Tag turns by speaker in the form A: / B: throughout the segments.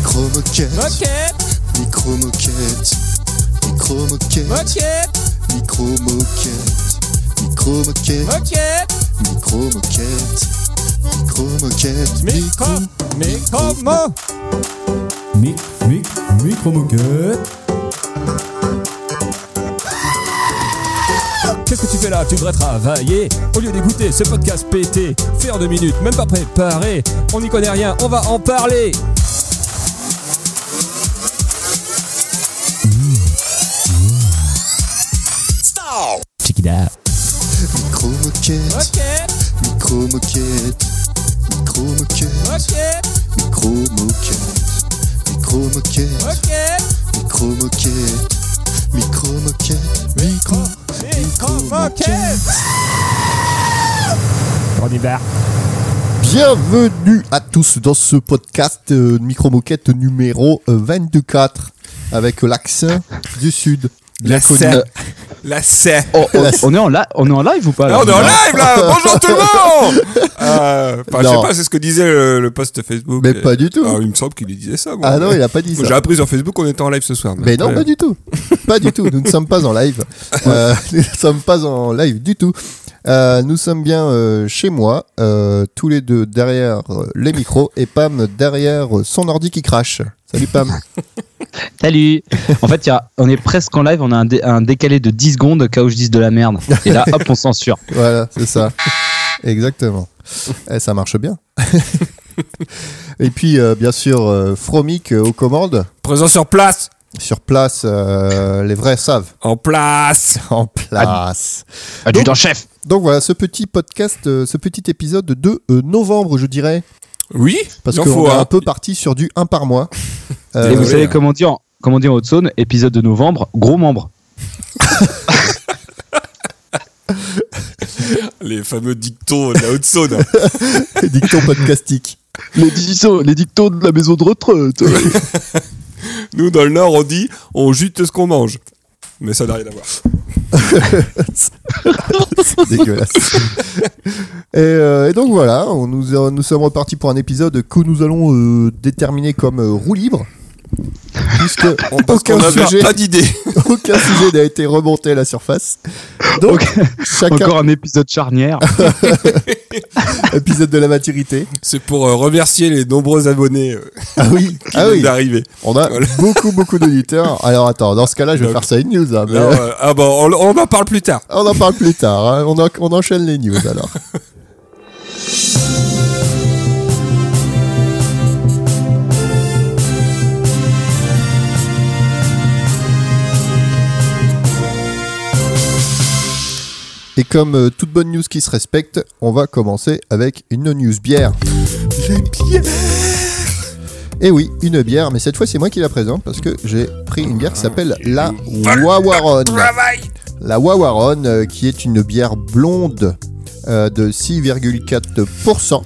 A: moquette.
B: Moquette,
A: Micro moquette. Micro moquette.
B: moquette,
A: Micro moquette. Micro moquette.
B: moquette,
A: Micro moquette. Micro moquette.
B: micro, micro, mo.
C: Mic, mic, micro moquette.
B: Qu'est-ce que tu fais là Tu devrais travailler. Au lieu d'écouter ce podcast pété, fait en deux minutes, même pas préparé. On n'y connaît rien, on va en parler. Check it out.
A: Micro moquette.
B: Moquette,
A: Micro moquette. Micro moquette.
B: moquette,
A: Micro moquette. Micro moquette.
B: moquette,
A: Micro moquette. Micro moquette. Micro.
B: micro, moquette. On y va.
D: Bienvenue à tous dans ce podcast euh, Micro Moquette numéro euh, 24 avec l'accent du sud. Bien
E: La
D: connu.
E: scène. La scène.
F: Oh, on, on est en li- on est en live ou pas là
E: Ah, on est en live là Bonjour tout le monde Euh, enfin, Je sais
D: Non.
E: pas, c'est ce que disait le, le post Facebook.
D: Mais pas du tout.
E: Ah, il me semble qu'il lui disait ça. moi.
D: Ah non, il a pas dit
E: Moi, J'ai
D: ça.
E: appris sur Facebook qu'on était en live ce soir.
D: Mais non,
E: après,
D: pas du tout. Pas du tout. Nous ne sommes pas en live. Euh, nous ne sommes pas en live du tout. Euh, nous sommes bien euh, chez moi, euh, tous les deux derrière euh, les micros et Pam derrière euh, son ordi qui crache. Salut Pam.
F: Salut En fait, il y a- on est presque en live, on a un, dé- un décalé de 10 secondes, cas où je dise de la merde. Et là, hop, on censure.
D: Voilà, c'est ça. Exactement. Eh, ça marche bien. Et puis, euh, bien sûr, euh, Fromic euh, aux commandes.
E: Présent sur place
D: Sur place, euh, les vrais savent.
E: En place
D: En place.
E: Ah,
F: Adjudant-chef
D: Donc voilà, ce petit podcast, euh, ce petit épisode de euh, novembre, je dirais.
E: Oui
D: Parce
E: il en
D: qu'on
E: faut hein.
D: est
E: un.
D: un peu parti sur du 1 par mois.
F: Et vous
D: Euh,
F: savez
E: ouais.
F: comment on dit en, comment on dit en Haute-Saône, épisode de novembre, gros membre.
E: Les fameux dictons de la Haute-Saône.
D: dicton podcastique.
F: Les, les dictons de la maison de retraite
E: Nous, dans le Nord, on dit on jute ce qu'on mange. Mais ça n'a rien à voir.
D: Dégueulasse. et, euh, et donc voilà, on nous, euh, nous sommes repartis pour un épisode que nous allons euh, déterminer comme euh, roue libre. Puisque
E: Parce qu'on
D: aucun,
E: n'avait
D: sujet,
E: pas d'idée.
D: aucun sujet n'a été remonté à la surface. Donc, chacun
F: Encore un épisode charnière.
D: épisode de la maturité.
E: C'est pour euh, remercier les nombreux abonnés euh,
D: Ah
E: qui
D: oui, ah
E: viennent
D: oui.
E: d'arriver.
D: on a
E: Voilà.
D: beaucoup, beaucoup d'auditeurs. Alors attends, dans ce cas-là, je vais
E: Donc-
D: faire ça une news. hein, mais,
E: Non,
D: euh,
E: euh, ah bah, on, on en parle plus tard.
D: On en parle plus tard. hein. On, en- on enchaîne les news alors. Et comme euh, toute bonne news qui se respecte, on va commencer avec une news bière. Et oui, une bière, mais cette fois c'est moi qui la présente parce que j'ai pris une bière qui s'appelle la Wawaron. La Wawaron, euh, qui est une bière blonde euh, de 6,4%,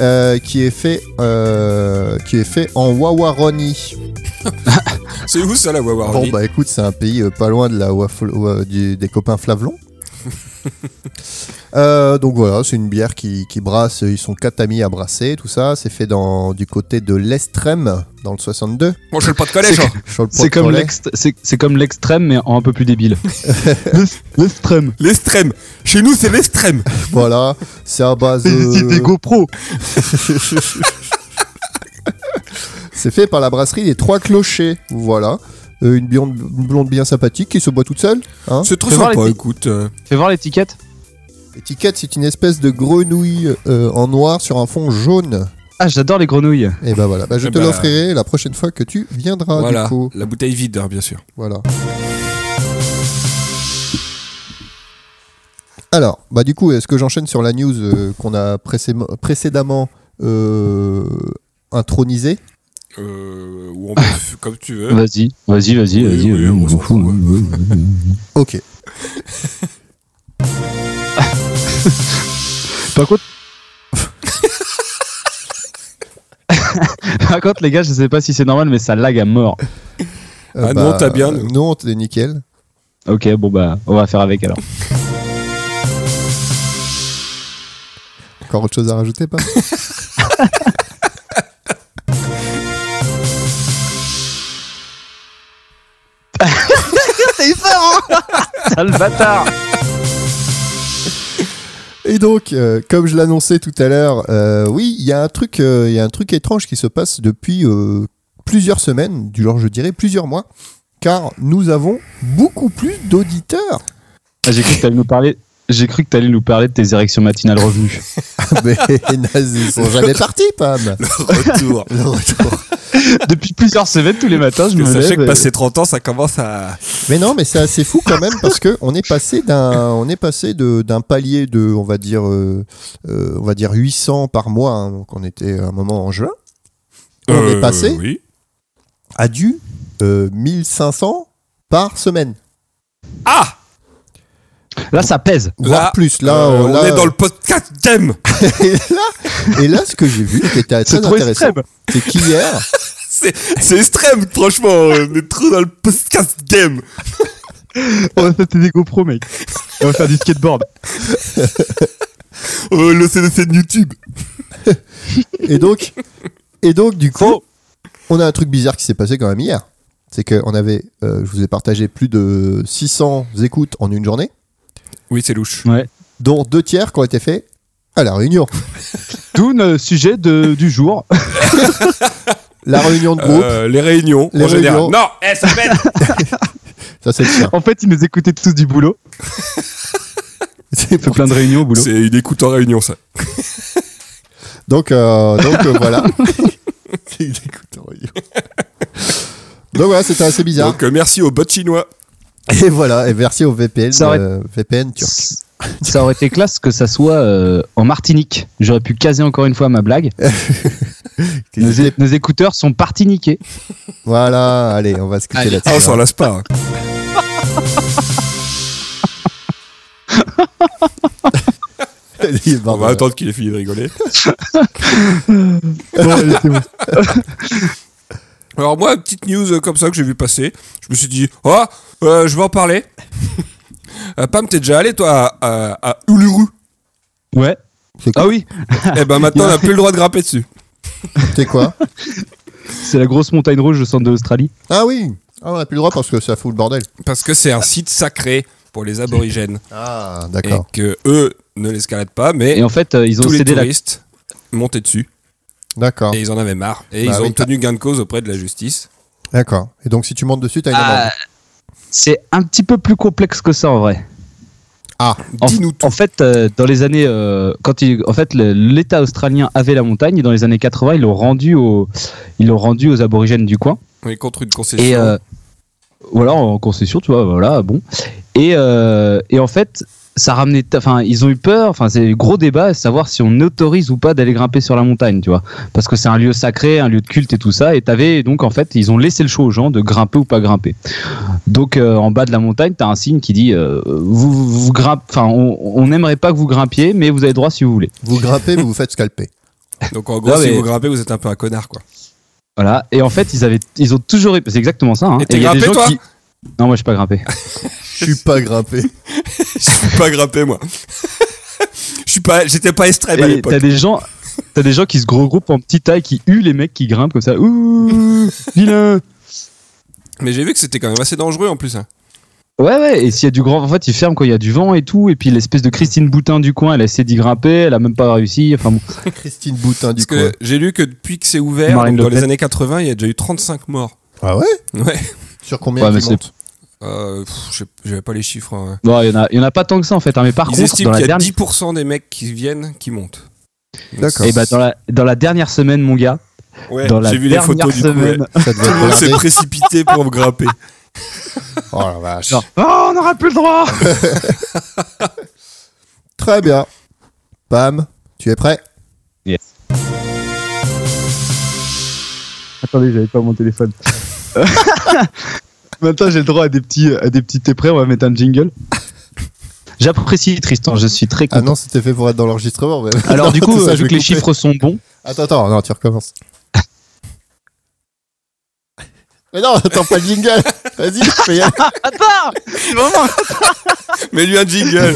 D: euh, qui est fait euh, qui est fait en Wawaronie.
E: C'est où ça, la
F: Ah
E: Wawa
D: Bon bah écoute, c'est un pays euh, pas loin de la waffle- euh, du- des copains flavelons. Euh, donc voilà, c'est une bière qui, qui brasse, ils sont quatre amis à brasser, tout ça, c'est fait dans, du côté de l'Estrème, dans le 62.
E: Moi, je fais le pas de collège. hein.
D: sur le
F: C'est comme
D: Pas-de-Calais.
F: l'ext- c'est- c'est comme l'extrême, mais en un peu plus débile. L'est- L'extrême.
E: L'extrême. Chez nous, c'est l'extrême.
D: Hein Voilà, c'est à base
E: Euh.
D: euh,
F: C'est
D: de...
F: des GoPro.
D: C'est fait par la brasserie des Trois Clochers. Voilà. Euh, une, blonde, une blonde bien sympathique qui se boit toute seule. Hein.
E: C'est trop
F: Fais voir
E: sympa,
F: les-
E: écoute. euh,
F: Fais voir l'étiquette.
D: L'étiquette, c'est une espèce de grenouille euh, en noir sur un fond jaune.
F: Ah, j'adore les grenouilles.
D: Et ben voilà, Bah, je
E: Eh
D: te
E: ben.
D: l'offrirai la prochaine fois que tu viendras
E: voilà.
D: Ah, du coup.
E: La bouteille vide, hein, bien sûr.
D: Voilà. Alors, bah du coup, est-ce que j'enchaîne sur la news euh, qu'on a précémo- précédemment euh, intronisée
E: Euh, ou on peut
D: Ah.
E: f- comme tu veux.
F: Vas-y, vas-y, vas-y,
E: Oui,
F: vas-y.
E: Euh. oui,
F: vas-y,
E: on
F: on
E: s'en
F: s'en fout,
E: fout,
F: ouais.
D: Ok.
F: Par contre. Par contre, les gars, je sais pas si c'est normal, mais ça lag à mort.
D: Euh,
E: Ah non, t'as bien, nous.
D: Non, t'es nickel.
F: Ok, bon bah, on va faire avec alors.
D: Encore autre chose à rajouter, pas
F: t'as eu peur, hein Sale bâtard
D: Et donc, euh, comme je l'annonçais tout à l'heure, euh, oui, il y a un truc, euh, il y a un truc étrange qui se passe depuis euh, plusieurs semaines, du genre je dirais plusieurs mois, car nous avons beaucoup plus d'auditeurs.
F: Ah, J'ai cru que t'allais nous parler. J'ai cru que t'allais nous parler de tes érections matinales revenues.
D: Mais les nazis sont jamais partis, Pam.
E: Retour.
D: Le retour.
F: Depuis plusieurs semaines, tous les matins, je
E: Que
F: me
E: sachez
F: lève.
E: que
F: et-
E: passer 30 ans, ça commence à.
D: Mais non, mais c'est assez fou quand même parce que on est passé d'un, on est passé de d'un palier de, on va dire, euh, euh, on va dire 800 par mois. hein, donc on était à un moment en juin. On est passé
E: Euh, Oui.
D: à du euh, 1500 par semaine,
E: Ah
F: Là, ça pèse.
D: voire
E: Là,
D: plus. Là,
E: euh,
D: Ah, on- là,
E: on est dans le podcast thème.
D: et là, et là, ce que j'ai vu, qui était
F: C'est
D: très
F: trop
D: intéressant,
F: extrême.
D: c'est qu'hier,
E: C'est c'est extrême, franchement. On est trop dans le podcast game.
F: On va sauter Oh, des GoPro, mec. On va faire du skateboard.
E: On va lancer la scène YouTube.
D: et donc, et donc, du coup, on a un truc bizarre qui s'est passé quand même hier. C'est qu'on avait, euh, je vous ai partagé plus de 600 écoutes en une journée.
E: Oui, c'est louche.
F: Ouais.
D: dont deux tiers qui ont été faits à La Réunion.
F: D'où le sujet de- du jour.
D: La Réunion de groupe,
E: Euh, les réunions,
D: Les
E: en général.
D: réunions.
E: Non, eh, ça pète
D: ça c'est le chien.
F: En fait, ils nous écoutaient tous du boulot.
D: C'est
F: On fait plein de réunions au boulot.
E: C'est une écoute en réunion, ça.
D: Donc, euh, donc euh, voilà. Il écoute en Réunion. Donc voilà, c'était assez bizarre.
E: Donc, euh, merci aux bots chinois.
D: Et voilà, et merci au VPN,
F: Ça aurait-
D: euh, VPN turc.
F: Ça aurait été classe que ça soit euh, en Martinique. J'aurais pu caser encore une fois ma blague. nos, é- nos écouteurs sont partiniqués.
D: Voilà, allez, on va se quitter
F: Allez.
E: Ah, on
D: là-dessus.
E: s'en lasse pas. hein.
D: Allez,
E: On va
D: barbare.
E: attendre qu'il ait fini de rigoler. Alors moi, petite news euh, comme ça que j'ai vu passer, je me suis dit, oh, euh, je vais en parler. Euh, Pam, t'es déjà allé toi à, à, à Uluru
F: Ouais.
D: C'est quoi,
F: Ah oui,
E: Eh ben maintenant, on n'a plus le droit de grimper dessus.
D: c'est quoi
F: c'est la grosse montagne rouge au centre de l'Australie.
D: Ah oui Ah, on n'a plus le droit parce que ça fout le bordel.
E: Parce que c'est un site sacré pour les aborigènes
D: Ah,
E: et
D: d'accord.
E: que eux ne l'escaladent pas, mais
F: Et en fait, euh, ils ont
E: tous les
F: cédé la
E: touristes montaient dessus
D: D'accord.
E: et ils en avaient marre et
D: Bah
E: ils ont
D: oui.
E: obtenu gain de cause auprès de la justice.
D: D'accord. Et donc, si tu montes dessus, t'as une
F: Ah,
D: amende.
F: c'est un petit peu plus complexe que ça en vrai.
D: Ah,
F: En,
E: dis-nous tout.
F: en fait, euh, dans les années, euh, quand il, en fait, le- l'État australien avait la montagne et dans les années 80, ils l'ont rendu aux, ils l'ont rendu aux aborigènes du coin.
E: Oui, contre une concession.
F: Et euh, voilà, en concession, tu vois, voilà, bon. Et, euh, et en fait, ça ramenait, enfin, ils ont eu peur, enfin, c'est le gros débat, à savoir si on autorise ou pas d'aller grimper sur la montagne, tu vois. Parce que c'est un lieu sacré, un lieu de culte et tout ça. Et t'avais, donc, en fait, ils ont laissé le choix aux gens de grimper ou pas grimper. Donc, euh, en bas de la montagne, t'as un signe qui dit, euh, vous, vous, vous grimpe- enfin, on on n'aimerait pas que vous grimpiez, mais vous avez droit si vous voulez.
D: vous grimpez, vous vous faites scalper.
E: Donc en gros,
F: Non,
E: si
F: mais-
E: vous grimpez, vous êtes un peu un connard quoi.
F: Voilà. Et en fait, ils avaient, ils ont toujours, c'est exactement ça, hein.
E: Et t'es
F: il y a des
E: grimpé,
F: gens
E: toi
F: qui- Non, moi, je suis pas grimpé.
D: Je suis pas grimpé.
E: Je suis pas grimpé moi. Je suis pas, j'étais pas extrême à
F: Et
E: l'époque.
F: t'as des gens t'as des gens qui se regroupent en petite taille qui huent les mecs qui grimpent comme ça ouh vilain
E: Mais j'ai vu que c'était quand même assez dangereux en plus. hein.
F: ouais ouais et s'il y a du grand en fait ils ferment quand il y a du vent et tout et puis l'espèce de Christine Boutin du coin elle a essayé d'y grimper elle a même pas réussi enfin bon
D: Christine Boutin, du
E: Parce
D: coup.
E: que j'ai lu que depuis que c'est ouvert,
F: Marine
E: donc dans
F: Le Pen.
E: les années 80, il y a déjà eu 35 morts.
D: Ah ouais
E: Ouais.
D: Sur combien
F: Ouais,
D: qui
F: mais
D: monte
E: Euh, pff, je sais- J'avais pas les chiffres. hein.
F: bon il y en a il y en a pas tant que ça en fait hein, mais par
E: Ils
F: contre
E: estiment
F: dans
E: qu'il y
F: la
E: a
F: dernière
E: 10% des mecs qui viennent qui montent. Donc,
D: D'accord.
E: c'est-
F: eh ben, dans la dans la dernière semaine mon gars
E: Ouais,
F: dans la
E: j'ai vu les
F: dernière
E: photos du coup. ouais.
F: semaine
D: Ça devait
E: Tout le monde
D: être
E: s'est
D: blindé.
E: précipité pour grimper.
D: Oh la vache.
F: Genre, oh, on n'aura plus le droit
D: Très bien. Pam, tu es prêt
F: Attendez, j'avais pas mon téléphone. Maintenant, j'ai le droit à des petits, à des petits t'es prêt, on va mettre un jingle. J'apprécie Tristan, je suis très
D: Ah
F: content.
D: non, c'était fait pour être dans l'enregistrement. mais-
F: Alors
D: Non,
F: du coup,
D: c'est ça, je
F: euh, vu
D: vais
F: que les
D: couper.
F: chiffres sont bons,
D: Attends, attends, non, tu recommences. Mais non, attends pas le jingle. Vas-y, fais y aller.
E: Mais lui un jingle.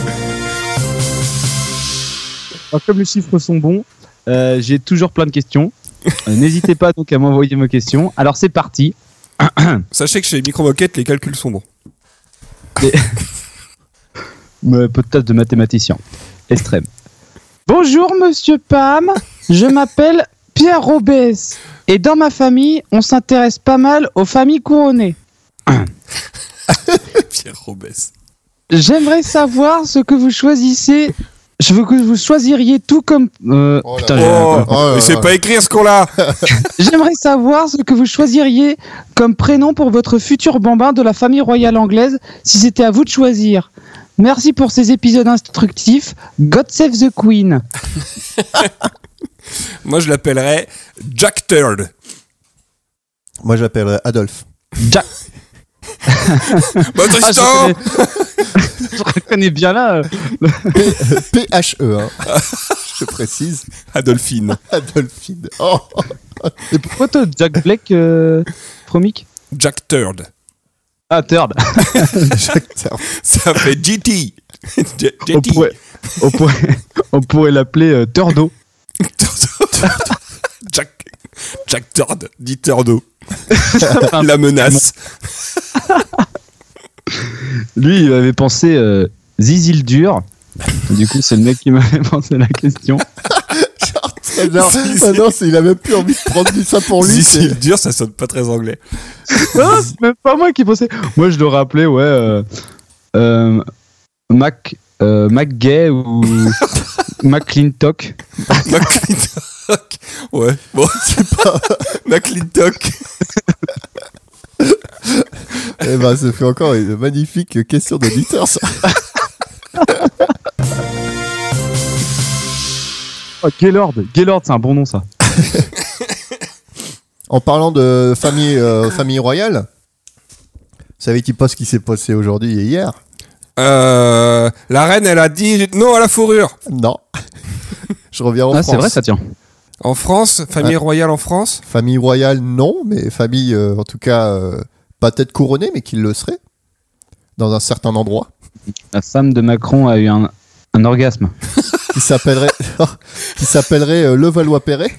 F: alors, comme les chiffres sont bons, euh, j'ai toujours plein de questions. Euh, N'hésitez pas donc à m'envoyer vos questions. Alors c'est parti.
E: Sachez que chez Micro Moquette, les calculs sont bons.
F: Mais Euh, Podcast de mathématicien. Extrême. Bonjour Monsieur Pam, je m'appelle Pierre Robès. Et dans ma famille, on s'intéresse pas mal aux familles couronnées.
E: Pierre Robès.
F: J'aimerais savoir ce que vous choisissez. Je veux que vous choisiriez tout comme... Euh,
D: Oh là
F: putain,
D: là.
F: j'ai-
E: Oh,
D: Oh,
E: mais
D: ouais,
E: c'est
D: ouais.
E: pas écrire ce qu'on a
F: J'aimerais savoir ce que vous choisiriez comme prénom pour votre futur bambin de la famille royale anglaise si c'était à vous de choisir. Merci pour ces épisodes instructifs. God save the Queen.
E: Moi, je l'appellerais Jack Turd.
D: Moi, j'appellerais Adolphe.
E: Bah,
F: Ah, je,
E: Tristan
F: reconnais... je reconnais bien là. euh,
D: euh, P-H-E, hein. je précise.
E: Adolphine.
D: Adolphine. Oh,
F: Pourquoi toi, Jack Black, euh, Fromic
E: Jack Turd.
F: Ah, third.
D: Jacques Tarp.
E: Ça fait GT. J-
F: On
E: JT.
F: pourrait, on pourrait, on pourrait l'appeler euh, Turdo.
E: Jack, Jack Turd. Dit Turdo.
F: Enfin,
E: La menace.
F: Lui, il avait pensé euh, Zizil Dur. Du coup, c'est le mec qui m'avait pensé la question.
D: Ah non, ah non, c'est- il a même plus envie de prendre du ça pour lui.
E: Si
D: c'est-
E: c'est dur, ça sonne pas très anglais.
F: Non, c'est même pas moi qui pensais. Moi, je l'aurais appelé, ouais, euh, euh, Mac, euh, Mac Gay ou McClintock.
E: McClintock. Ouais, bon, c'est pas. McClintock.
D: Eh ben, ça fait encore une magnifique question d'auditeur, ça.
F: Oh, Gaylord. Gaylord, c'est un bon nom, ça.
D: En parlant de famille, euh, famille royale, savez-tu pas ce qui s'est passé aujourd'hui et hier
E: Euh, la reine, elle a dit non à la fourrure.
D: Non. Je reviens en
F: Ah,
D: France.
F: c'est vrai, ça tient.
E: En France, famille royale en France.
D: Famille royale, non, mais famille, euh, en tout cas, euh, pas tête couronnée, mais qui le serait, dans un certain endroit,
F: La femme de Macron a eu un, un orgasme.
D: qui s'appellerait, qui s'appellerait euh, Levallois-Perret.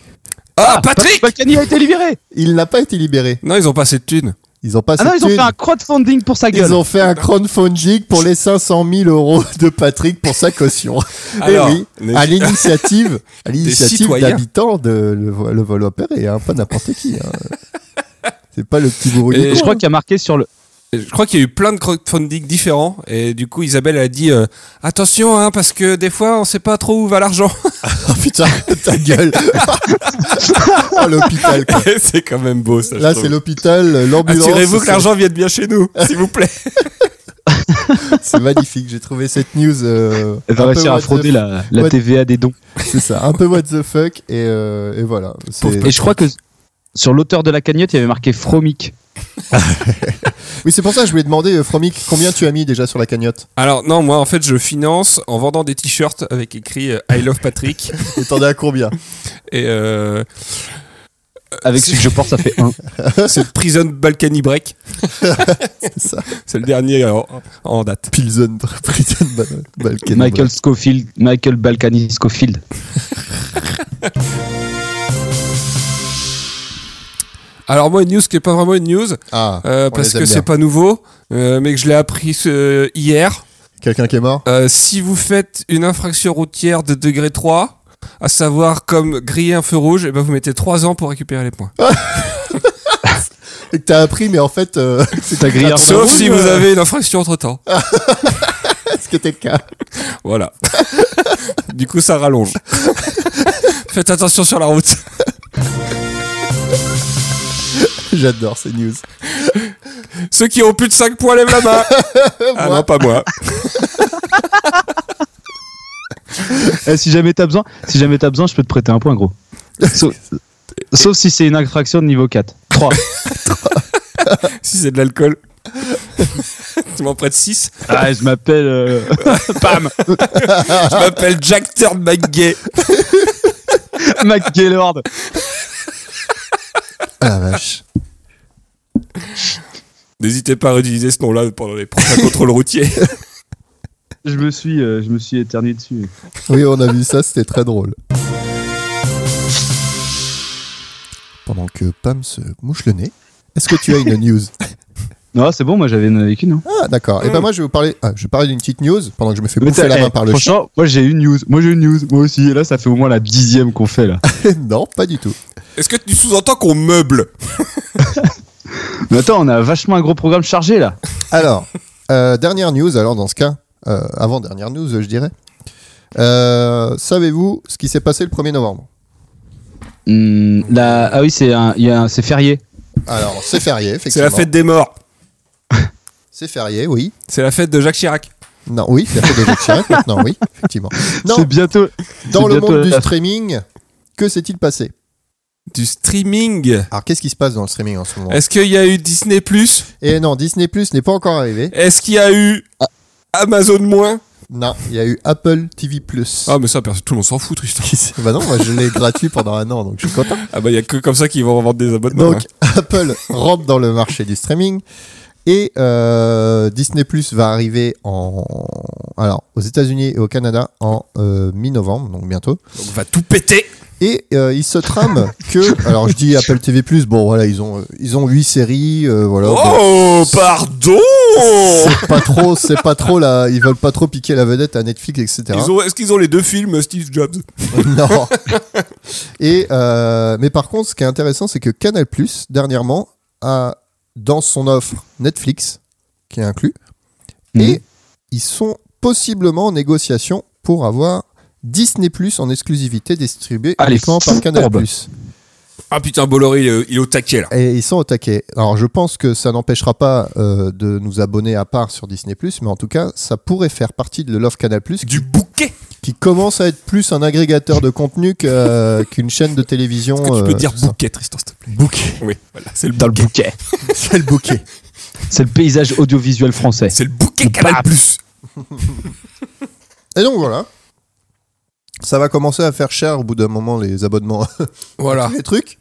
E: Ah, Patrick
F: Balkany Bah, a été libéré
D: Il n'a pas été libéré.
E: Non, ils ont pas assez de thunes.
D: Ils ont pas
F: Ah non,
D: cette
F: ils ont fait
D: thune.
F: un crowdfunding pour sa gueule.
D: Ils ont fait un crowdfunding pour les 500 000 euros de Patrick pour sa caution.
E: Alors,
D: Et oui, Ah,
E: les-
D: à l'initiative, à l'initiative
E: citoyens.
D: d'habitants de le, le vol opéré, hein, pas n'importe qui. hein. C'est pas le petit bourrelier.
F: Et je crois qu'il y a marqué sur le.
E: Je crois qu'il y a eu plein de crowdfunding différents et du coup Isabelle elle a dit euh, attention hein, parce que des fois on sait pas trop où va l'argent.
D: Oh putain, ta gueule. oh l'hôpital. quoi.
E: c'est quand même beau ça. je
D: Là,
E: trouve.
D: c'est l'hôpital, euh, l'ambulance.
E: Assurez-vous que
D: c'est-
E: l'argent vienne bien chez nous, s'il vous plaît.
D: C'est magnifique. J'ai trouvé cette news. euh,
F: Elle va
D: un peu
F: réussir à
D: what the
F: frauder la, la
D: what-
F: TVA des dons.
D: C'est ça, un peu what the fuck. Et, euh, et voilà. C'est-
F: Et je crois que sur l'auteur de la cagnotte, il y avait marqué Fromic.
D: Oui, c'est pour ça que je voulais demander, euh, Fromic, combien tu as mis déjà sur la cagnotte
E: Alors non, moi en fait je finance en vendant des t-shirts avec écrit euh, I love Patrick
D: Et t'en es à combien
E: et euh,
F: Avec ce que je porte, ça fait un.
E: c'est Prison Balkany Break.
D: C'est ça.
E: C'est le dernier en, en date.
D: Pilsen, Prison Bal- Balkan.
F: Michael Scofield, Michael Balkany Scofield.
E: Alors moi une news qui est pas vraiment une news
D: Ah,
E: euh,
D: on
E: parce
D: les aime
E: que c'est
D: bien.
E: pas nouveau euh, mais que je l'ai appris euh, hier.
D: Quelqu'un qui est mort
E: Euh, si vous faites une infraction routière de degré 3, à savoir comme griller un feu rouge, et ben vous mettez 3 ans pour récupérer les points.
D: Et que t'as appris, mais en fait, euh, c'est
F: T'as grillé un feu
E: Sauf si vous avez une infraction entre temps.
D: ce que t'es le cas.
E: Voilà. du coup, ça rallonge. Faites attention sur la route.
D: J'adore ces news.
E: Ceux qui ont plus de 5 points lèvent la main. ah
D: Euh, Moi.
E: non, pas moi.
F: Eh, si jamais t'as besoin, si jamais t'as besoin, je peux te prêter un point, gros. Sauf, sauf si c'est une infraction de niveau 4. 3.
E: Si c'est de l'alcool. tu m'en prêtes 6.
F: Ah, je m'appelle. euh, Pam
E: Je m'appelle Jack Turd McGay.
F: Mac Gaylord.
D: Ah la vache.
E: N'hésitez pas à réutiliser ce nom-là pendant les prochains contrôles routiers.
F: Je me suis, euh, je me suis éternué dessus.
D: Oui, on a vu ça, c'était très drôle. Pendant que Pam se mouche le nez, est-ce que tu as une news
F: Non, c'est bon, moi j'avais une avec une. hein.
D: Ah, d'accord. Et ben moi, je vais vous parler. ah, je vais parler d'une petite news pendant que je me fais
F: Mais
D: bouffer
F: t'as-
D: la main
F: eh,
D: par le chien.
F: Franchement, moi j'ai une news. Moi j'ai une news. Moi aussi. Et là, ça fait au moins la dixième qu'on fait là.
D: non, pas du tout.
E: Est-ce que tu sous-entends qu'on meuble
F: Mais attends, on a vachement un gros programme chargé là.
D: Alors, euh, dernière news. Alors, dans ce cas, euh, avant dernière news, euh, je dirais. Euh, Savez-vous ce qui s'est passé le 1er novembre
F: Hmm, la- Ah oui, c'est un... il y a un- c'est férié.
D: Alors, c'est férié,
E: C'est
D: effectivement.
E: la fête des morts.
D: C'est férié, oui.
E: C'est la fête de Jacques Chirac.
D: Non, oui, c'est la fête de Jacques Chirac maintenant, oui, effectivement. Non,
F: C'est bientôt.
D: dans
F: c'est
D: le
F: bientôt
D: monde du
F: la-
D: streaming, que s'est-il passé
E: Du streaming.
D: Alors, qu'est-ce qui se passe dans le streaming en ce moment
E: Est-ce qu'il y a eu Disney Plus
D: Et non, Disney Plus n'est pas encore arrivé.
E: Est-ce qu'il y a eu Amazon moins
D: Non, il y a eu Apple TV Plus.
E: Ah mais ça, personne- tout le monde s'en fout, Tristan.
D: Bah non, moi je l'ai gratuit pendant un an, donc je suis content.
E: Ah bah il y a que comme ça qu'ils vont vendre des abonnements.
D: Donc, Apple rentre dans le marché du streaming. Et euh, Disney Plus va arriver en, alors, aux États-Unis et au Canada en euh, mi-novembre, donc bientôt.
E: hein. Donc, on va tout péter.
D: Et euh, il se trame que, alors je dis Apple TV Plus, bon voilà, ils ont euh, ils ont huit séries, euh, voilà. Bon,
E: Oh, pardon
D: c'est pas trop, c'est pas trop là, ils veulent pas trop piquer la vedette à Netflix, etc.
E: Ils ont- Est-ce qu'ils ont les deux films Steve Jobs
D: non. Et euh, mais par contre, ce qui est intéressant, c'est que Canal Plus dernièrement a dans son offre Netflix qui est inclus,
E: Mhm.
D: et
F: Hmm.
D: ils sont possiblement en négociation pour avoir Disney Plus en exclusivité distribué
F: Ah, les
D: uniquement par Canal
F: fourbes.
D: Plus.
E: Ah putain, Bolloré, il est, il est au taquet là.
D: Et ils sont au taquet. Alors je pense que ça n'empêchera pas euh, de nous abonner à part sur Disney ⁇ mais en tout cas ça pourrait faire partie de l'offre Canal ⁇
E: Du bouquet
D: qui commence à être plus un agrégateur de contenu que, euh, qu'une chaîne de télévision.
E: Est-ce que tu peux
D: euh,
E: dire
D: ça.
E: bouquet, Tristan, s'il te plaît Bouquet. Oui, voilà, c'est le
F: Dans le
E: bouquet.
F: bouquet.
D: C'est le bouquet.
F: C'est le paysage audiovisuel français.
E: C'est le bouquet Canal Plus.
D: Et donc voilà. Ça va commencer à faire cher au bout d'un moment les abonnements,
E: Voilà.
D: les trucs.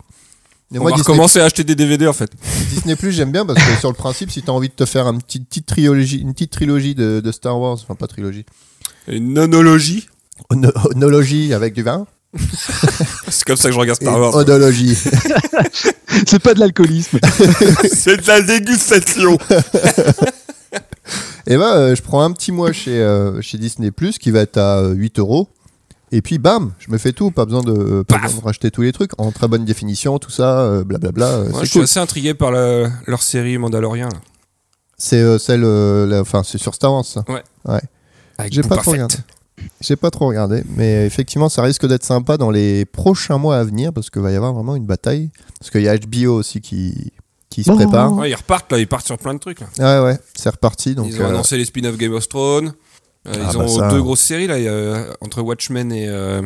D: Mais
E: On
D: moi,
E: va
D: Disney,
E: recommencer à acheter des DVD en fait.
D: Disney Plus, j'aime bien parce que sur le principe, si t'as envie de te faire une petite, petite trilogie, une petite trilogie de, de Star Wars, enfin pas trilogie,
E: Une nonologie.
D: ono- onologie avec du vin,
E: C'est comme ça que je regarde
D: et
E: Star Wars.
D: odologie.
F: C'est pas de l'alcoolisme.
E: c'est de la dégustation.
D: Et ben, euh, je prends un petit mois chez, euh, chez Disney Plus qui va être à euh, 8 euros. Et puis bam, je me fais tout, pas besoin de, euh, pas
E: Paf.
D: besoin de racheter tous les trucs en très bonne définition, tout ça, euh, blablabla. euh,
E: Moi, je
D: c'est
E: suis
D: cool.
E: assez intrigué par la- leur série Mandalorian. là.
D: C'est euh, celle, euh, la- enfin c'est sur Star Wars. ça.
F: Ah,
E: Avec
D: J'ai pas
E: Boba
D: trop
E: Fett.
D: regardé. J'ai pas trop regardé, mais effectivement, ça risque d'être sympa dans les prochains mois à venir parce qu'il va y avoir vraiment une bataille. Parce qu'il y a HBO aussi qui, qui se
F: Oh.
D: prépare.
E: Ouais, ils repartent là, ils partent sur plein de trucs. Là.
D: Ouais, ouais, c'est reparti. Donc,
E: ils ont
D: euh,
E: annoncé les spin-off Game of Thrones. Euh,
D: Ah,
E: ils
D: bah,
E: ont
D: ça.
E: deux grosses séries là, il y a- euh, entre Watchmen et, euh,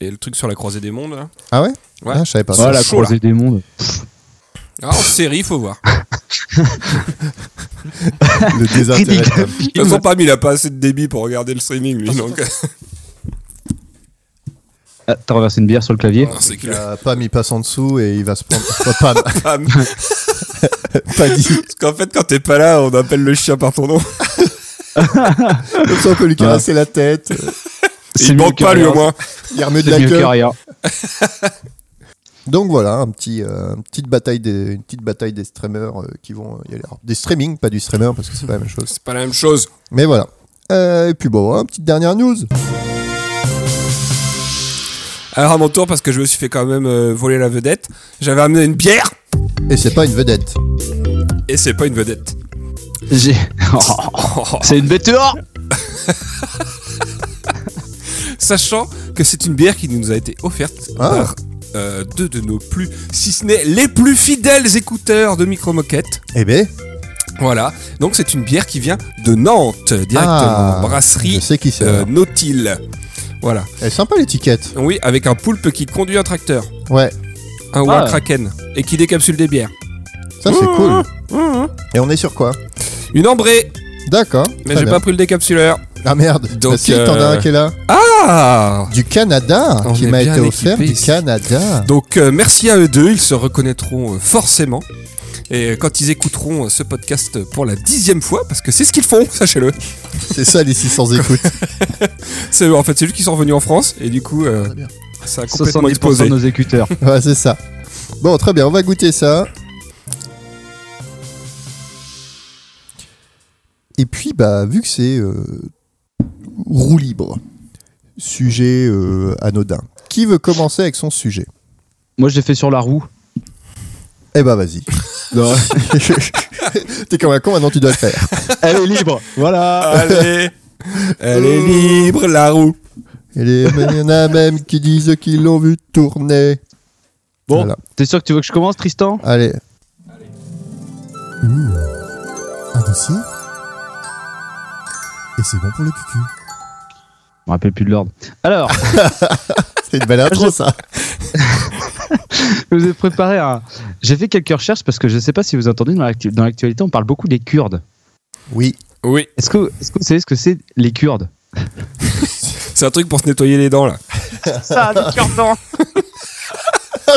E: et le truc sur la croisée des mondes. là.
D: Ah ouais,
E: Ouais.
D: Ah, Je savais pas.
E: Ouais.
D: ça.
F: Voilà, la
E: chaud, là.
F: croisée des mondes.
E: Ah, en série, faut voir.
F: Ah,
D: Le désintérêt.
E: De toute façon, Pam, il a pas assez de débit pour regarder le streaming, lui. Donc,
F: Ah, T'as renversé une bière sur le clavier.
E: Non, c'est que le-
D: Euh, Pam, il passe en dessous et il va se prendre. Pas Pam,
E: Pam.
D: pas dit.
E: Parce qu'en fait, quand t'es pas là, on appelle le chien par ton nom.
D: Comme ça, on peut lui caresser la tête.
E: Et il
F: mieux
E: manque
F: que
E: pas, lui,
F: rien.
E: au moins.
D: Il remet de
F: C'est
D: la
F: mieux que
D: gueule.
F: rien.
D: Donc voilà, un petit, euh, une, petite bataille des, une petite bataille des streamers euh, qui vont y aller. Alors, des streaming, pas du streamer parce que c'est pas la même chose.
E: C'est pas la même chose.
D: Mais voilà. Euh, et puis bon, hein, petite dernière news.
E: Alors, à mon tour, parce que je me suis fait quand même euh, voler la vedette, j'avais amené une bière
D: Et c'est pas une vedette.
E: et c'est pas une vedette.
F: J'ai- C'est une bête dehors.
E: Sachant que c'est une bière qui nous a été offerte
D: Ah.
E: par euh, deux de nos plus, si ce n'est les plus fidèles écouteurs de Micro Moquette.
D: Eh ben,
E: Voilà. Donc, c'est une bière qui vient de Nantes, directement.
D: Ah, je
E: Brasserie
D: sais qui c'est.
E: euh,
D: alors.
E: Nautil. Voilà.
D: Elle est sympa l'étiquette.
E: Oui, avec un poulpe qui conduit un tracteur.
D: Ouais,
E: Un ou
F: Ah.
E: un kraken. Et qui décapsule des bières.
D: ça c'est cool. Et on est sur quoi
E: Une ambrée
D: D'accord.
E: Mais
D: très
E: j'ai
D: bien.
E: pas pris le décapsuleur.
D: Ah merde.
E: Donc,
D: Bah si, t'en as
E: euh,
D: un qui est là.
E: Ah
D: Du Canada,
E: On
D: qui
E: est
D: m'a
E: bien
D: été offert
E: équipés
D: du
E: ici.
D: Canada.
E: Donc euh, merci à eux deux, ils se reconnaîtront euh, forcément. Et euh, quand ils écouteront euh, ce podcast pour la dixième fois, parce que c'est ce qu'ils font, sachez-le.
D: C'est ça les 600 écoutes.
E: C'est en fait c'est juste qu'ils sont revenus en France et du coup euh,
D: Très bien.
E: ça a complètement
F: 70% de
E: explosé.
F: nos écouteurs.
D: ouais, c'est ça. Bon, très bien, on va goûter ça. Et puis, bah, vu que c'est euh, roue libre, sujet euh, anodin, qui veut commencer avec son sujet
F: Moi, je l'ai fait sur la roue.
D: Eh bah, vas-y. Non. T'es comme un con, maintenant tu dois le faire. Euh,
F: Elle est libre. Voilà.
E: Allez, elle est libre la roue.
D: Et les- Il y en a même qui disent qu'ils l'ont vu tourner.
F: Bon,
D: Voilà.
F: t'es sûr que tu veux que je commence, Tristan
D: Allez,
C: Mmh. Un dossier Ah, bah, Et c'est bon pour le cucu.
F: Je me rappelle plus de l'ordre. Alors,
D: c'est une belle
F: Ah,
D: intro, ça.
F: je vous ai préparé un. J'ai fait quelques recherches parce que je sais pas si vous entendez dans l'actu- dans l'actualité, on parle beaucoup des Kurdes.
D: Oui.
E: Oui,
F: Est-ce que, est-ce que vous savez ce que c'est les Kurdes
E: c'est un truc pour se nettoyer les dents là.
F: Ça, les Kurdes
D: Ah,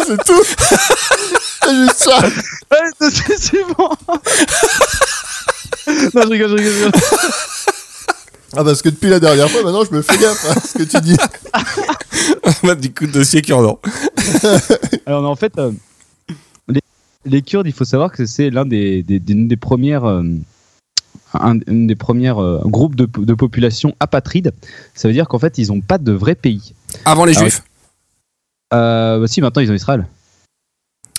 D: c'est tout C'est juste ça
F: Ouais, c'est c'est bon Non, je rigole, je rigole, je rigole.
D: Ah, parce que depuis la dernière fois, maintenant, je me fais gaffe à ce que tu dis.
E: On a du coup de dossier qui en
F: Alors, non, en fait, euh, les, les Kurdes, il faut savoir que c'est l'un des, des, des- une des premières. euh, un, une des premières euh, groupes de, de population apatride, ça veut dire qu'en fait ils n'ont pas de vrai pays.
E: Avant les
F: Ah
E: juifs.
F: Euh, bah si maintenant ils ont Israël.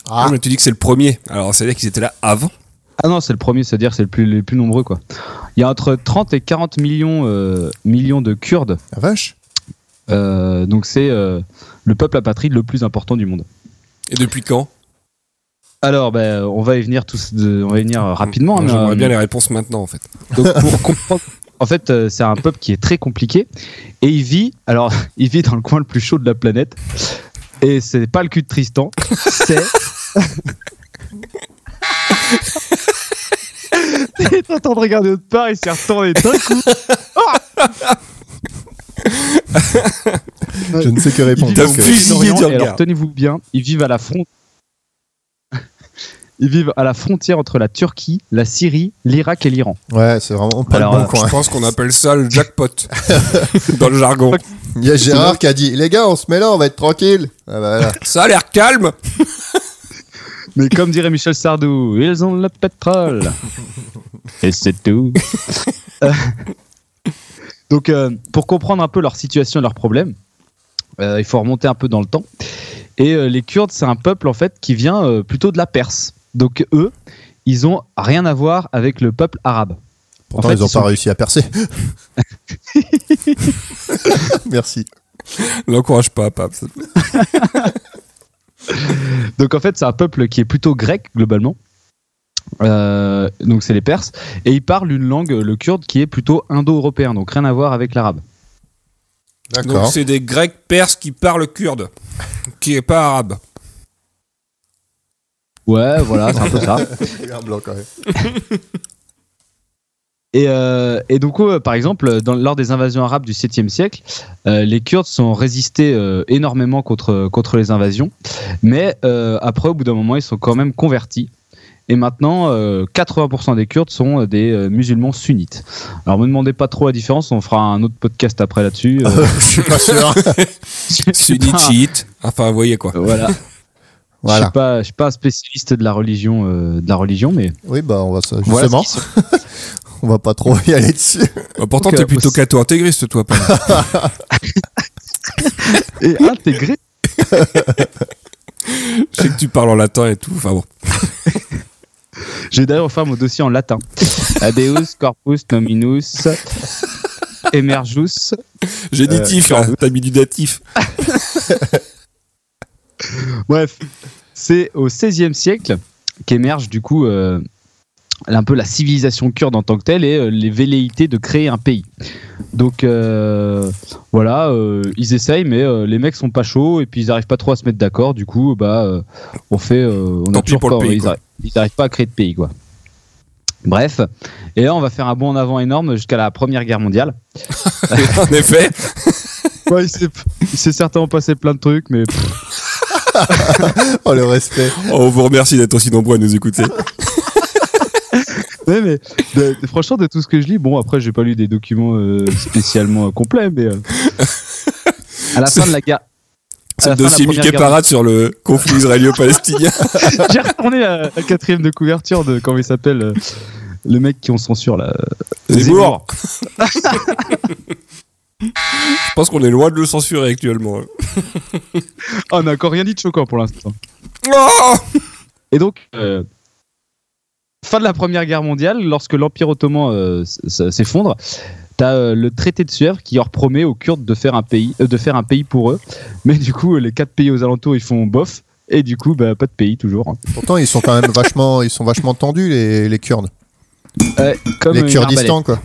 E: Ah,
D: Ah,
E: mais tu dis que c'est le premier. Alors c'est à dire qu'ils étaient là avant.
F: Ah non c'est le premier, c'est à dire c'est le plus les plus nombreux quoi. Il y a entre 30 et 40 millions euh, millions de Kurdes,
C: Ah,
D: la vache
F: Euh, donc c'est euh, le peuple apatride le plus important du monde.
E: Et depuis quand
F: Alors, ben, on va y venir tous, de- on va y venir euh, rapidement.
E: Moi,
F: mais,
E: J'aimerais
F: euh,
E: bien les réponses maintenant en fait.
F: donc, pour comprendre, en fait, euh, c'est un peuple qui est très compliqué et il vit. Alors, il vit dans le coin le plus chaud de la planète et c'est pas le cul de Tristan, c'est. Il est en train de regarder autre part, il s'est retourné d'un coup.
D: Je ne sais que répondre.
F: Ils
E: T'as
F: vivent au
E: fusillé
F: Moyen-Orient,
E: du
F: et alors
E: regard.
F: tenez-vous bien, ils vivent à la frontière. ils vivent à la frontière entre la Turquie, la Syrie, l'Irak et l'Iran.
D: Ouais, c'est vraiment pas
F: Alors,
D: le bon
F: euh,
D: coin.
E: Je pense qu'on appelle ça le jackpot dans le jargon.
D: Il y a Gérard qui a dit Les gars, on se met là, on va être tranquille. Ah bah voilà.
E: Ça a l'air calme.
F: Mais comme dirait Michel Sardou, ils ont le pétrole. Et c'est tout. Euh, Donc, euh, pour comprendre un peu leur situation et leurs problèmes, euh, il faut remonter un peu dans le temps. Et euh, les Kurdes, c'est un peuple en fait qui vient euh, plutôt de la Perse. Donc eux, ils ont rien à voir avec le peuple arabe.
D: Pourtant,
F: fait,
D: ils ont
F: ils
D: pas
F: sont-
D: réussi à percer. Merci.
E: L'encourage pas, Pape.
F: Donc en fait, c'est un peuple qui est plutôt grec globalement. Euh, donc c'est les Perses et ils parlent une langue, le kurde, qui est plutôt indo-européen, donc rien à voir avec l'arabe.
E: Donc
D: D'accord.
E: c'est des Grecs perses qui parlent kurde, qui est pas arabe.
F: Ouais, voilà, c'est un peu ça. Et, euh, et donc, euh, par exemple, dans- lors des invasions arabes du 7e siècle, euh, les Kurdes sont résistés euh, énormément contre, contre les invasions. Mais euh, après, au bout d'un moment, ils sont quand même convertis. Et maintenant, euh, 80% des Kurdes sont euh, des euh, musulmans sunnites. Alors, ne me demandez pas trop la différence, on fera un autre podcast après là-dessus. Euh,
D: Je suis pas sûr.
E: C'est dit chiite. Enfin, vous voyez quoi.
F: voilà. Je
D: voilà.
F: suis pas, je suis pas un spécialiste de la religion, euh, de la religion, mais
D: Oui, bah, on va ça.
F: voilà ce
D: Justement,
F: qu'ils sont.
D: on va pas trop y aller dessus.
E: Bah, pourtant,
F: Donc,
E: t'es
F: euh,
E: plutôt
F: aussi-
E: catho-intégriste, toi, Pape.
F: et intégrés.
E: Je sais que tu parles en latin et tout. Enfin bon.
F: J'ai d'ailleurs offert mon dossier en latin. Adeus corpus nominus emergus. Euh,
E: Génitif, là. T'as mis du datif.
F: Bref, c'est au XVIe siècle qu'émerge du coup euh, un peu la civilisation kurde en tant que telle et euh, les velléités de créer un pays. Donc euh, voilà, euh, ils essayent, mais euh, les mecs sont pas chauds et puis ils arrivent pas trop à se mettre d'accord. Du coup, bah euh, on fait, euh, on
E: Tant
F: a
E: pis
F: toujours
E: pour le
F: pas-
E: pays,
F: ils,
E: quoi.
F: arri- ils arrivent pas à créer de pays quoi. Bref, et là on va faire un bond en avant énorme jusqu'à la Première Guerre mondiale.
E: en effet.
F: Ouais, il s'est- il s'est certainement passé plein de trucs, mais
D: Oh, le respect.
E: On vous remercie d'être aussi nombreux à nous écouter.
F: Ouais, mais de- de- franchement, de tout ce que je lis, bon, après, j'ai pas lu des documents euh, spécialement euh, complets, mais. euh, à la fin de la guerre. à
E: C'est
F: la
E: le
F: fin de la
E: dossier
F: Première
E: Mickey
F: Guerre
E: Parade sur le conflit israélo-palestinien.
F: mondiale- J'ai retourné la, la quatrième de couverture de. Comment il s'appelle euh, le mec qui on censure là.
E: C'est
F: Zemmour.
E: lourd. Je pense qu'on est loin de le censurer actuellement.
F: Ah, on n'a encore rien dit de choquant pour l'instant. Ah
E: Oh
F: Et donc, euh, fin de la Première Guerre mondiale, lorsque l'Empire ottoman euh, s- s- s'effondre, t'as euh, le traité de Suèvre qui leur promet aux Kurdes de faire un pays, euh, de faire un pays pour eux. Mais du coup, les quatre pays aux alentours, ils font bof. Et du coup, bah, pas de pays toujours. hein.
D: Pourtant, ils sont quand même vachement, ils sont vachement tendus, les, les Kurdes.
F: Comme euh,
D: les
F: une
D: Kurdistan, quoi.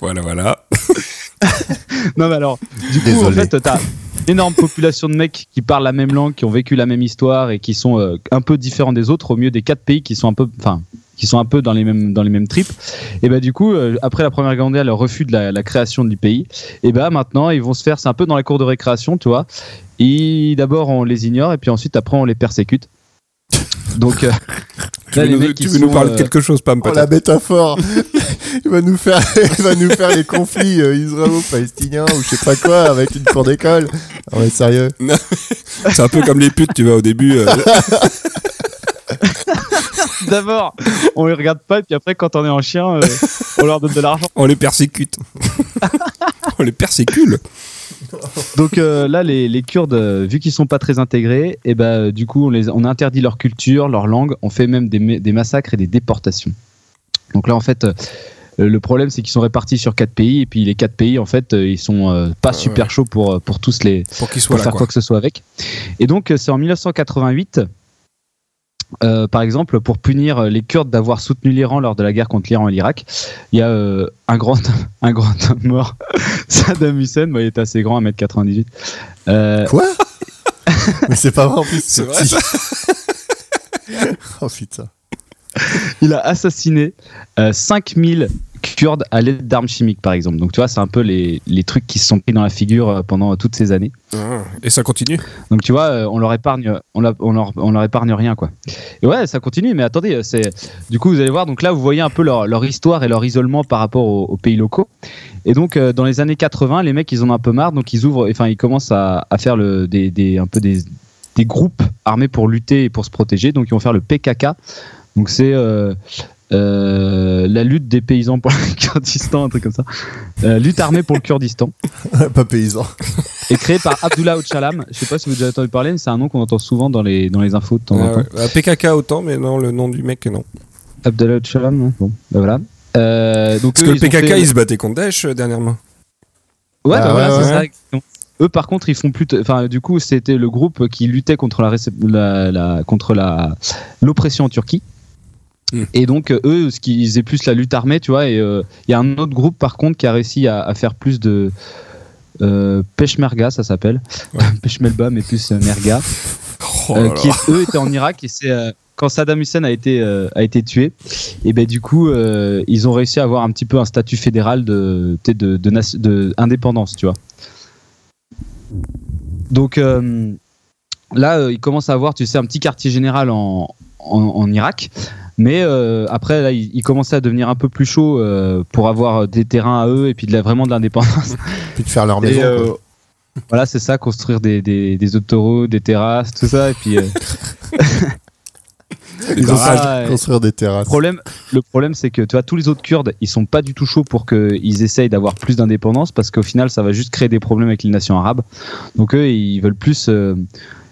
E: Voilà, voilà.
F: Non, mais alors, du coup,
D: Désolé.
F: en fait, t'as une énorme population de mecs qui parlent la même langue, qui ont vécu la même histoire et qui sont euh, un peu différents des autres, au mieux des quatre pays qui sont un peu, enfin, qui sont un peu dans les mêmes dans les mêmes tripes. Et bah du coup, euh, après la Première Guerre mondiale, le refus de la, la création du pays. Et bah maintenant, ils vont se faire, c'est un peu dans la cour de récréation, tu vois. Et d'abord, on les ignore et puis ensuite, après, on les persécute. Donc, euh,
E: Tu
F: là,
E: veux
F: les
E: nous,
F: mecs,
E: tu
F: ils
E: veux nous
F: sont,
E: parler
F: euh,
E: de quelque chose, Pam,
D: Oh
E: peut-être
D: la métaphore Il va nous faire, il va nous faire les conflits euh, israélo-palestiniens ou je sais pas quoi avec une cour d'école. Non mais sérieux
E: C'est un peu comme les putes, tu vois, au début. euh,
F: D'abord, on les regarde pas et puis après, quand on est en chien, euh, on leur donne de l'argent.
E: on les persécute. on les persécule.
F: Donc euh, là, les, les Kurdes, euh, vu qu'ils sont pas très intégrés, et ben euh, du coup, on, les, on interdit leur culture, leur langue, on fait même des, ma- des massacres et des déportations. Donc là, en fait, euh, le problème, c'est qu'ils sont répartis sur quatre pays, et puis les quatre pays, en fait, euh, ils sont euh, pas super chauds pour, euh, pour tous les,
E: Pour qu'ils
F: pour
E: soient là,
F: faire quoi.
E: quoi.
F: que ce soit avec. Et donc, euh, c'est en 1988, euh, par exemple, pour punir euh, les Kurdes d'avoir soutenu l'Iran lors de la guerre contre l'Iran et l'Irak, il y a euh, un, grand, un grand homme mort, Saddam Hussein, bah, il était assez grand, 1m98. Euh,
D: Quoi Mais c'est pas vrai en plus, c'est
E: C'est vrai,
D: petit. oh putain.
F: il a assassiné euh, 5000 Kurdes à l'aide d'armes chimiques, par exemple. Donc, tu vois, c'est un peu les, les trucs qui se sont pris dans la figure euh, pendant toutes ces années.
E: Ah, Et ça continue.
F: Donc tu vois, euh, on leur épargne, on, la- on leur, on leur épargne rien quoi. Et ouais, ça continue. Mais attendez, euh, c'est du coup vous allez voir. Donc là, vous voyez un peu leur, leur histoire et leur isolement par rapport aux, aux pays locaux. Et donc euh, dans les années 80, les mecs ils en ont un peu marre, donc ils ouvrent, enfin ils commencent à, à faire le, des, des- un peu des, des groupes armés pour lutter et pour se protéger. Donc ils vont faire le PKK. Donc c'est euh, euh, la lutte des paysans pour le Kurdistan, un truc comme ça. Euh, lutte armée pour le Kurdistan
D: pas paysan.
F: et créé par Abdullah Ocalam. Je sais pas si vous avez déjà entendu parler, mais c'est un nom qu'on entend souvent dans les, dans les infos de temps en
E: Ah
F: temps.
E: ouais. Bah, PKK autant, mais non, le nom du mec, non.
F: Abdullah Ocalam, hein. bon, ben voilà. Euh, donc
E: Parce
F: eux,
E: que le
F: ils ont
E: PKK,
F: fait-
E: il se battait contre Daesh euh, dernièrement.
F: Ouais, bah
D: Ah,
F: voilà,
D: ouais,
F: c'est
E: ouais.
F: ça, exactement. Eux, par contre, ils font plutôt. Enfin, du coup, c'était le groupe qui luttait contre la, récep- la, la- contre la l'oppression en Turquie.
E: Hmm.
F: Et donc, euh, eux, ce qu'ils faisaient plus la lutte armée, tu vois. Et euh, il y a un autre groupe, par contre, qui a réussi à, à faire plus de euh, peshmerga, ça s'appelle.
E: Ouais.
F: Peshmelba, mais plus euh, merga.
E: Oh
F: euh,
E: là
F: qui
E: là.
F: eux étaient en Irak et c'est euh, quand Saddam Hussein a été euh, a été tué et ben du coup euh, ils ont réussi à avoir un petit peu un statut fédéral de peut-être de, de, nas- de- indépendance tu vois donc euh, là euh, ils commencent à avoir tu sais un petit quartier général en en, en Irak mais euh, après là ils, ils commençaient à devenir un peu plus chauds euh, pour avoir des terrains à eux et puis de la, vraiment de l'indépendance
D: Puis de faire leur maison.
F: et, euh,
D: quoi.
F: voilà, c'est ça, construire des, des, des autoroutes, des terrasses, tout ça. Et puis, euh,
E: Des
D: Ils ont
E: barrages.
F: ça, euh,
D: Construire des
F: le
D: terrasses.
F: problème, le problème c'est que tu vois, tous les autres Kurdes, ils sont pas du tout chauds pour qu'ils essayent d'avoir plus d'indépendance parce qu'au final, ça va juste créer des problèmes avec les nations arabes. Donc, eux, ils veulent plus. euh,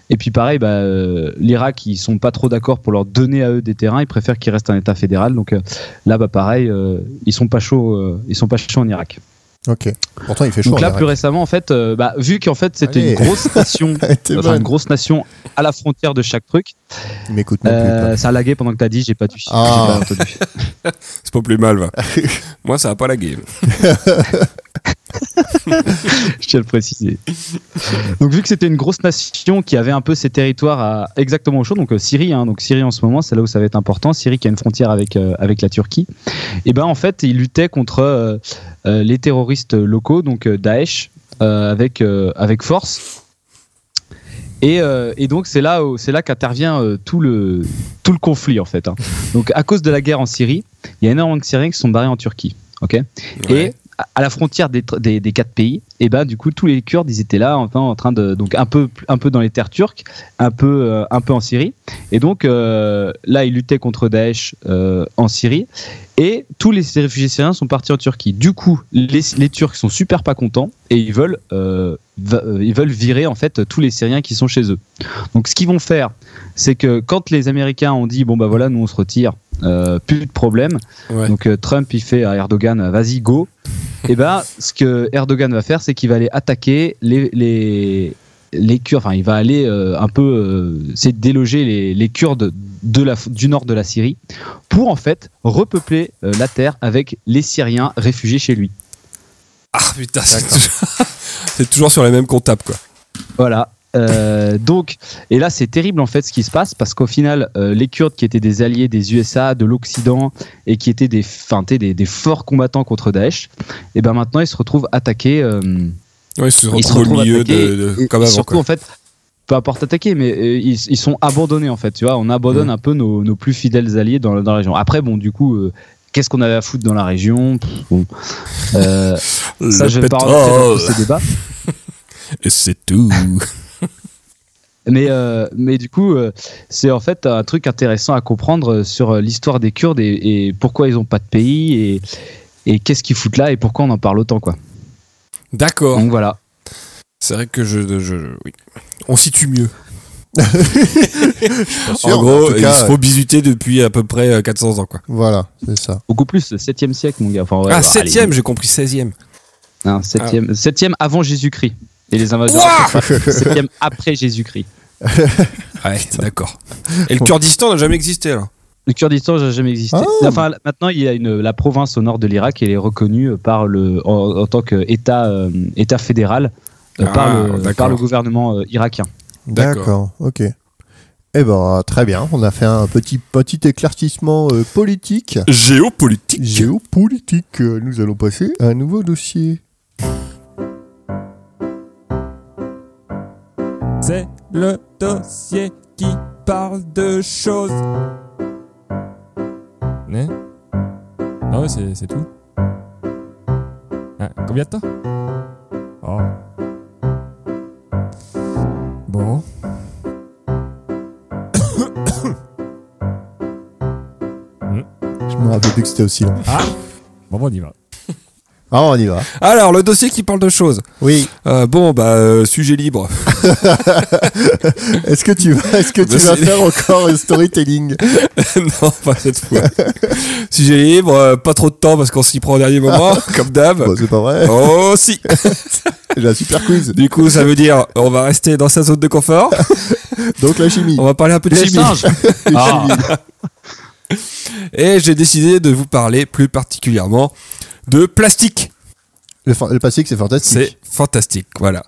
F: Et puis, pareil, bah, euh, l'Irak, ils sont pas trop d'accord pour leur donner à eux des terrains. Ils préfèrent qu'ils restent un État fédéral. Donc, euh, là, bah, pareil, euh, ils sont pas chauds, euh, ils sont pas chauds en Irak.
D: Ok. Pourtant, il fait chaud.
F: Donc, là,
D: en
F: plus récemment, en fait, euh, bah, vu qu'en fait, c'était
D: Allez.
F: une grosse nation.
D: Irak. T'es
F: Enfin, une
D: bonne.
F: grosse nation à la frontière de chaque truc.
D: Il m'écoute non plus.
F: Euh,
D: quoi.
F: ça a lagué pendant que t'as dit, j'ai pas dû.
D: Ah.
F: j'ai pas entendu.
E: C'est pas plus mal, va. Moi, ça va pas la game.
F: Je tiens à le préciser. Donc, vu que c'était une grosse nation qui avait un peu ses territoires à- exactement au chaud, donc euh, Syrie, hein, donc Syrie en ce moment, c'est là où ça va être important. Syrie qui a une frontière avec, euh, avec la Turquie. Et ben en fait, ils luttaient contre euh, euh, les terroristes locaux, donc euh, Daesh, euh, avec, euh, avec force. Et, euh, et donc c'est là où- c'est là qu'intervient euh, tout le tout le conflit en fait. hein. Donc à cause de la guerre en Syrie, il y a énormément de Syriens qui sont barrés en Turquie. Ok.
E: Ouais.
F: Et à- à la frontière des, tr- des, des quatre pays, et ben du coup tous les Kurdes ils étaient là enfin, en train de donc un peu un peu dans les terres turques, un peu euh, un peu en Syrie, et donc euh, là ils luttaient contre Daesh euh, en Syrie, et tous les réfugiés syriens sont partis en Turquie. Du coup les, les Turcs sont super pas contents et ils veulent euh, va- euh, ils veulent virer en fait tous les Syriens qui sont chez eux. Donc ce qu'ils vont faire, c'est que quand les Américains ont dit bon bah voilà nous on se retire, euh, plus de problème.
E: Ouais.
F: Donc euh, Trump il fait à Erdogan euh, vas-y go. Et ben ce que Erdogan va faire c'est qu'il va aller attaquer les les les Kurdes. Enfin il va aller euh, un peu euh, c'est déloger les, les Kurdes de la du nord de la Syrie pour en fait repeupler euh, la terre avec les Syriens réfugiés chez lui.
E: Ah putain, c'est toujours... c'est toujours sur les mêmes comptables quoi.
F: Voilà. Euh, donc, et là, c'est terrible en fait ce qui se passe parce qu'au final, euh, les Kurdes qui étaient des alliés des USA, de l'Occident et qui étaient des, enfin, tu sais, des, des forts combattants contre Daesh, et ben maintenant ils se retrouvent attaqués. euh,
E: Ouais, ils se
F: ils se
E: retrouvent
F: retrouvent
E: au milieu
F: attaqués
E: de, de-
F: et-
E: Euh, comme
F: et
E: avant
F: surtout
E: quoi.
F: en fait, peu importe attaqués, mais euh, ils, ils sont abandonnés en fait. Tu vois, on abandonne un peu nos, nos plus fidèles alliés dans, la- dans la région. Après, bon, du coup. euh, Qu'est-ce qu'on avait à foutre dans la région Pff, bon. Euh, Ça,
E: Le
F: je vais pas
E: pétrole,
F: rentrer dans tous ces débats.
E: et c'est tout.
F: Mais, euh, mais du coup, euh, c'est en fait un truc intéressant à comprendre euh, sur euh, l'histoire des Kurdes et, et pourquoi ils n'ont pas de pays et, et qu'est-ce qu'ils foutent là et pourquoi on en parle autant. quoi.
E: D'accord.
F: Donc voilà.
E: C'est vrai que je, je- je- oui. on situe mieux.
D: sûr,
E: en gros,
D: en tout
E: ils
D: cas,
E: se font bisuter depuis à peu près euh, 400 ans quoi.
D: Voilà, c'est ça.
F: Beaucoup plus, 7e siècle, mon gars. Enfin, ouais,
E: ah,
F: bah,
E: 7ème, j'ai compris 16ème.
F: allez. Non, 7e, 7e avant Jésus-Christ. Et les invasions.
E: Ouah
F: 7e après Jésus-Christ.
E: Ouais, d'accord. Et le Kurdistan n'a jamais existé alors.
F: Le Kurdistan n'a jamais existé.
E: Oh.
D: Ah.
F: Enfin, maintenant, il y a une, la province au nord de l'Irak, elle est reconnue euh, par le, en, en tant qu'État euh, État fédéral euh,
E: Ah,
F: par, le,
E: d'accord.
F: par le gouvernement euh, irakien.
E: D'accord.
D: D'accord, ok. Eh ben, très bien, on a fait un petit, petit éclaircissement euh, politique,
E: Géopolitique.
D: géopolitique. Euh, Nous allons passer à un nouveau dossier.
B: C'est le dossier qui parle de choses. Né Ah ouais, c'est, c'est tout. Ah, combien de temps Oh. Bon.
D: Je me rappelle plus que c'était aussi long.
B: Bon, bon, on y va.
D: Ah, on y va.
E: Alors, le dossier qui parle de choses.
D: Oui.
E: Euh, bon, bah, euh, sujet libre.
D: Est-ce que tu vas, est-ce que
E: Bah,
D: tu vas
E: c'est-
D: faire encore un storytelling
E: non, pas cette fois. sujet libre, euh, pas trop de temps parce qu'on s'y prend au dernier moment, comme d'hab.
D: Bah, C'est pas vrai.
E: Oh si
D: J'ai la super quiz.
E: Du coup, ça veut dire on va rester dans sa zone de confort,
D: Donc la chimie.
E: on va parler un peu de
F: Les
E: chimie.
F: singes Ah.
E: Et j'ai décidé de vous parler plus particulièrement de plastique.
D: Le, fa- le plastique, c'est fantastique.
E: C'est fantastique, voilà.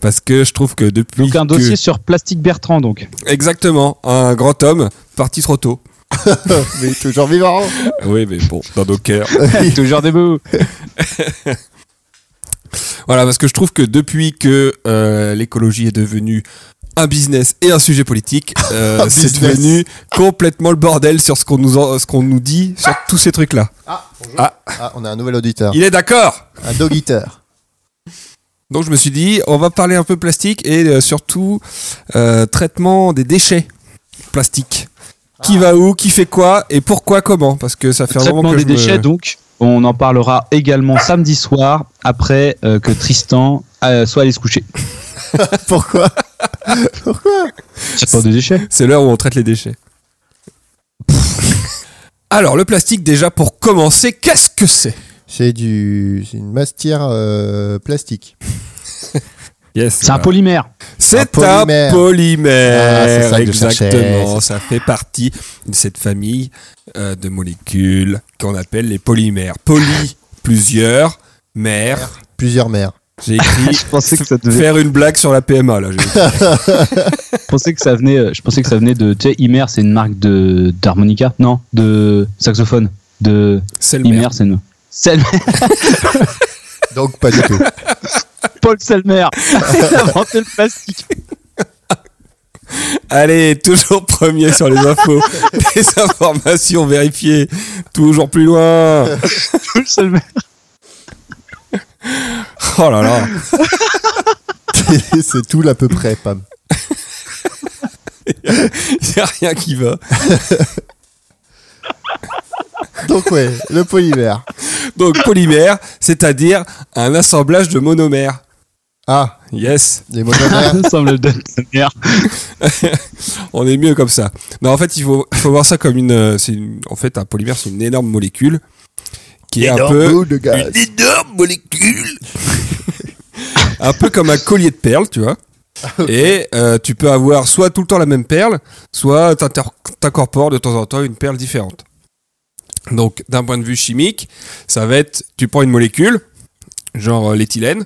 E: Parce que je trouve que depuis
F: Donc un
E: que-
F: dossier sur Plastique Bertrand donc.
E: exactement un grand homme parti trop tôt.
D: Mais toujours vivant.
E: Oui, mais bon, dans nos cœurs.
F: Toujours des bouts.
E: Voilà, parce que je trouve que depuis que euh, l'écologie est devenue un business et un sujet politique, euh,
D: Un
E: c'est
D: business.
E: devenu complètement le bordel sur ce qu'on nous, en- ce qu'on nous dit sur tous ces trucs-là.
D: Ah, bonjour.
E: Ah.
D: Ah, on a un nouvel auditeur.
E: Il est d'accord
D: Un dogiteur.
E: Donc je me suis dit, on va parler un peu plastique et euh, surtout euh, traitement des déchets plastiques. Qui va où, qui fait quoi et pourquoi, comment Parce que ça fait un moment
F: Ah. Traitement
E: que
F: des
E: je me-
F: déchets donc. On en parlera également samedi soir après euh, que Tristan euh, soit allé se coucher.
D: Pourquoi
F: Traitement des déchets.
E: C'est l'heure où on traite les déchets. Alors le plastique déjà pour commencer, qu'est-ce que c'est
D: C'est du, c'est une mastière euh, plastique.
E: Yes.
F: C'est un polymère.
E: C'est
D: Un
E: un
D: polymère.
E: polymère.
D: Ah, c'est ça que je cherchais.
E: exactement. Ça fait partie de cette famille euh, de molécules qu'on appelle les polymères. Poly, plusieurs, mère.
D: Plusieurs mères.
E: J'ai écrit
F: Je pensais que ça devait-
E: faire une blague sur la PMA là. j'ai-
F: je pensais que ça venait. euh, Je pensais que ça venait de. Tu sais, Imer c'est une marque de d'harmonica. Non, de saxophone. De
E: Selmer.
F: Imer c'est une. Selmer,
D: Donc pas du tout.
F: Paul Selmer. Il a inventé le plastique.
E: Allez, toujours premier sur les infos. les informations vérifiées. Toujours plus loin.
F: Paul Selmer.
E: Oh là là.
D: C'est tout à peu près, Pam.
E: Il n'y a rien qui va.
D: Donc ouais, le polymère.
E: Donc polymère, c'est-à-dire un assemblage de monomères.
D: Ah,
E: Yes,
D: les
E: Ah.
D: monomères.
F: semble de
E: on est mieux comme ça. Non, en fait, il faut, faut voir ça comme une, euh, c'est une- En fait, un polymère, c'est une énorme molécule qui est un peu.
D: Boule de gaz.
E: Une énorme molécule Un peu comme un collier de perles, tu vois.
D: Ah,
E: Et euh, tu peux avoir soit tout le temps la même perle, soit t'inter- t'incorpores de temps en temps une perle différente. Donc, d'un point de vue chimique, ça va être tu prends une molécule, genre euh, l'éthylène,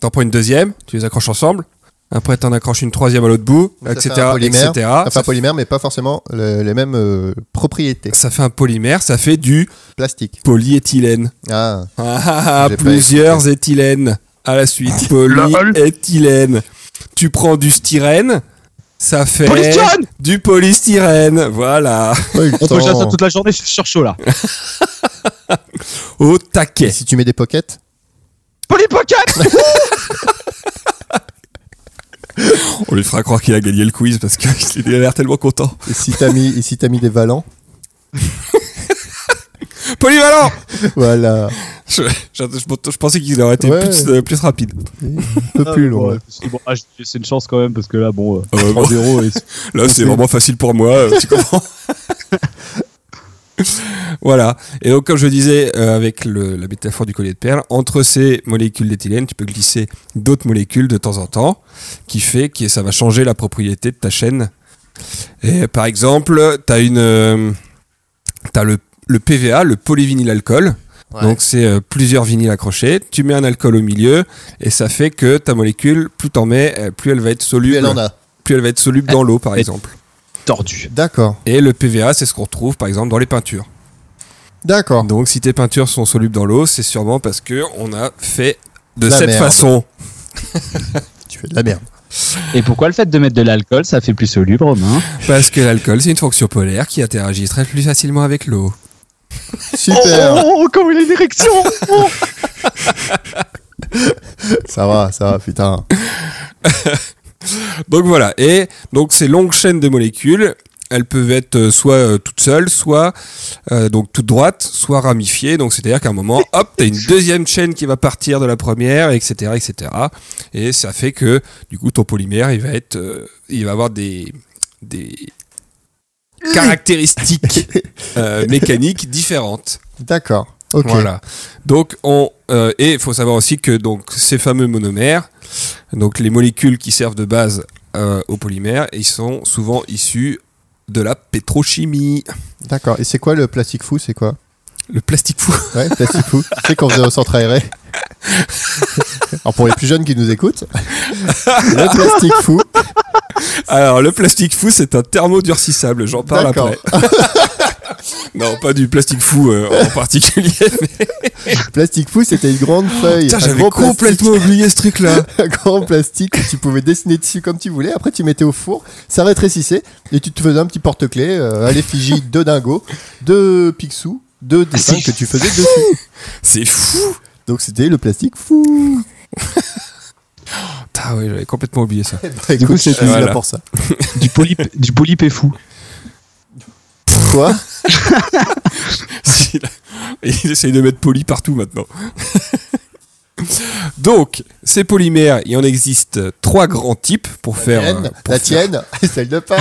E: t'en prends une deuxième, tu les accroches ensemble, après t'en accroches une troisième à l'autre bout,
D: Donc, ça
E: etc.
D: fait un polymère.
E: etc.
D: Enfin, polymère, mais pas forcément le- les mêmes euh, propriétés.
E: Ça fait un polymère, ça fait du
D: Plastique.
E: polyéthylène.
D: Ah,
E: Ah, ah, ah,
D: J'ai pas
E: plusieurs éthylènes à la suite. Polyéthylène. Tu prends du styrène, ça fait
F: Polystyrène
E: du polystyrène. Voilà.
F: On peut faire ça toute la journée, je suis sur chaud là.
E: Au
D: Et
E: taquet.
D: si tu mets des pockets,
F: Polypocket
E: On lui fera croire qu'il a gagné le quiz parce qu'il a l'air tellement content.
D: et si t'as mis, et si t'as mis des valants,
E: Polyvalent
D: voilà,
E: je, je- je- je pensais qu'il aurait été
D: Ouais.
E: plus, euh, plus rapide.
D: un peu plus long.
F: Ah, Bon, ah, j'ai- c'est une chance quand même parce que là, bon, euh,
E: Euh, bon,
F: 3-0 et
E: là, c'est vraiment facile pour moi. euh, Tu comprends Voilà. Et donc, comme je disais euh, avec le- la métaphore du collier de perles, entre ces molécules d'éthylène, tu peux glisser d'autres molécules de temps en temps, qui fait que ça va changer la propriété de ta chaîne. Et par exemple, tu as une, euh, t'as le, le PVA, le polyvinylalcool. Donc c'est euh, plusieurs vinyles accrochés. Tu mets un alcool au milieu et ça fait que ta molécule, plus t'en mets, euh, plus elle va être soluble.
D: Plus elle en a.
E: Plus elle va être soluble
D: Eh,
E: dans l'eau, par exemple.
F: tordu.
D: D'accord,
E: Et le PVA, c'est ce qu'on retrouve par exemple dans les peintures.
D: d'accord.
E: Donc si tes peintures sont solubles dans l'eau, c'est sûrement parce que on a fait de
D: La
E: cette
D: merde.
E: façon.
D: Tu fais de la merde.
F: Et pourquoi le fait de mettre de l'alcool, ça fait plus soluble, Romain
E: Parce que l'alcool, c'est une fonction polaire qui interagit très plus facilement avec l'eau.
D: Super,
F: oh, comment il a une érection
D: ça va, ça va, putain.
E: Donc voilà. Et donc ces longues chaînes de molécules, elles peuvent être euh, soit euh, toutes seules, soit euh, donc toutes droites, soit ramifiées. Donc c'est-à-dire qu'à un moment, hop, t'as une deuxième chaîne qui va partir de la première, etc., etc. Et ça fait que du coup ton polymère, il va être, euh, il va avoir des des caractéristiques euh, mécaniques différentes.
D: D'accord, ok.
E: Voilà. Donc on euh, et il faut savoir aussi que donc ces fameux monomères, donc les molécules qui servent de base euh, aux polymères, ils sont souvent issus de la pétrochimie.
D: D'accord. Et c'est quoi le plastique fou C'est quoi
E: Le plastique fou.
D: Ouais, plastique fou. tu sais qu'on faisait au centre aéré. Alors pour les plus jeunes qui nous écoutent, le plastique fou.
E: Alors le plastique fou, c'est un thermodurcissable. J'en parle
D: D'accord.
E: après. non, pas du plastique fou euh, en particulier. mais-
D: Plastique fou, c'était une grande feuille.
E: Putain,
D: un
E: j'avais
D: gros plastique-
E: complètement oublié ce truc-là.
D: un grand plastique que tu pouvais dessiner dessus comme tu voulais. Après, tu mettais au four, ça rétrécissait et tu te faisais un petit porte-clés euh, à l'effigie de dingo, de picsou, de
E: Ah,
D: dessin que tu faisais dessus.
E: C'est fou.
D: Donc, c'était le plastique fou.
E: Putain, ouais, j'avais complètement oublié ça.
D: Bah, écoute,
F: coup,
D: je
F: c'est-
D: suis
E: voilà.
D: là pour ça.
F: du, polype, du polype est fou.
D: Quoi
E: Il- Il essaye de mettre poli partout maintenant. Donc, ces polymères, il en existe trois grands types pour
D: La
E: faire. euh,
D: tienne,
E: pour
D: la
E: faire-
D: tienne et celle de Pam.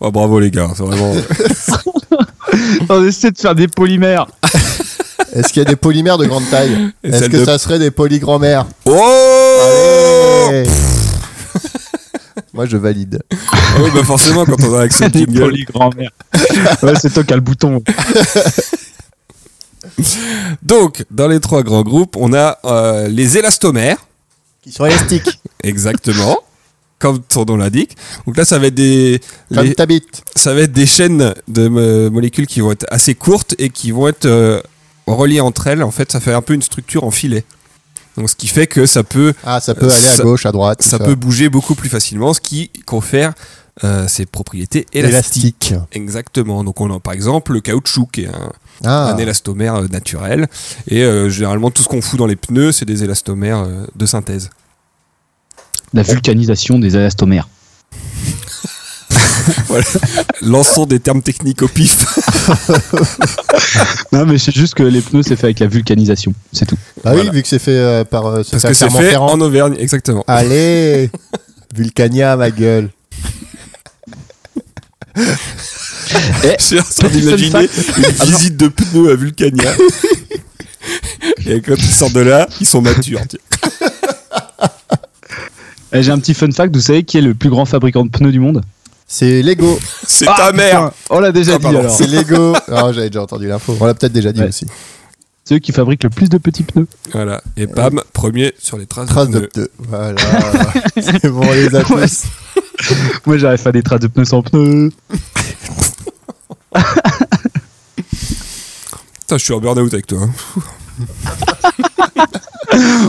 E: Oh, bravo les gars, c'est vraiment.
F: On essaie de faire des polymères.
D: Est-ce qu'il y a des polymères de grande taille
E: Et
D: Est-ce
E: celle
D: que
E: de-
D: ça serait des polygrand-mères
E: Oh
D: Allez Moi, je valide.
E: Ah oui, bah forcément, quand on a accès au
F: des
E: jingle.
F: polygrands-mères. ouais, c'est toi qui as le bouton.
E: Donc, dans les trois grands groupes, on a euh, les élastomères.
D: Qui sont élastiques,
E: Exactement. Comme son nom l'indique. Donc là, ça va être des.
D: comme
E: les-
D: ta bite.
E: ça va être des chaînes de mo- molécules qui vont être assez courtes et qui vont être euh, reliées entre elles. En fait, ça fait un peu une structure en filet. Donc, ce qui fait que ça peut,
D: Ah, ça peut aller à
E: Ça-
D: gauche, à droite. tout
E: ça peut bouger beaucoup plus facilement, ce qui confère euh, ses propriétés élastiques.
D: Élastique.
E: Exactement. Donc on a par exemple le caoutchouc qui est un,
D: Ah,
E: un élastomère euh, naturel. Et euh, généralement tout ce qu'on fout dans les pneus, c'est des élastomères euh, de synthèse.
F: La vulcanisation des élastomères.
E: Lançons des termes techniques au pif.
F: Non, mais c'est juste que les pneus, c'est fait avec la vulcanisation. C'est tout.
D: bah
E: voilà.
D: oui, vu que c'est fait euh, par. euh,
E: Parce
D: fait
E: que
D: à
E: c'est fait
D: Clermont-Ferrand.
E: en Auvergne, exactement.
D: Allez Vulcania, ma gueule.
E: J'ai en train d'imaginer une visite de pneus à Vulcania. Et quand ils sortent de là, ils sont matures. tiens.
F: Eh, J'ai un petit fun fact. Vous savez qui est le plus grand fabricant de pneus du monde
D: C'est Lego.
E: C'est
F: Ah,
E: ta mère
F: putain, On l'a déjà
E: Ah,
F: dit
E: pardon.
F: alors.
D: C'est Lego. Ah, j'avais déjà entendu l'info. On l'a peut-être déjà dit
F: Ouais.
D: aussi.
F: C'est eux qui fabriquent le plus de petits pneus.
E: Voilà. Et bam, premier sur les traces,
D: Trace
E: de
D: de
E: pneus.
D: pneu. Voilà. c'est bon, on les a
F: Ouais.
D: tous.
F: Moi, j'arrive à des traces de pneus sans pneus.
E: Putain, je suis en burn-out avec toi. hein.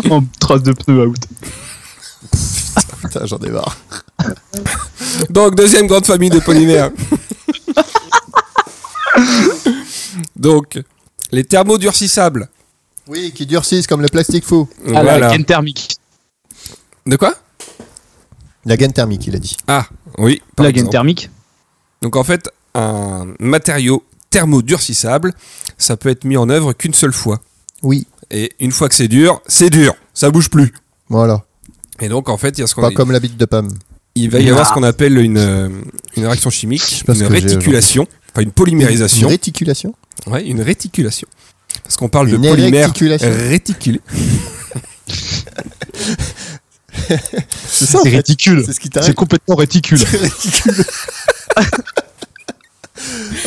F: En traces de pneus out.
D: Putain, j'en ai marre.
E: Donc, deuxième grande famille des polymères. Donc, les thermodurcissables.
D: Oui, qui durcissent comme le plastique fou.
F: Ah,
E: voilà.
F: la gaine thermique.
E: De quoi
D: La gaine thermique, il a dit.
E: Ah, oui. par
F: La gaine
E: exemple.
F: thermique.
E: Donc, en fait, un matériau thermodurcissable, ça peut être mis en œuvre qu'une seule fois.
D: Oui.
E: Et une fois que c'est dur, c'est dur. Ça bouge plus.
D: Voilà.
E: Et donc, en fait, il y a ce qu'on
D: Pas comme la bite de pomme.
E: il va y avoir ce qu'on appelle une, euh, une réaction chimique,
D: pas
E: une
D: ce que j'ai
E: réticulation, enfin une
D: Une
E: polymérisation,
D: réticulation.
E: ouais, une réticulation. Parce qu'on parle
D: Une
E: de polymère
D: érecticulation.
E: réticulé.
D: C'est ça, en
F: C'est
D: fait.
F: ridicule.
D: C'est ce qui
F: C'est
D: t'arrive.
F: complètement réticule.
D: C'est ridicule.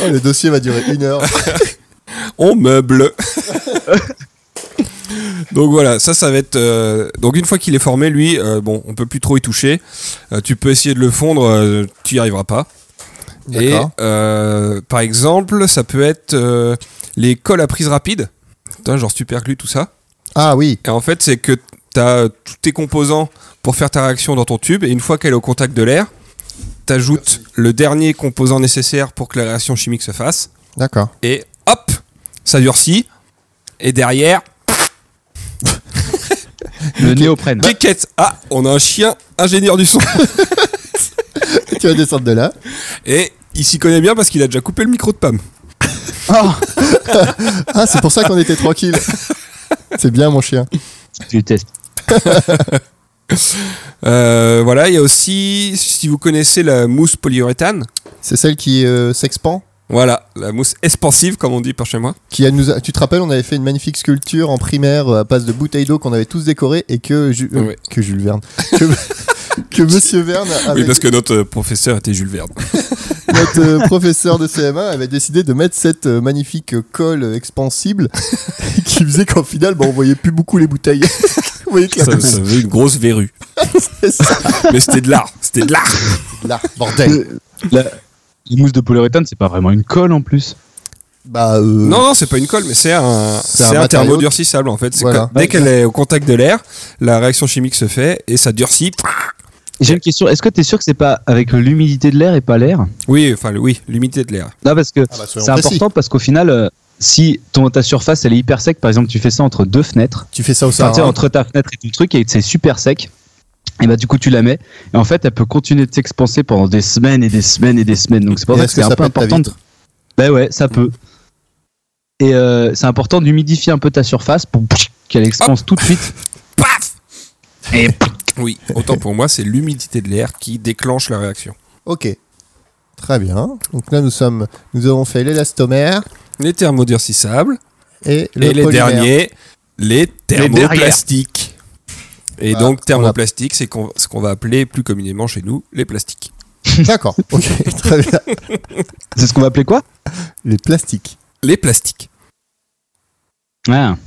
D: oh, le dossier va durer une heure.
E: On meuble. donc voilà, ça, ça va être. euh, donc une fois qu'il est formé, lui, euh, bon, on peut plus trop y toucher. Euh, tu peux essayer de le fondre, euh, tu y arriveras pas. Et
D: D'accord.
E: euh, par exemple, ça peut être euh, les cols à prise rapide, Putain, genre superglue, tout ça.
D: Ah oui.
E: Et en fait, c'est que tu as tous tes composants pour faire ta réaction dans ton tube, et une fois qu'elle est au contact de l'air, tu ajoutes le dernier composant nécessaire pour que la réaction chimique se fasse,
D: D'accord.
E: et hop, ça durcit, et derrière,
F: Le néoprène.
E: cliquette Ah, on a un chien ingénieur du son
D: tu vas descendre de là.
E: Et il s'y connaît bien parce qu'il a déjà coupé le micro de Pam.
D: Ah, c'est pour ça qu'on était tranquille. C'est bien, mon chien.
F: Tu testes.
E: Euh, voilà, il y a aussi, si vous connaissez la mousse polyuréthane,
D: C'est celle qui euh, s'expand.
E: voilà, la mousse expansive, comme on dit par chez moi.
D: Qui a- nous a- tu te rappelles, on avait fait une magnifique sculpture en primaire euh, à base de bouteilles d'eau qu'on avait tous décorées et que, Ju- euh,
E: Ouais.
D: que Jules Verne. Que, que Monsieur Verne,
E: Oui,
D: avec
E: parce que notre euh, professeur était Jules Verne.
D: notre euh, professeur de CM1, avait décidé de mettre cette euh, magnifique euh, colle euh, expansible qui faisait qu'en final, bah, on voyait plus beaucoup les bouteilles. Vous voyez que la
E: Ça,
D: mousse,
E: ça faisait une grosse verrue.
D: c'est ça.
E: Mais c'était de l'art, c'était de l'art
D: Là, bordel.
F: La, la mousse de polyuréthane, c'est pas vraiment une colle en plus.
D: Bah, euh,
E: Non, non, c'est pas une colle, mais c'est un,
D: C'est un
E: c'est un,
D: matériau.
E: thermodurcissable en fait. C'est
D: Voilà. Bah,
E: que dès qu'elle est au contact de l'air, la réaction chimique se fait et ça durcit.
F: J'ai une question. Est-ce que t'es sûr que c'est pas avec l'humidité de l'air et pas l'air
E: Oui, enfin, le- oui, l'humidité de l'air.
F: Non, parce que
D: Ah bah, soyons
F: c'est
D: précis.
F: important parce qu'au final, euh, si ton, ta surface elle est hyper sec, par exemple, tu fais ça entre deux fenêtres,
D: Tu hein. fais ça au
F: enfin, tu sais,
D: Sahara.
F: entre ta fenêtre et ton truc, et c'est super sec. Et bah du coup tu la mets et en fait elle peut continuer de s'expanser pendant des semaines et des semaines et des semaines donc c'est pour
D: Et
F: ça que
D: est-ce que
F: c'est un
D: ça
F: peu
D: pète ta
F: important.
D: vitre
F: Ben ouais ça peut. Et euh, c'est important d'humidifier un peu ta surface pour qu'elle expanse tout de suite.
E: Paf
F: Et
E: Oui, autant pour moi, c'est l'humidité de l'air qui déclenche la réaction.
D: Ok. Très bien. Donc là, nous sommes, nous avons fait l'élastomère
E: Les thermodurcissables
D: et le
E: et les
D: polymère.
E: derniers, les
F: derrière.
E: thermoplastiques. Et
D: Ah,
E: donc, thermoplastique, c'est qu'on- ce qu'on va appeler plus communément chez nous les plastiques.
D: D'accord. Ok. Très bien.
F: c'est ce qu'on va appeler quoi
D: Les plastiques.
E: Les plastiques.
F: Ah.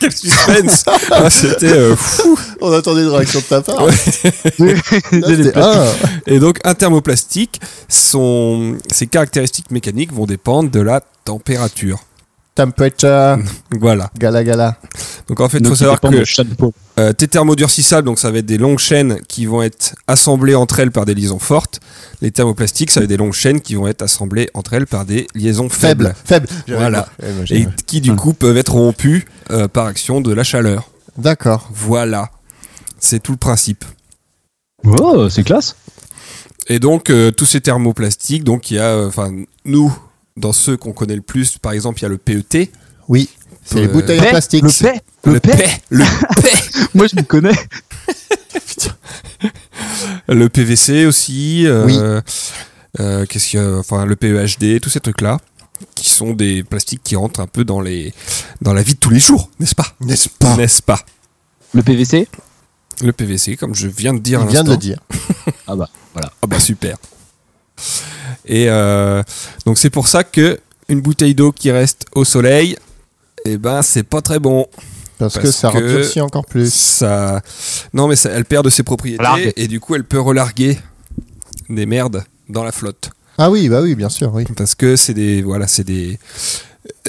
E: Quel suspense Ah, C'était euh, fou
D: On attendait une réaction de ta part.
E: Ouais.
D: Là, c'était, ah,
E: Et donc, un thermoplastique, son, ses caractéristiques mécaniques vont dépendre de la température.
D: Temperature,
E: Voilà.
D: gala gala.
E: Donc en fait, il
F: Donc,
E: faut savoir
F: dépend
E: que
F: de chaque peau.
E: euh, tes thermodurcissables, donc ça va être des longues chaînes qui vont être assemblées entre elles par des liaisons fortes. Les thermoplastiques, ça va être des longues chaînes qui vont être assemblées entre elles par des liaisons faibles.
D: Faible, faible. J'avais-
E: Voilà.
D: Eh ben,
E: Et
D: j'avais-
E: qui du
F: Voilà.
E: coup peuvent être rompues euh, par action de la chaleur.
D: D'accord.
E: Voilà. C'est tout le principe.
F: Oh, c'est classe.
E: Et donc, euh, tous ces thermoplastiques, donc il y a, euh, enfin, nous, dans ceux qu'on connaît le plus, par exemple, il y a le PET.
D: Oui, c'est les
E: Euh,
D: bouteilles E en
F: Paix,
D: plastique.
F: Le paix. Le paix.
E: Le E PET.
F: Moi, je me connais.
E: Le PVC aussi. euh, euh, Qu'est-ce qu'il y a Enfin, le PEHD, tous ces trucs-là, qui sont des plastiques qui rentrent un peu dans, les, dans la vie de tous les jours, n'est-ce pas
D: N'est-ce pas
E: N'est-ce pas
F: Le PVC.
E: Le PVC, comme je viens de dire à
D: Il vient de
E: l'instant.
D: le dire.
F: Ah bah.
E: Ah bah super. Et euh, donc c'est pour ça que une bouteille d'eau qui reste au soleil, eh ben c'est pas très bon.
D: Parce, que
E: Parce
D: ça
E: que-
D: redurcit encore plus.
E: Ça, non mais ça- elle perd de ses propriétés
F: Largue.
E: et du coup elle peut relarguer des merdes dans la flotte
D: Ah oui, bah oui, bien sûr, oui.
E: parce que c'est des voilà c'est des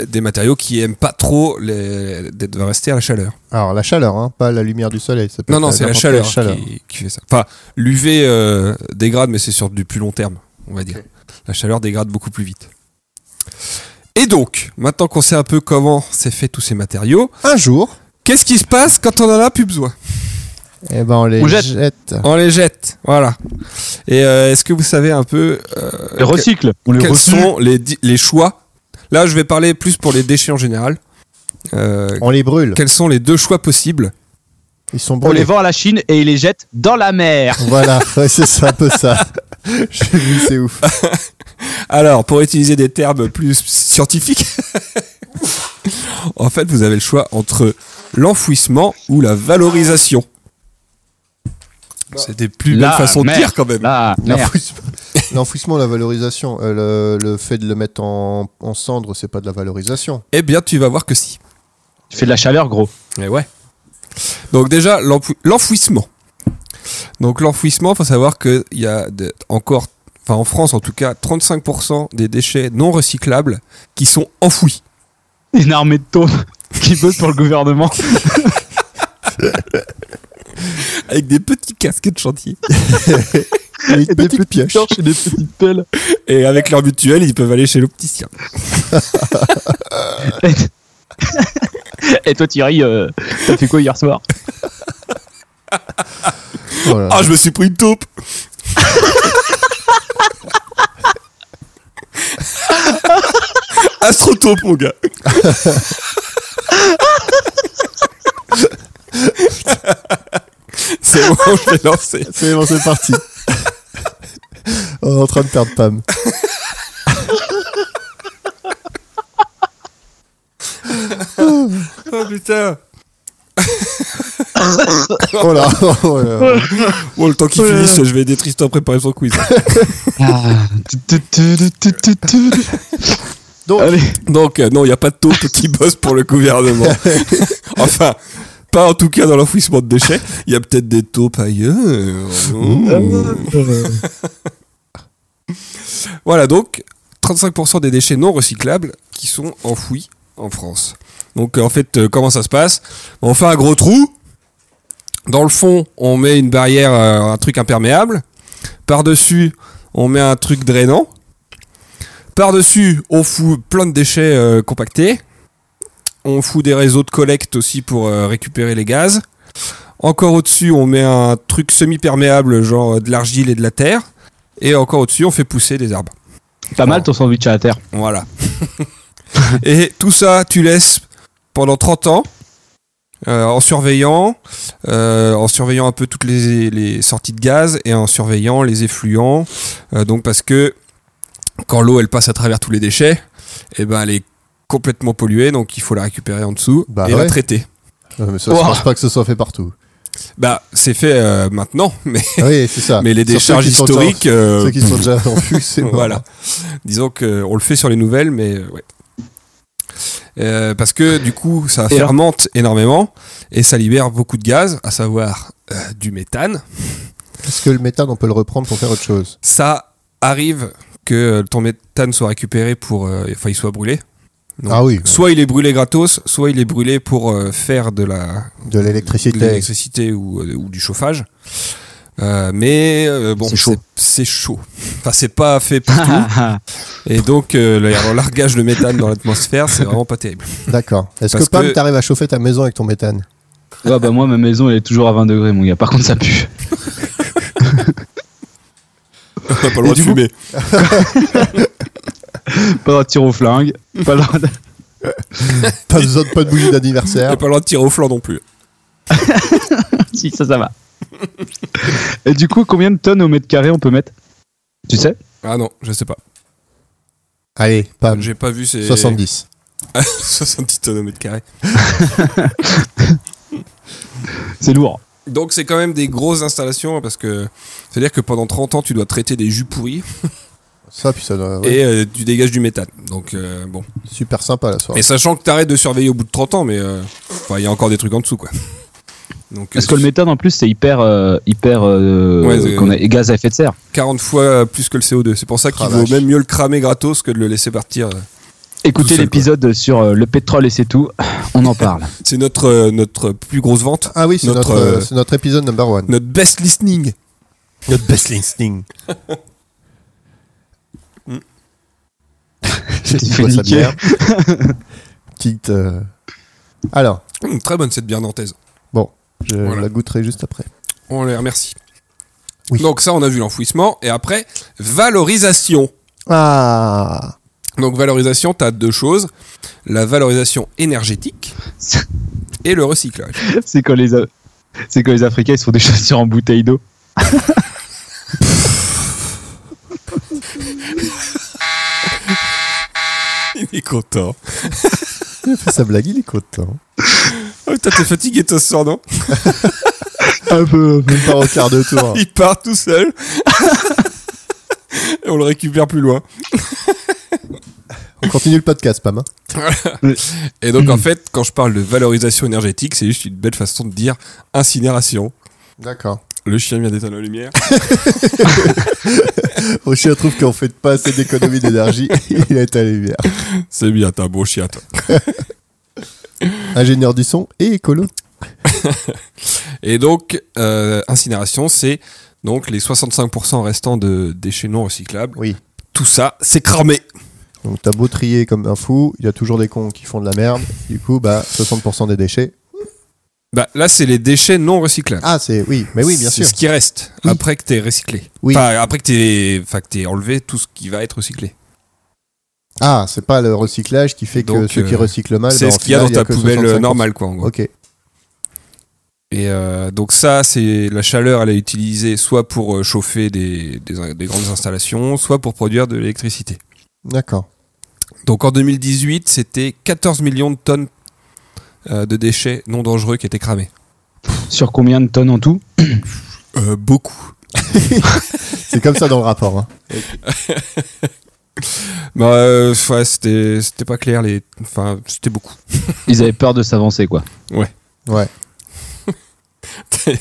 E: des matériaux qui aiment pas trop les- d'être de rester à la chaleur.
D: Alors la chaleur, hein, pas la lumière du soleil. ça peut
E: Non
D: être
E: non c'est la
D: n'importe
E: chaleur,
D: quelle
E: Qui, qui fait ça. Enfin l'UV euh, dégrade mais c'est sur du plus long terme on va dire. La chaleur dégrade beaucoup plus vite. Et donc, maintenant qu'on sait un peu comment c'est fait tous ces matériaux,
D: Un jour,
E: qu'est-ce qui se passe quand on en a plus besoin
D: eh ben on les
F: On jette.
D: jette.
E: On les jette, voilà. Et euh, est-ce que vous savez un peu euh,
F: Le recycle. On le
E: quels
F: recycle.
E: sont les, di- les choix Là, je vais parler plus pour les déchets en général. Euh,
D: On les brûle.
E: quels sont les deux choix possibles
D: Ils sont
F: On les
D: brûlés.
F: vend à la Chine et ils les jettent dans la mer.
D: Voilà, ouais, c'est ça, un peu ça. J'ai vu, c'est ouf.
E: Ah, Alors, pour utiliser des termes plus scientifiques, en fait, vous avez le choix entre l'enfouissement ou la valorisation. C'est des plus
F: La
E: belles façons de
F: mer.
E: dire quand même.
F: La mer.
D: L'enfouissement, l'enfouissement, la valorisation. Euh, le, le fait de le mettre en, en cendre, c'est pas de la valorisation.
E: Eh bien, tu vas voir que si.
F: Tu fais de la chaleur, gros.
E: Mais ouais. Donc déjà, l'enfou- l'enfouissement. Donc l'enfouissement, faut savoir qu'il y a de- encore, enfin en France en tout cas, 35% des déchets non recyclables qui sont enfouis.
F: Une armée de taumes qui bossent pour le gouvernement.
E: Avec des petits casques de chantier.
D: Et
F: Et
D: une
F: des
D: petite pioche.
F: torches et des petites pelles.
E: Et avec leur mutuelle, ils peuvent aller chez l'opticien.
F: Et toi, Thierry, euh, t'as fait quoi hier soir
D: Oh là là.
E: Ah, je me suis pris une taupe Astrotaupe, mon gars C'est bon, je l'ai lancé.
D: C'est bon, c'est parti. On est en train de perdre Pam.
E: Oh putain
D: Oh là, oh là.
E: Bon, le temps qu'il finisse, je vais aider Tristan à préparer son quiz.
D: Donc,
F: Allez,
E: Donc, euh, non, il n'y a pas de taupe qui bosse pour le gouvernement. enfin, pas en tout cas dans l'enfouissement de déchets. Il y a peut-être des taupes ailleurs. Euh, Voilà, donc 35% des déchets non recyclables qui sont enfouis en France. Donc euh, en fait, euh, comment ça se passe On fait un gros trou. Dans le fond, on met une barrière, euh, un truc imperméable. Par-dessus, on met un truc drainant. Par-dessus, on fout plein de déchets euh, compactés. On fout des réseaux de collecte aussi pour euh, récupérer les gaz. Encore au-dessus, on met un truc semi-perméable, genre euh, de l'argile et de la terre. Et encore au-dessus, on fait pousser des arbres.
F: pas mal ton sandwich à la terre.
E: Voilà. et tout ça, tu laisses pendant 30 ans euh, en surveillant, euh, en surveillant un peu toutes les, les sorties de gaz et en surveillant les effluents. Euh, donc parce que quand l'eau elle passe à travers tous les déchets, eh ben elle est complètement polluée, donc il faut la récupérer en dessous
D: Bah
E: et la
D: ouais.
E: traiter.
D: Non, mais ça, je
F: Ouah.
D: pense pas que ce soit fait partout.
E: Bah c'est fait euh, maintenant, mais
D: Ah Oui, c'est ça.
E: mais les
D: Sur ceux
E: décharges
D: qui sont
E: historiques. euh,
D: déjà- Ceux qui sont déjà en vue, c'est mort.
E: voilà. Disons qu'on le fait sur les nouvelles, mais euh, ouais. Euh, parce que du coup, ça
F: Et alors
E: fermente énormément et ça libère beaucoup de gaz, à savoir euh, du méthane.
D: Est-ce que le méthane, on peut le reprendre pour faire autre chose
E: Ça arrive que ton méthane euh, soit récupéré pour, euh, enfin, il soit brûlé. Donc,
D: Ah oui,
E: Soit il est brûlé gratos, soit il est brûlé pour euh, faire de la
D: de
E: de
D: l'électricité.
E: l'électricité ou, euh, ou du chauffage. Euh, mais euh, bon,
F: C'est chaud.
E: c'est chaud. Enfin, c'est pas fait partout. et donc, euh, le largage de méthane dans l'atmosphère, c'est vraiment pas terrible.
D: D'accord. Est-ce que
E: Parce
D: Pam,
E: que-
D: t'arrives à chauffer ta maison avec ton méthane
F: Ouais, bah moi, ma maison, elle est toujours à 20 degrés, mon gars. Par contre, ça pue.
E: On n'a pas le droit de fumer.
F: Pas le droit de tir au flingue. Pas le droit de-
D: Pas besoin de pas de bougie
E: On
D: d'anniversaire.
E: n'a pas le droit de tirer au flanc non plus.
F: si, ça, ça va. Et du coup, combien de tonnes au mètre carré on peut mettre Tu sais
E: Ah non, je sais pas.
D: Allez, Pam,
E: J'ai pas vu ces
D: 70.
E: 70 tonnes au mètre carré.
F: C'est lourd.
E: Donc, c'est quand même des grosses installations hein, parce que c'est-à-dire que pendant 30 ans, tu dois traiter des jus pourris
D: Ça, puis ça doit- ouais,
E: et euh, tu dégages du méthane. Donc, euh, bon.
D: super sympa la soirée.
E: Et sachant que t'arrêtes de surveiller au bout de 30 ans, mais euh, enfin, il y a encore des trucs en dessous, quoi. Donc,
F: Parce
E: euh,
F: que le méthane, en plus, c'est hyper. euh, hyper euh,
E: Ouais, c'est-
F: qu'on a- gaz à effet de serre.
E: 40 fois plus que le CO2. C'est pour ça qu'il
D: Ah,
E: vaut
D: vache.
E: même mieux le cramer gratos que de le laisser partir. Tout
F: Écoutez
E: seul,
F: l'épisode sur euh, le pétrole et c'est tout. On en parle.
E: C'est notre, euh, notre plus grosse vente,
D: Ah oui, c'est
E: Notre,
D: notre,
E: euh,
D: euh, c'est notre épisode number one.
E: notre best listening.
D: Notre best listening.
F: Je t'ai
D: Petite
F: fait
D: boisson de
F: niquer.
D: bière. Petite. euh, Alors,
E: Hum, très bonne cette bière nantaise.
D: je
E: Voilà.
D: la goûterai juste après.
E: On les remercie.
D: Oui.
E: Donc ça, on a vu l'enfouissement. Et après, valorisation.
D: Ah
E: Donc valorisation, t'as deux choses. La valorisation énergétique et le recyclage.
F: C'est quand les. A- C'est quand les Africains ils se font des chaussures en bouteille d'eau.
E: Il est content.
D: Il a fait sa blague, il est content.
E: Oh, putain, t'es fatigué toi ce soir, non
F: Un peu.
D: Même pas au quart de tour.
E: Il part tout seul. et on le récupère plus loin.
D: On continue le podcast, Pam. hein.
E: Et donc,
D: Hmm.
E: en fait, quand je parle de valorisation énergétique, c'est juste une belle façon de dire incinération.
D: D'accord.
E: Le chien vient d'éteindre la lumière.
D: Au chien trouve qu'on fait pas assez d'économie d'énergie. il est à la lumière.
E: C'est bien, t'es un beau chien, toi.
D: Ingénieur du son et écolo.
E: Et donc, euh, incinération, c'est donc les 65% restants de déchets non recyclables.
D: Oui.
E: Tout ça, c'est cramé.
D: Donc t'as beau trier comme un fou, il y a toujours des cons qui font de la merde. Du coup, bah 60% des déchets.
E: Bah, là, c'est les déchets non recyclables.
D: Ah c'est oui, mais oui, bien
E: C'est
D: sûr.
E: ce qui reste
D: Oui.
E: après que t'aies recyclé.
D: Oui.
E: Enfin, après que t'aies enfin, que t'aies enlevé tout ce qui va être recyclé.
D: Ah, c'est pas le recyclage qui fait que
E: Donc,
D: ceux qui
E: euh,
D: recyclent mal.
E: c'est
D: bah,
E: ce
D: au
E: qu'il y a dans
D: final,
E: ta
D: que
E: poubelle euh,
D: 65%.
E: normale, quoi, en gros.
D: Ok.
E: Et euh, donc ça, c'est la chaleur, elle est utilisée soit pour euh, chauffer des, des- des grandes installations, soit pour produire de l'électricité.
D: D'accord.
E: Donc en 2018, c'était 14 millions de tonnes euh, de déchets non dangereux qui étaient cramés.
F: Sur combien de tonnes en tout
E: Euh, beaucoup.
D: C'est comme ça dans le rapport. hein.
E: Bah, euh, ouais, c'était c'était pas clair, les... enfin, c'était beaucoup.
F: Ils avaient peur de s'avancer quoi.
D: Ouais.
E: Patrice,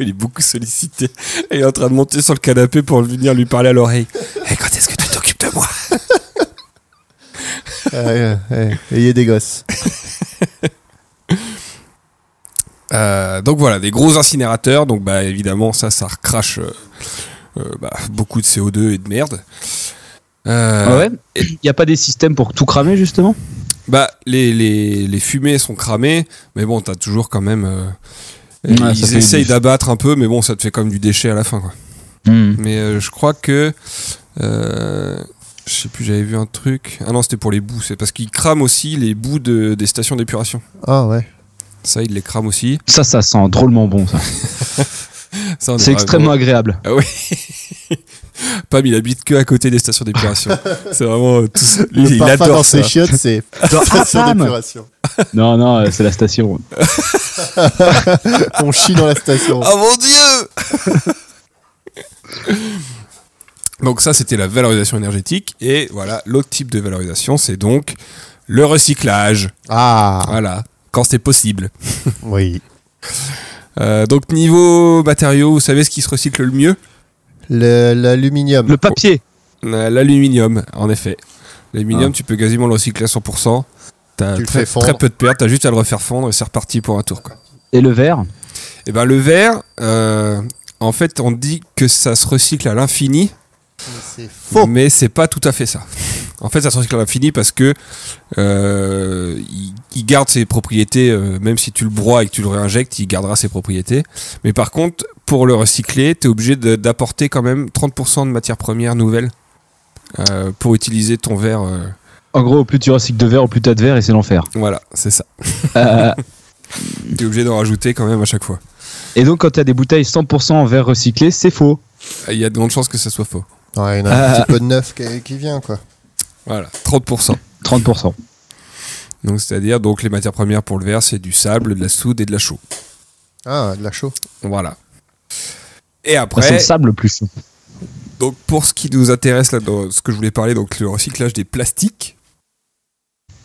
E: il est beaucoup sollicité. Et il est en train de monter sur le canapé pour venir lui parler à l'oreille. Et Eh, quand est-ce que tu t'occupes de moi
D: Euh, euh, ayez des gosses.
E: Euh, donc voilà, des gros incinérateurs. Donc bah évidemment, ça, ça recrache euh, euh, bah, beaucoup de CO2 et de merde. Euh,
F: Ah ouais Il n'y a pas des systèmes pour tout cramer justement
E: Bah les, les, les fumées sont cramées, mais bon, t'as toujours quand même. euh,
F: Ouais, ça
E: ils
F: fait
E: essayent
F: du-
E: d'abattre un peu, mais bon, ça te fait quand même du déchet à la fin. Quoi. Mais euh, je crois que. euh, je sais plus, j'avais vu un truc. Ah non, c'était pour les bouts. C'est parce qu'ils crament aussi les bouts de, des stations d'épuration.
D: Ah ouais.
E: Ça, ils les crament aussi.
F: Ça, ça sent drôlement bon ça.
E: Ça, on
F: C'est
E: aura-
F: extrêmement agréable.
E: Pam, il habite que à côté des stations d'épuration. c'est vraiment euh, tout ça.
D: Le
E: il
D: parfum dans
E: adore ça.
D: ses chiottes, c'est station
F: Pam
D: d'épuration.
F: Non, non, euh, c'est la station.
D: On chie dans la station.
E: Oh mon dieu Donc ça, c'était la valorisation énergétique. Et voilà, l'autre type de valorisation, c'est donc le recyclage.
D: Ah
E: Voilà, quand c'est possible.
D: oui.
E: Euh, donc niveau matériaux, vous savez ce qui se recycle le mieux
D: Le- L'aluminium.
F: Le papier
E: Euh, L'aluminium, en effet. L'aluminium, tu peux quasiment le recycler à 100%. T'as
D: Ah. Tu le
E: très,
D: fais fondre.
E: très peu de pertes, t'as juste à le refaire fondre et c'est reparti pour un tour. Quoi.
F: Et le verre
E: Et ben le verre, euh, en fait, on dit que ça se recycle à l'infini,
D: C'est faux.
E: mais c'est pas tout à fait ça. En fait, ça se recycle à l'infini parce que euh, il, il garde ses propriétés, euh, même si tu le broies et que tu le réinjectes, il gardera ses propriétés. Mais par contre, pour le recycler, t'es obligé de- d'apporter quand même 30% de matière première nouvelle euh, pour utiliser ton verre. euh,
F: En gros, au plus tu recycles de verre, au plus t'as de verre et c'est l'enfer.
E: voilà, c'est ça.
F: Euh,
E: T'es obligé d'en rajouter quand même à chaque fois.
F: et donc, quand t'as des bouteilles 100% en verre recyclé, c'est faux.
E: Il y a de grandes chances que ça soit faux.
D: Ouais, il y en a un
E: Ah.
D: petit peu de neuf qui, qui vient, quoi.
E: Voilà, 30%.
F: 30%.
E: Donc c'est-à-dire donc les matières premières pour le verre, c'est du sable, de la soude et de la chaux.
D: Ah, de la chaux.
E: Voilà. Et
F: Enfin, c'est
E: après,
F: le sable le plus.
E: donc pour ce qui nous intéresse là, dans ce que je voulais parler, donc le recyclage des plastiques.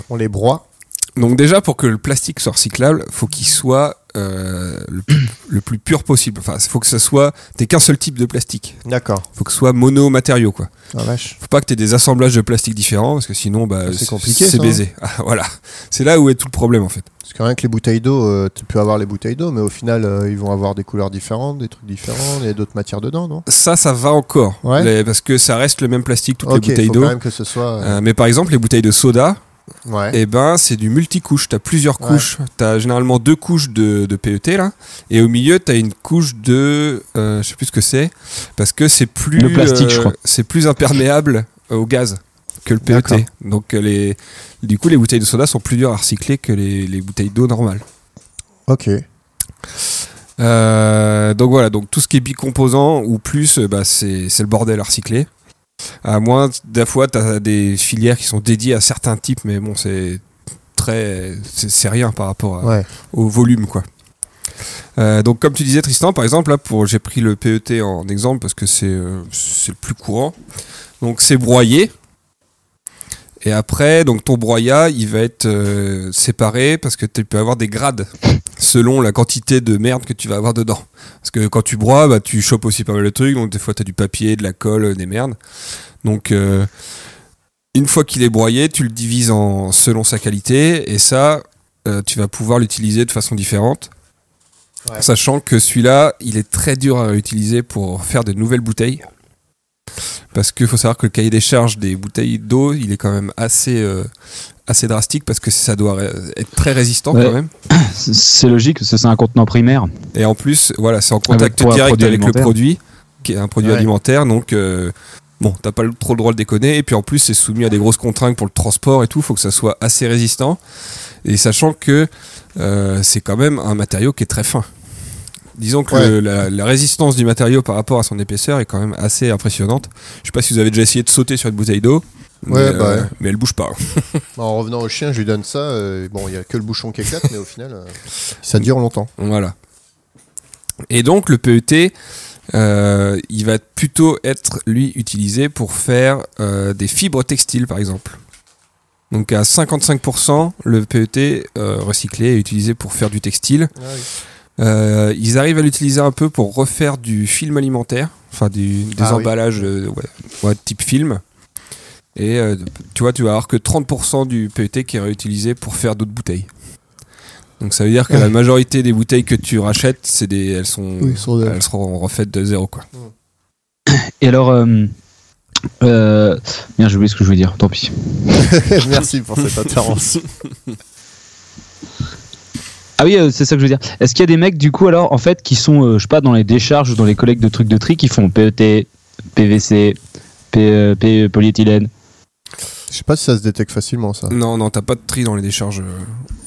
D: On les broie.
E: Donc déjà pour que le plastique soit recyclable, faut qu'il soit euh, le, plus, le plus pur possible. Enfin, faut que ça soit t'es qu'un seul type de plastique.
D: D'accord.
E: Faut que ce soit monomatériaux quoi.
D: Ah, vache.
E: Faut pas que t'aies des assemblages de plastique différents parce que sinon bah
D: C'est compliqué,
E: c'est
D: ça. hein.
E: baisé. Ah, voilà, c'est là où est tout le problème en fait.
D: Parce que rien que les bouteilles d'eau, euh, tu peux avoir les bouteilles d'eau, mais au final, euh, ils vont avoir des couleurs différentes, des trucs différents, il y a d'autres matières dedans, non
E: Ça, ça va encore.
D: Ouais.
E: Les- parce que ça reste le même plastique, toutes
D: Ok,
E: les bouteilles
D: faut
E: d'eau.
D: quand même que ce soit. euh,
E: Euh, mais par exemple, les bouteilles de soda,
D: ouais.
E: eh ben, c'est du multicouche. T'as plusieurs
D: Ouais.
E: couches. T'as généralement deux couches de, de PET, là. Et au milieu, t'as une couche de. euh, je sais plus ce que c'est. Parce que c'est plus. euh,
F: Le plastique, je crois.
E: C'est plus imperméable euh, au gaz que le
D: D'accord.
E: PET. Donc, euh, les, du coup, les bouteilles de soda sont plus dures à recycler que les, les bouteilles d'eau normales.
D: Ok.
E: Euh, donc voilà, donc tout ce qui est bicomposant ou plus, euh, bah, c'est c'est le bordel à recycler. À moins, d'un fois, tu as des filières qui sont dédiées à certains types, mais bon, c'est très. C'est c'est rien par rapport à-
D: Ouais.
E: au volume, quoi. Euh, donc, comme tu disais, Tristan, par exemple, là, pour j'ai pris le PET en exemple parce que c'est euh, c'est le plus courant. Donc, c'est broyé. Et après, donc ton broyat, il va être euh, séparé parce que tu peux avoir des grades selon la quantité de merde que tu vas avoir dedans. Parce que quand tu broies, bah, tu chopes aussi pas mal de trucs. Donc des fois, tu as du papier, de la colle, euh, des merdes. Donc euh, une fois qu'il est broyé, tu le divises en, selon sa qualité. Et ça, euh, tu vas pouvoir l'utiliser de façon différente.
D: Ouais.
E: Sachant que celui-là, il est très dur à utiliser pour faire de nouvelles bouteilles. Parce qu'il faut savoir que le cahier des charges des bouteilles d'eau, il est quand même assez, euh, assez drastique parce que ça doit ré- être très résistant
F: Ouais.
E: quand même.
F: C'est- C'est logique, parce que c'est un contenant primaire.
E: Et en plus, voilà, c'est en contact
F: pour un
E: direct avec
F: produit
E: le
F: alimentaire.
E: produit, qui est un produit
D: Ouais.
E: alimentaire, donc euh, bon, t'as pas le- trop le droit de déconner. Et puis en plus, c'est soumis à des grosses contraintes pour le transport et tout, faut que ça soit assez résistant. Et sachant que euh, c'est quand même un matériau qui est très fin. Disons que
D: Ouais.
E: le- la, la résistance du matériau par rapport à son épaisseur est quand même assez impressionnante. Je sais pas si vous avez déjà essayé de sauter sur une bouteille d'eau, mais, euh,
D: Ouais, bah ouais.
E: mais elle bouge pas. hein.
D: En revenant au chien, je lui donne ça. euh, bon, il y a que le bouchon qui éclate, mais au final, euh, ça dure longtemps.
E: Voilà. Et donc le PET, euh, il va plutôt être lui utilisé pour faire euh, des fibres textiles par exemple. Donc à 55%, le PET euh, recyclé est utilisé pour faire du textile.
D: Ah
E: Euh, ils arrivent à l'utiliser un peu pour refaire du film alimentaire, enfin du- des
D: Ah oui.
E: emballages euh, ouais, ouais, type film. Et euh, tu vois, tu vas avoir que 30% du PET qui est réutilisé pour faire d'autres bouteilles. Donc ça veut dire que la majorité des bouteilles que tu rachètes, c'est des, elles sont,
D: Ah
E: elles seront refaites de zéro quoi.
F: Et alors. Euh, euh, merde, j'ai oublié ce que je voulais dire, tant pis.
D: Merci pour cette intervention.
F: Ah oui, euh, c'est ça que je veux dire. Est-ce qu'il y a des mecs, du coup, alors, en fait, qui sont, euh, je sais pas, dans les décharges ou dans les collectes de trucs de tri, qui font E PET, PVC, P, euh, P- polyéthylène
D: Je sais pas si ça se détecte facilement, ça.
E: Non, non, t'as pas de tri dans les décharges euh,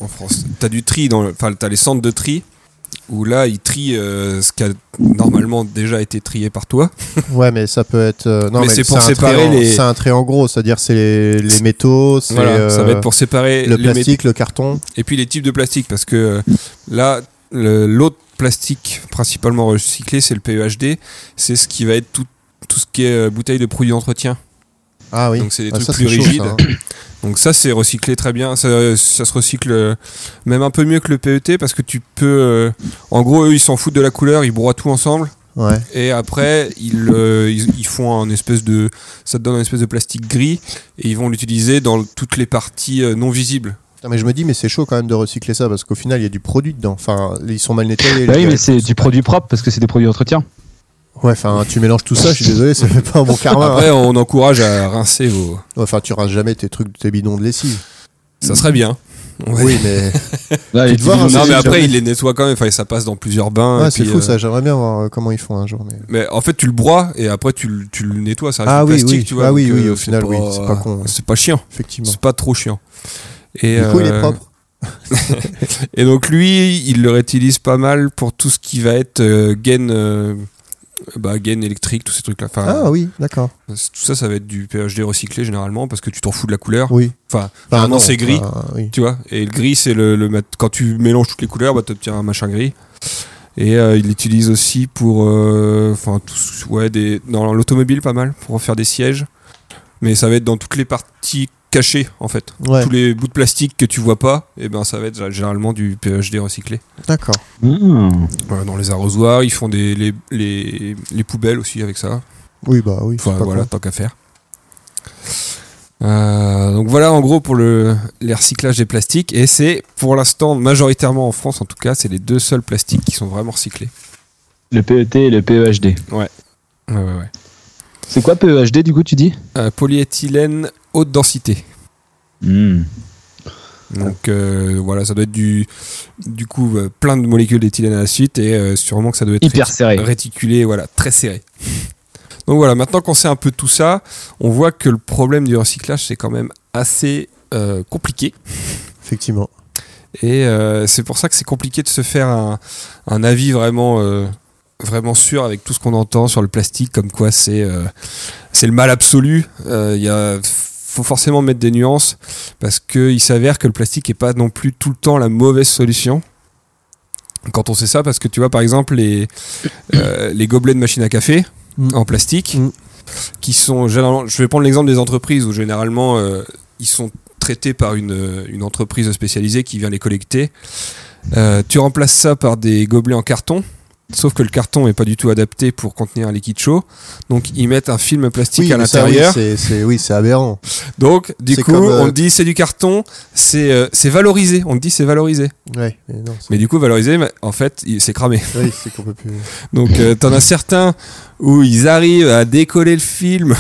E: en France. T'as du tri dans, le- enfin t'as les centres de tri où là ils trient euh, ce qui a normalement déjà été trié par toi.
D: Ouais, mais ça peut être. euh, non,
E: Mais
D: mais,
E: c'est pour
D: un
E: séparer
D: trait en-
E: les-
D: C'est un trait en gros, c'est-à-dire c'est les, les métaux, c'est
E: Voilà, ça
D: euh,
E: va être pour séparer
D: le
E: les mét-
D: plastique, le carton.
E: Et puis les types de plastique, parce que euh, là, le- l'autre plastique principalement recyclé, c'est le PEHD. C'est ce qui va être tout, tout ce qui est euh, bouteille de produits d'entretien.
D: Ah oui.
E: Donc c'est des
D: Ah,
E: trucs
D: ça,
E: plus
D: c'est chaud,
E: rigides.
D: ça, hein.
E: Donc ça, c'est recyclé très bien. Ça, ça se recycle euh, E même un peu mieux que le PET, parce que tu peux... euh, en gros, eux, ils s'en foutent de la couleur, ils broient tout ensemble.
D: Ouais.
E: Et après, ils, euh, ils, ils font un espèce de. Ça te donne un espèce de plastique gris et ils vont l'utiliser dans toutes les parties euh, non visibles.
D: Putain, mais je me dis, mais c'est chaud quand même de recycler ça parce qu'au final, il y a du produit dedans. Enfin, ils sont mal nettoyés.
F: Bah
D: les
F: oui, mais
D: gars.
F: c'est du produit propre parce que c'est des produits d'entretien.
D: Ouais, enfin, tu mélanges tout ça, je suis désolé, ça fait pas un bon karma. hein.
E: Après, on encourage à rincer vos.
D: Enfin, tu rinces jamais tes trucs, tes bidons de lessive.
E: Ça serait bien. Ouais.
D: Oui, mais.
F: Là,
D: Tu
F: les
D: te vois,
F: petits
D: hein,
F: bisous-
E: Ah, Non,
D: c'est-
E: mais après, ils les nettoient quand même. Enfin, ça passe dans plusieurs bains.
D: Ouais,
E: et
D: c'est
E: puis,
D: fou
E: euh,
D: ça, j'aimerais bien voir euh, comment ils font un jour. Mais...
E: Mais en fait, tu le broies et après, tu, le- tu le nettoies. Ça reste
D: Ah
E: du
D: oui,
E: plastique,
D: oui.
E: tu vois.
D: Ah oui,
E: donc,
D: oui,
E: euh,
D: au final, oui, c'est pas con, ouais.
E: C'est pas chiant.
D: Effectivement.
E: C'est pas trop chiant. Et,
D: Du coup, il est
E: euh,
D: propre.
E: Et donc lui, il le réutilise pas mal pour tout ce qui va être euh, gaine, euh, bah, gaine électrique, tous ces trucs-là. Enfin,
D: Ah oui, d'accord.
E: Tout ça, ça va être du PhD recyclé généralement parce que tu t'en fous de la couleur.
D: Oui.
E: Enfin,
D: Bah,
E: maintenant,
D: non,
E: c'est gris.
D: bah, oui.
E: Tu vois Et le gris, c'est le, le mat- quand tu mélanges toutes les couleurs, bah, tu obtiens un machin gris. Et euh, il l'utilise aussi pour, euh, enfin, tout ce- ouais, des dans l'automobile pas mal pour en faire des sièges. Mais ça va être dans toutes les parties cachées en fait.
D: Ouais,
E: Tous les bouts de plastique que tu vois pas, et ben ça va être généralement du PhD recyclé.
D: d'accord. Ah.
F: Mmh.
E: Voilà, dans les arrosoirs, ils font des, les, les, les poubelles aussi avec ça.
D: Oui, bah oui. c'est
E: Enfin
D: pas
E: voilà,
D: con.
E: tant qu'à faire. Euh, donc voilà en gros pour le, les recyclages des plastiques et c'est pour l'instant majoritairement en France en tout cas c'est les deux seuls plastiques qui sont vraiment recyclés.
F: Le PET et le PEHD.
E: Ouais, ouais, ouais.
F: C'est quoi PEHD du coup, tu dis
E: Euh, polyéthylène haute densité.
D: Hmm.
F: Mmh.
E: Donc euh, voilà ça doit être du du coup euh, plein de molécules d'éthylène à la suite et euh, sûrement que ça doit être
F: Hyper serré.
E: réticulé, voilà, très serré. Donc voilà, maintenant qu'on sait un peu tout ça, on voit que le problème du recyclage, c'est quand même assez euh, compliqué.
D: Effectivement.
E: Et euh, c'est pour ça que c'est compliqué de se faire un, un avis vraiment, euh, vraiment sûr avec tout ce qu'on entend sur le plastique, comme quoi c'est euh, c'est le mal absolu. Euh, Il y a, faut forcément mettre des nuances, parce qu'il s'avère que le plastique n'est pas non plus tout le temps la mauvaise solution. Quand on sait ça, parce que tu vois, par exemple, les, euh, les gobelets de machine à café
D: Mm.
E: en plastique,
D: Mm.
E: qui sont généralement. Je vais prendre l'exemple des entreprises où généralement euh, ils sont traités par une, une entreprise spécialisée qui vient les collecter. Euh, tu remplaces ça par des gobelets en carton, sauf que le carton n'est pas du tout adapté pour contenir un liquide chaud. Donc ils mettent un film plastique à
D: mais ça, oui,
E: l'intérieur.
D: c'est- c'est oui, c'est aberrant.
E: Donc du
D: C'est
E: coup,
D: comme, euh,
E: on dit c'est du carton, c'est euh, c'est valorisé. On te dit c'est valorisé.
D: Ouais, mais non, c'est-
E: Mais du coup, valorisé, mais en fait, il- c'est cramé.
D: oui, c'est qu'on peut plus.
E: Donc euh, t'en as certains où ils arrivent à décoller le film,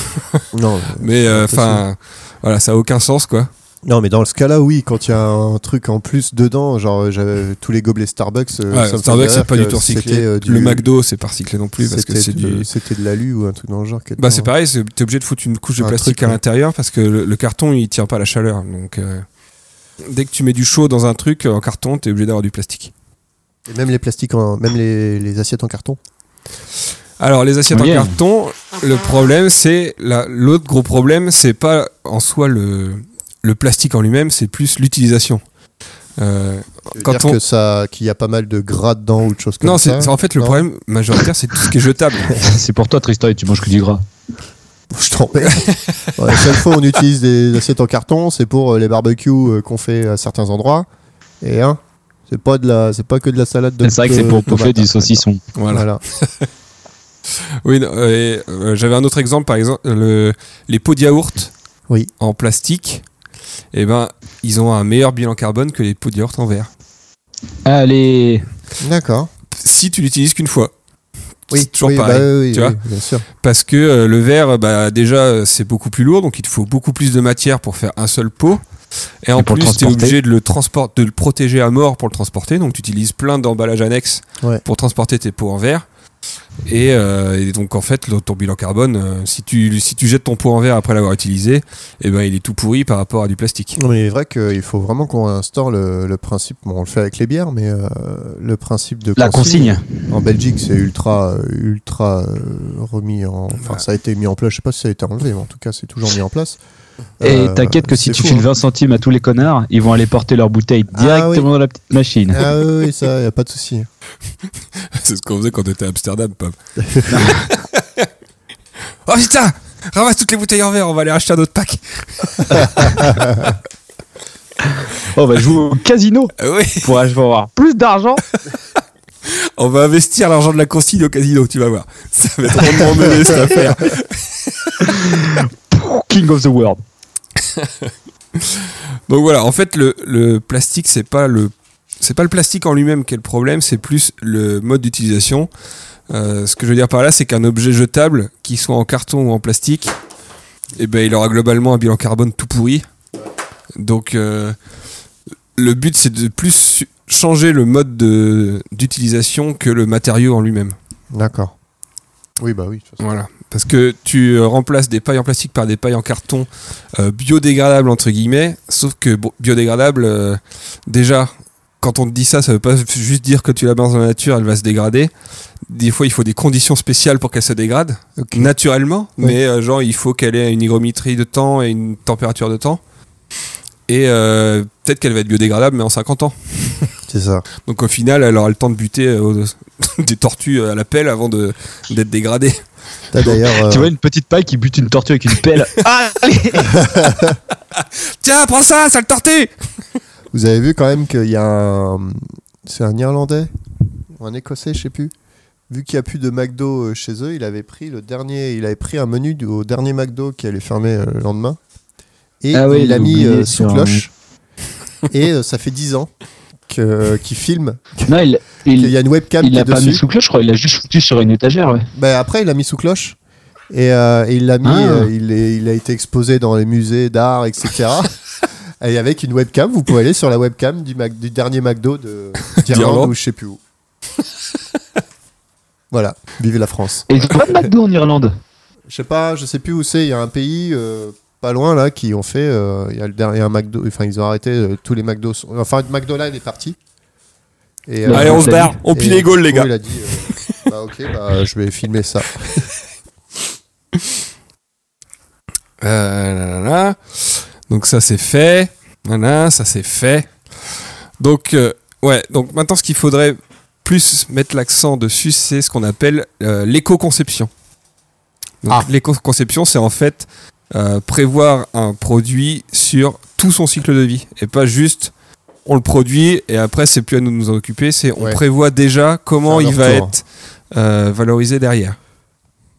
D: Non,
E: mais euh, enfin voilà, ça a aucun sens quoi.
D: Non, mais dans ce cas-là, oui, quand il y a un truc en plus dedans, genre euh, j'avais tous les gobelets Starbucks, euh,
E: Ouais,
D: ça me
E: Starbucks
D: fait
E: c'est pas
D: rire
E: du tout
D: que
E: recyclé.
D: c'était, euh, du-
E: Le McDo c'est pas recyclé non plus parce que
D: c'était
E: c'est
D: de-
E: du.
D: C'était de l'alu ou un truc dans le genre. qui est
E: Bah c'est
D: dedans.
E: pareil, c'est- t'es obligé de foutre une couche de
D: Un
E: plastique
D: truc,
E: à
D: ouais.
E: l'intérieur parce que le, le carton il tient pas la chaleur. Donc euh, dès que tu mets du chaud dans un truc euh, en carton, t'es obligé d'avoir du plastique.
D: Et même les plastiques, en- même les, les assiettes en carton.
E: Alors les assiettes
F: Oh, yeah.
E: en carton, le problème c'est la- l'autre gros problème, c'est pas en soi le le plastique en lui-même, c'est plus l'utilisation. Euh,
D: Ça veut
E: Quand
D: dire
E: on-
D: que ça, qu'il y a pas mal de gras dedans ou de choses comme
E: non,
D: ça.
E: c'est c'est- en fait le
D: Non.
E: problème majoritaire, c'est tout ce qui est jetable.
F: C'est pour toi, Tristan, tu manges que du gras.
D: Je t'embête. Ouais, la seule fois où on utilise des assiettes en carton, c'est pour euh, les barbecues euh, qu'on fait à certains endroits. Et hein, c'est pas de la, c'est pas que de la salade de.
F: C'est vrai que c'est
D: de-
F: pour
D: de
F: pouffer
D: tomate, hein,
F: du saucisson.
E: Voilà.
D: Voilà.
E: Oui, non, euh, et, euh, j'avais un autre exemple, par exemple, le- les pots de yaourt
D: Oui.
E: en plastique, eh ben, ils ont un meilleur bilan carbone que les pots de yaourt en verre.
F: Allez
D: D'accord.
E: Si tu l'utilises qu'une fois.
D: Oui,
E: C'est toujours
D: oui,
E: pareil.
D: bah oui, oui,
E: tu
D: oui,
E: vois.
D: bien sûr.
E: Parce que euh, le verre, bah, déjà, euh, c'est beaucoup plus lourd, donc il te faut beaucoup plus de matière pour faire un seul pot. Et en
F: pour le
E: plus, tu es
F: transporter.
E: obligé de le, transporter, de le protéger à mort pour le transporter, donc tu utilises plein d'emballages annexes
D: Ouais.
E: pour transporter tes pots en verre. Et, euh, et donc en fait, le- ton bilan carbone, euh, si, tu, si tu jettes ton pot en verre après l'avoir utilisé, eh ben, il est tout pourri par rapport à du plastique.
D: Non, mais il est vrai qu'il faut vraiment qu'on instaure le, le principe. Bon, on le fait avec les bières, mais euh, le principe de
F: La consigne
D: En Belgique, c'est ultra, euh, ultra euh, remis en. Enfin, ça a été mis en place. Je sais pas si ça a été enlevé, mais en tout cas, c'est toujours mis en place.
F: Et
D: Euh,
F: t'inquiète que si
D: c'est
F: tu
D: fou,
F: files
D: hein.
F: 20 centimes à tous les connards, ils vont aller porter leur bouteille
D: Ah
F: directement
D: oui.
F: dans la petite machine.
D: Ah oui, oui, ça, y a pas de souci.
E: C'est ce qu'on faisait quand on était à Amsterdam, Pam. oh putain Ramasse toutes les bouteilles en verre, on va aller acheter un autre pack.
F: On va jouer au casino Oh, bah,
E: Ah oui
F: pour avoir plus d'argent
E: On va investir l'argent de la consigne au casino, tu vas voir. Ça va être vraiment mené cette affaire.
F: King of the World.
E: Donc voilà, en fait, le, le plastique, c'est pas le c'est pas le plastique en lui-même qui est le problème, c'est plus le mode d'utilisation. Euh, ce que je veux dire par là, c'est qu'un objet jetable, qu'il soit en carton ou en plastique, eh ben, il aura globalement un bilan carbone tout pourri. Donc euh, le but, c'est de plus changer le mode de- d'utilisation que le matériau en lui-même.
D: D'accord. Oui, bah oui. de toute façon.
E: Voilà. Parce que tu euh, remplaces des pailles en plastique par des pailles en carton euh, biodégradables, entre guillemets. Sauf que bon, biodégradable, euh, déjà, quand on te dit ça, ça veut pas juste dire que tu la balances dans la nature, elle va se dégrader. Des fois, il faut des conditions spéciales pour qu'elle se dégrade, naturellement. Mais euh, genre, il faut qu'elle ait une hygrométrie de temps et une température de temps. Et euh, peut-être qu'elle va être biodégradable, mais en 50 ans.
D: C'est ça.
E: Donc au final, elle aura le temps de buter euh, des tortues à la pelle avant de- d'être dégradée.
D: T'as d'ailleurs. euh,
F: Tu vois une petite paille qui bute une tortue avec une pelle.
E: Tiens, prends ça, sale tortue
D: Vous avez vu quand même qu'il y a un. C'est un Irlandais Ou un Écossais, je sais plus. Vu qu'il n'y a plus de McDo euh, chez eux, il avait pris le dernier. Il avait pris un menu du- au dernier McDo qui allait fermer euh, le lendemain. Et
F: Ah oui,
D: il l'a
F: il
D: mis
F: oubliait
D: euh, sous
F: sur un-
D: cloche. Et euh, ça fait 10 ans que- euh, qu'il filme.
F: non, il,
D: Il
F: il,
D: y a une webcam
F: il
D: qui
F: l'a
D: est
F: pas mis
D: dessus.
F: sous cloche, je crois. Il l'a juste foutu sur une étagère. Ouais.
D: Ben, après, il l'a mis sous cloche. Et, euh, et il l'a mis,
F: Ah.
D: euh, il, est- il a été exposé dans les musées d'art, etc. et avec une webcam, vous pouvez aller sur la webcam du, Mac- du dernier McDo de- d'Irlande
E: D'Irlande.
D: ou je sais plus où. voilà, vivez la France.
F: Et ils ont pas de McDo en Irlande.
D: Je sais pas, je sais plus où c'est. Il y a un pays euh, pas loin là qui ont fait. euh, Il y a le dernier un McDo, enfin ils ont arrêté euh, tous les McDo. sont- Enfin, McDo là il est parti. Et, euh,
F: Allez, on se
E: barre, on
D: et
E: pile les Gaules, les
D: Foucault,
E: gars.
D: Il a dit, euh, bah ok, bah, je vais filmer ça.
E: Euh, là, là, là. Donc ça c'est fait. Voilà, ça c'est fait. Donc euh, ouais, donc maintenant ce qu'il faudrait plus mettre l'accent dessus, c'est ce qu'on appelle euh, l'éco-conception. Donc,
D: Ah.
E: L'éco-conception, c'est en fait euh, prévoir un produit sur tout son cycle de vie et pas juste on le produit et après c'est plus à nous de nous en occuper, c'est on
D: Ouais.
E: prévoit déjà comment
D: Faire
E: il
D: leur
E: va
D: tour.
E: être euh, valorisé derrière.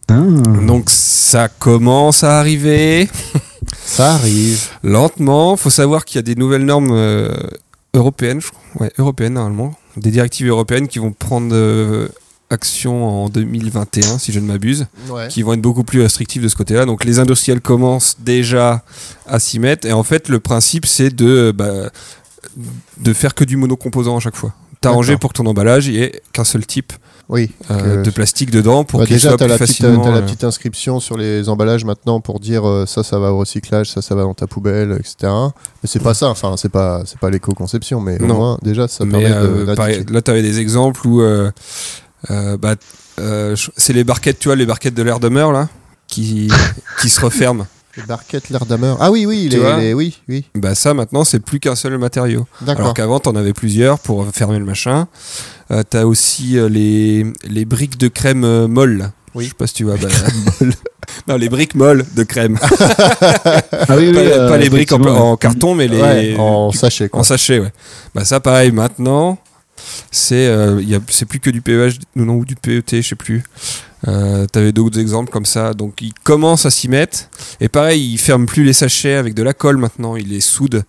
D: Ah. Mm.
E: Donc ça commence à arriver.
D: Ça arrive.
E: lentement. faut savoir qu'il y a des nouvelles normes euh, européennes, je crois. Ouais, européennes normalement. Des directives européennes qui vont prendre euh, action en 2021, si je ne m'abuse,
D: Ouais.
E: qui vont être beaucoup plus restrictives de ce côté-là. Donc les industriels commencent déjà à s'y mettre. Et en fait, le principe, c'est de, euh, bah, de faire que du monocomposant à chaque fois. T'arranger
D: D'accord.
E: pour que ton emballage, il n'y ait qu'un seul type
D: Oui.
E: euh,
D: Que-
E: de plastique dedans pour
D: Bah,
E: qu'il
D: déjà,
E: soit
D: tu
E: plus
D: as la, petite,
E: facilement...
D: t'as la
E: euh,
D: petite inscription sur les emballages maintenant pour dire euh, ça, ça va au recyclage, ça, ça va dans ta poubelle, etc. Mais c'est pas ça, enfin, c'est pas, c'est pas l'éco-conception, mais
E: Non.
D: au moins, déjà, ça
E: Mais
D: permet
E: euh,
D: de-
E: pareil,
D: d'indiquer.
E: là, tu avais des exemples où euh, euh, bah, euh, je- c'est les barquettes, tu vois, les barquettes de l'air de Meur, là, qui, qui se referment.
D: Les barquettes, l'air d'ameur. Ah oui, oui,
E: Tu
D: les-
E: vois
D: les- oui, oui.
E: Bah, ça, maintenant, c'est plus qu'un seul matériau. Alors
D: D'accord.
E: qu'avant, t'en avais plusieurs pour fermer le machin. Euh, T'as aussi euh, les, les briques de crème euh, molle. là.
D: Oui.
E: Je sais pas si tu vois. bah, non, les briques molles de crème.
F: Ah oui,
E: pas,
F: oui, euh,
E: pas les briques en, pla-
F: effectivement.
E: en carton, mais les,
D: Ouais, en sachet, quoi.
E: En sachet, ouais. Bah ça, pareil, maintenant, c'est euh, il y a- c'est plus que du PEH non, non, ou du PET, je sais plus. Euh, T'avais d'autres exemples comme ça. Donc ils commencent à s'y mettre. Et pareil, ils ferment plus les sachets avec de la colle maintenant. Ils les soudent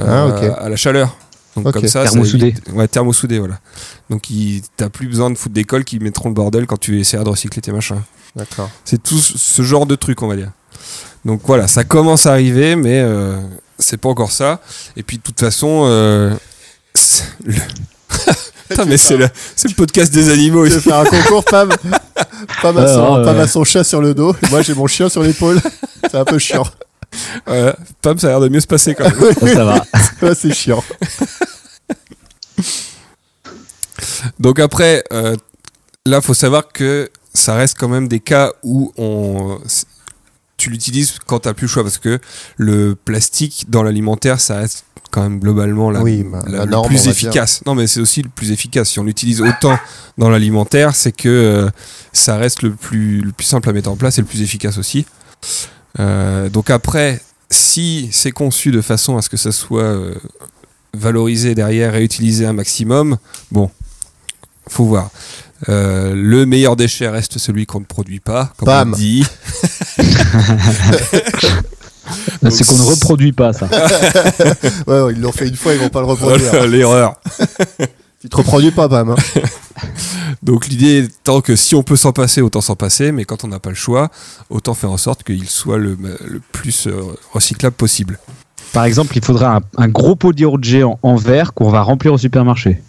E: euh,
D: Ah, ok.
E: à la chaleur. Donc
D: Ok.
E: comme ça, ça
F: Thermosoudé.
E: évite- Ouais, thermosoudé, voilà. Donc il- t'as plus besoin de foutre des colles qui mettront le bordel quand tu essaieras de recycler tes machins.
D: D'accord.
E: C'est tout ce ce genre de truc, on va dire. Donc voilà, ça commence à arriver, mais euh, c'est pas encore ça. Et puis de toute façon, euh, c'est le... Putain, mais c'est le, c'est le podcast des animaux.
D: Je vais faire un concours, Pam. Pam a, son,
F: Alors, euh,
D: Pam a
F: ouais.
D: son chat sur le dos, et moi j'ai mon chien sur l'épaule. C'est un peu chiant.
E: Euh, Pam, ça a l'air de mieux se passer quand même.
F: Ça, ça va.
D: Ouais, c'est chiant.
E: Donc après, euh, là, faut savoir que ça reste quand même des cas où on, c'est- tu l'utilises quand t'as plus le choix parce que le plastique dans l'alimentaire, ça reste quand même globalement la,
D: Oui, bah,
E: la-
D: la
E: le
D: norme, on
E: plus
D: va
E: efficace. Non, mais c'est aussi le plus efficace. Si on l'utilise autant dans l'alimentaire, c'est que euh, ça reste le plus, le plus simple à mettre en place et le plus efficace aussi. Euh, donc après, si c'est conçu de façon à ce que ça soit euh, valorisé derrière et utilisé un maximum, bon, faut voir. Euh, le meilleur déchet reste celui qu'on ne produit pas, comme
D: Bam.
E: on dit.
F: Bah, C'est qu'on ne reproduit pas ça.
D: Ouais, ouais, ils l'ont fait une fois, ils vont pas le reproduire.
E: Voilà, L'erreur.
D: tu te reproduis pas, Pam. hein.
E: Donc l'idée étant que si on peut s'en passer, autant s'en passer, mais quand on n'a pas le choix, autant faire en sorte qu'il soit le, le plus euh, recyclable possible.
F: Par exemple, il faudra un, un gros pot de yaourt géant en verre qu'on va remplir au supermarché.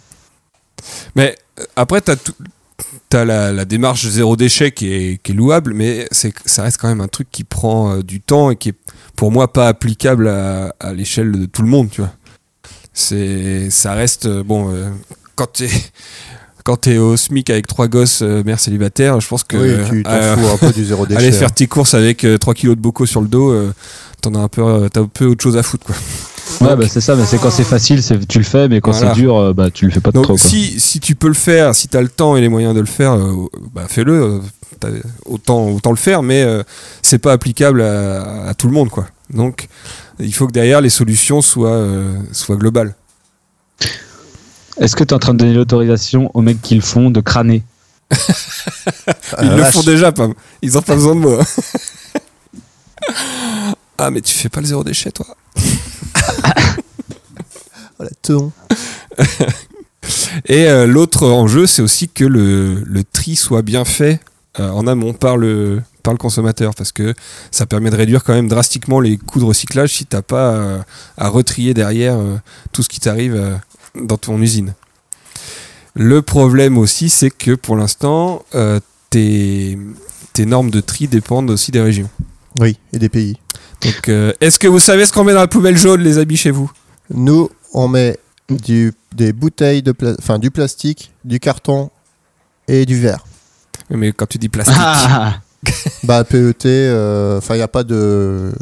E: Mais euh, après, tu as, la, la démarche zéro déchet qui est, qui est louable, mais c'est- ça reste quand même un truc qui prend euh, du temps et qui est pour moi pas applicable à, à l'échelle de tout le monde, tu vois. C'est, ça reste euh, bon euh, quand t'es quand t'es au SMIC avec trois gosses euh, mère célibataire, je pense que
D: Oui, tu t'en
E: euh,
D: fous un peu du zéro déchet.
E: Aller faire tes courses avec euh, 3 kilos de bocaux sur le dos, euh, t'en as un peu, euh, t'as un peu autre chose à foutre. Quoi.
F: Ouais, bah, c'est ça, mais c'est quand c'est facile, c'est- tu le fais, mais quand
E: Voilà.
F: c'est dur, euh, bah, tu le fais pas
E: Donc
F: trop. Quoi.
E: si, si tu peux le faire, si t'as le temps et les moyens de le faire, euh, bah, fais-le. euh, t'as- Autant, autant le faire, mais euh, c'est pas applicable à, à tout le monde. Quoi. Donc il faut que derrière les solutions soient, euh, soient globales.
F: Est-ce que tu es en train de donner l'autorisation aux mecs qui le font de crâner
D: Ah,
E: Ils
D: la
E: le
D: vache.
E: font déjà, Pam. Ils ont pas besoin de moi. ah mais tu fais pas le zéro déchet, toi.
D: Oh, la teon.
E: Et euh, l'autre enjeu, c'est aussi que le, le tri soit bien fait euh, en amont par le, par le consommateur, parce que ça permet de réduire quand même drastiquement les coûts de recyclage si t'as pas euh, à retrier derrière euh, tout ce qui t'arrive euh, dans ton usine. Le problème aussi, c'est que pour l'instant, euh, tes, tes normes de tri dépendent aussi des régions.
D: Oui, et des pays.
E: Donc, euh, est-ce que vous savez ce qu'on met dans la poubelle jaune, les amis, chez vous
D: Nous, on met du, des bouteilles de pla- enfin, du plastique, du carton et du verre.
E: Mais quand tu dis plastique,
F: ah,
D: Bah, PET, euh, enfin, il n'y a pas de.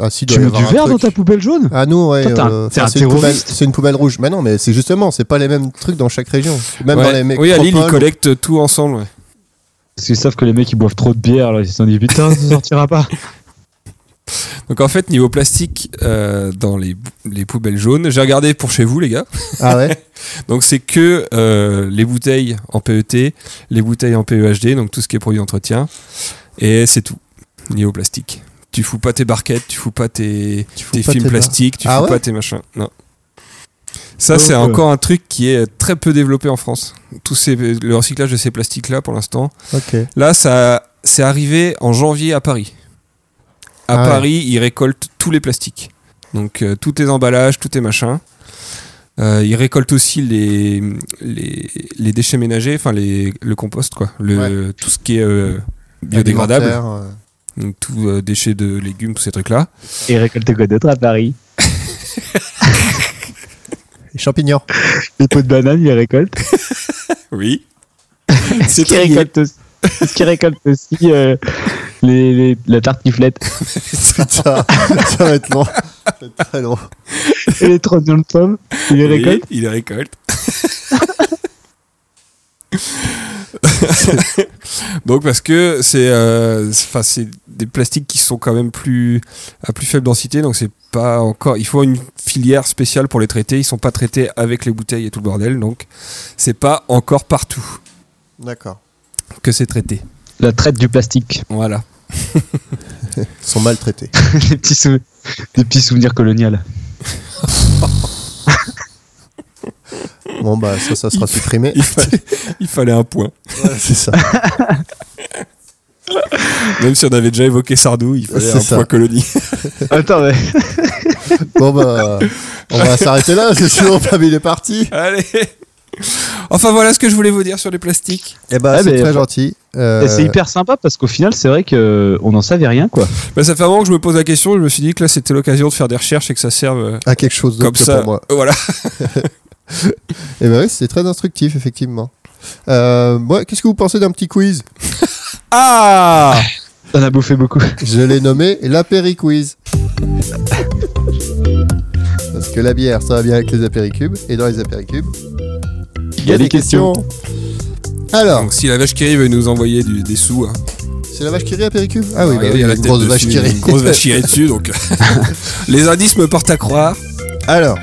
D: Ah, si, doit
F: Tu
D: y
F: mets
D: avoir
F: du
D: un
F: verre dans
D: truc.
F: ta poubelle jaune
D: Ah, nous, ouais.
F: Toi, t'es un-
D: euh,
F: t'es
D: enfin,
F: un
D: c'est une poubelle-
F: terroriste.
D: C'est une poubelle rouge. Mais non, mais c'est justement, c'est pas les mêmes trucs dans chaque région. Même dans
E: Ouais.
D: les mecs.
E: oui, à Lille, ils collectent tout ensemble. ouais.
F: Parce qu'ils savent que les mecs ils boivent trop de bière, alors ils se sont dit putain, ça sortira pas.
E: Donc en fait, niveau plastique, euh, dans les, les poubelles jaunes, j'ai regardé pour chez vous, les gars.
D: Ah ouais
E: Donc c'est que euh, les bouteilles en PET, les bouteilles en PEHD, donc tout ce qui est produit d'entretien. Et c'est tout, niveau plastique. Tu fous pas tes barquettes, tu fous pas tes, tes
D: pas
E: films
D: tes bar-
E: plastiques, tu
D: Ah
E: fous
D: ouais Oh,
E: pas tes machins. Non. Ça,
F: Donc,
E: c'est
F: euh,
E: encore un truc qui est très peu développé en France. Tous ces, le recyclage de ces plastiques-là, pour l'instant,
D: Ok.
E: Là, ça c'est arrivé en janvier à Paris. À
D: Ah ouais.
E: Paris, ils récoltent tous les plastiques. Donc euh, tous tes emballages, tous tes machins. Euh, ils récoltent aussi les, les, les déchets ménagers, enfin les, le compost, quoi. Le, Tout ce qui est euh, biodégradable.
D: Alimentaire, euh.
E: Donc tout euh, déchets de légumes, tous ces trucs-là.
F: Et récolter quoi d'autre à Paris
D: Les champignons.
F: Les pots de banane, ils les récoltent.
E: Oui.
F: Est-ce
E: C'est
F: qu'ils
E: très
F: récoltent aussi, est-ce qu'ils récoltent aussi euh, les, les- la tartiflette
D: Putain, ça va être long. Ça va être très long.
F: et les trois de pommes Ils les
E: Oui,
F: récoltent
E: Il les récolte. Donc parce que c'est euh, c'est- enfin c'est des plastiques qui sont quand même plus à plus faible densité donc c'est pas encore il faut une filière spéciale pour les traiter ils sont pas traités avec les bouteilles et tout le bordel donc c'est pas encore partout
D: D'accord.
E: que c'est traité
F: La traite du plastique.
E: voilà
D: Ils sont maltraités.
F: les petits, sou- des petits souvenirs coloniaux.
D: Bon, bah, ça, ça sera supprimé.
E: il fallait, il fallait un point
D: Ouais, c'est ça.
E: même si on avait déjà évoqué Sardou il fallait
D: C'est
E: un
D: ça.
E: point colonie
F: Attends, mais
D: Bon, bah, on va s'arrêter là, parce que sinon, Pam, il est parti.
E: allez enfin voilà ce que je voulais vous dire sur les plastiques
D: Eh bah,
F: Ouais,
D: c'est
F: mais-
D: très gentil. Euh,
F: c'est hyper sympa parce qu'au final, c'est vrai que on n'en savait rien quoi.
E: Bah, ça fait un moment que je me pose la question, je me suis dit que là c'était l'occasion de faire des recherches et que ça serve euh,
D: À quelque chose
E: comme
D: d'autre que
E: ça. Euh,
D: pour moi.
E: Voilà.
D: Eh bah, oui, c'est très instructif, effectivement. Euh, moi, qu'est-ce que vous pensez d'un petit quiz
E: Ah
F: On a bouffé beaucoup.
D: Je l'ai nommé l'apériquiz. Parce que la bière, ça va bien avec les apéricubes. Et dans les apéricubes, il y a des questions. Alors,
E: Donc si la vache qui rit veut nous envoyer du- des sous, hein.
D: c'est la vache qui rit apéricube Ah oui, bah
E: Regardez,
D: oui,
E: il y a la
D: une
E: tête
D: grosse
E: dessus,
D: vache qui rit.
E: une grosse vache qui rit dessus, donc euh, les indices me portent à croire.
D: Alors,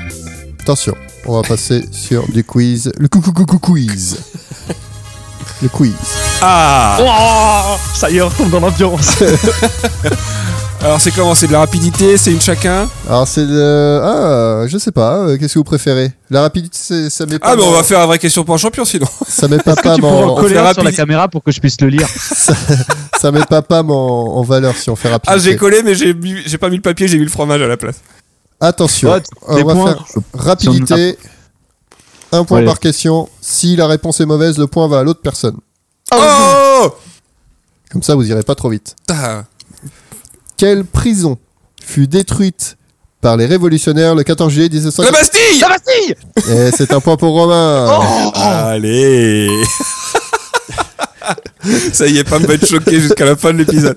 D: attention, on va passer sur du quiz, le coucou coucou quiz. le quiz.
E: Ah
F: Oh, ça y est, on retombe dans l'ambiance.
E: Alors c'est comment C'est de la rapidité, c'est une chacun
D: Alors c'est de... Ah, je sais pas, euh, qu'est-ce que vous préférez La rapidité, c'est- ça met pas...
E: Ah bah on
D: mon-
E: va faire un vrai question pour un champion sinon.
D: Ça met pas,
F: Est-ce que
D: pas
F: tu pourras
D: mon...
F: le coller
E: fait
F: un sur la
E: rapide-
F: caméra pour que je puisse le lire
D: ça met pas, pas mon... en valeur si on fait rapidité.
E: Ah j'ai collé mais j'ai mis- j'ai pas mis le papier, j'ai mis le fromage à la place.
D: Attention,
F: Ouais,
D: on
F: des
D: va
F: points.
D: faire rapidité. Un point
F: Ouais.
D: par question. Si la réponse est mauvaise, le point va à l'autre personne. Ah
E: Oh
D: Comme ça, vous irez pas trop vite.
E: Putain.
D: Quelle prison fut détruite par les révolutionnaires le 14 juillet
E: La
D: 1950
E: Bastille
F: La Bastille
D: Et Eh, c'est un point pour
E: Oh
D: Romain.
E: Allez Ça y est, pas me être choqué jusqu'à la fin de l'épisode.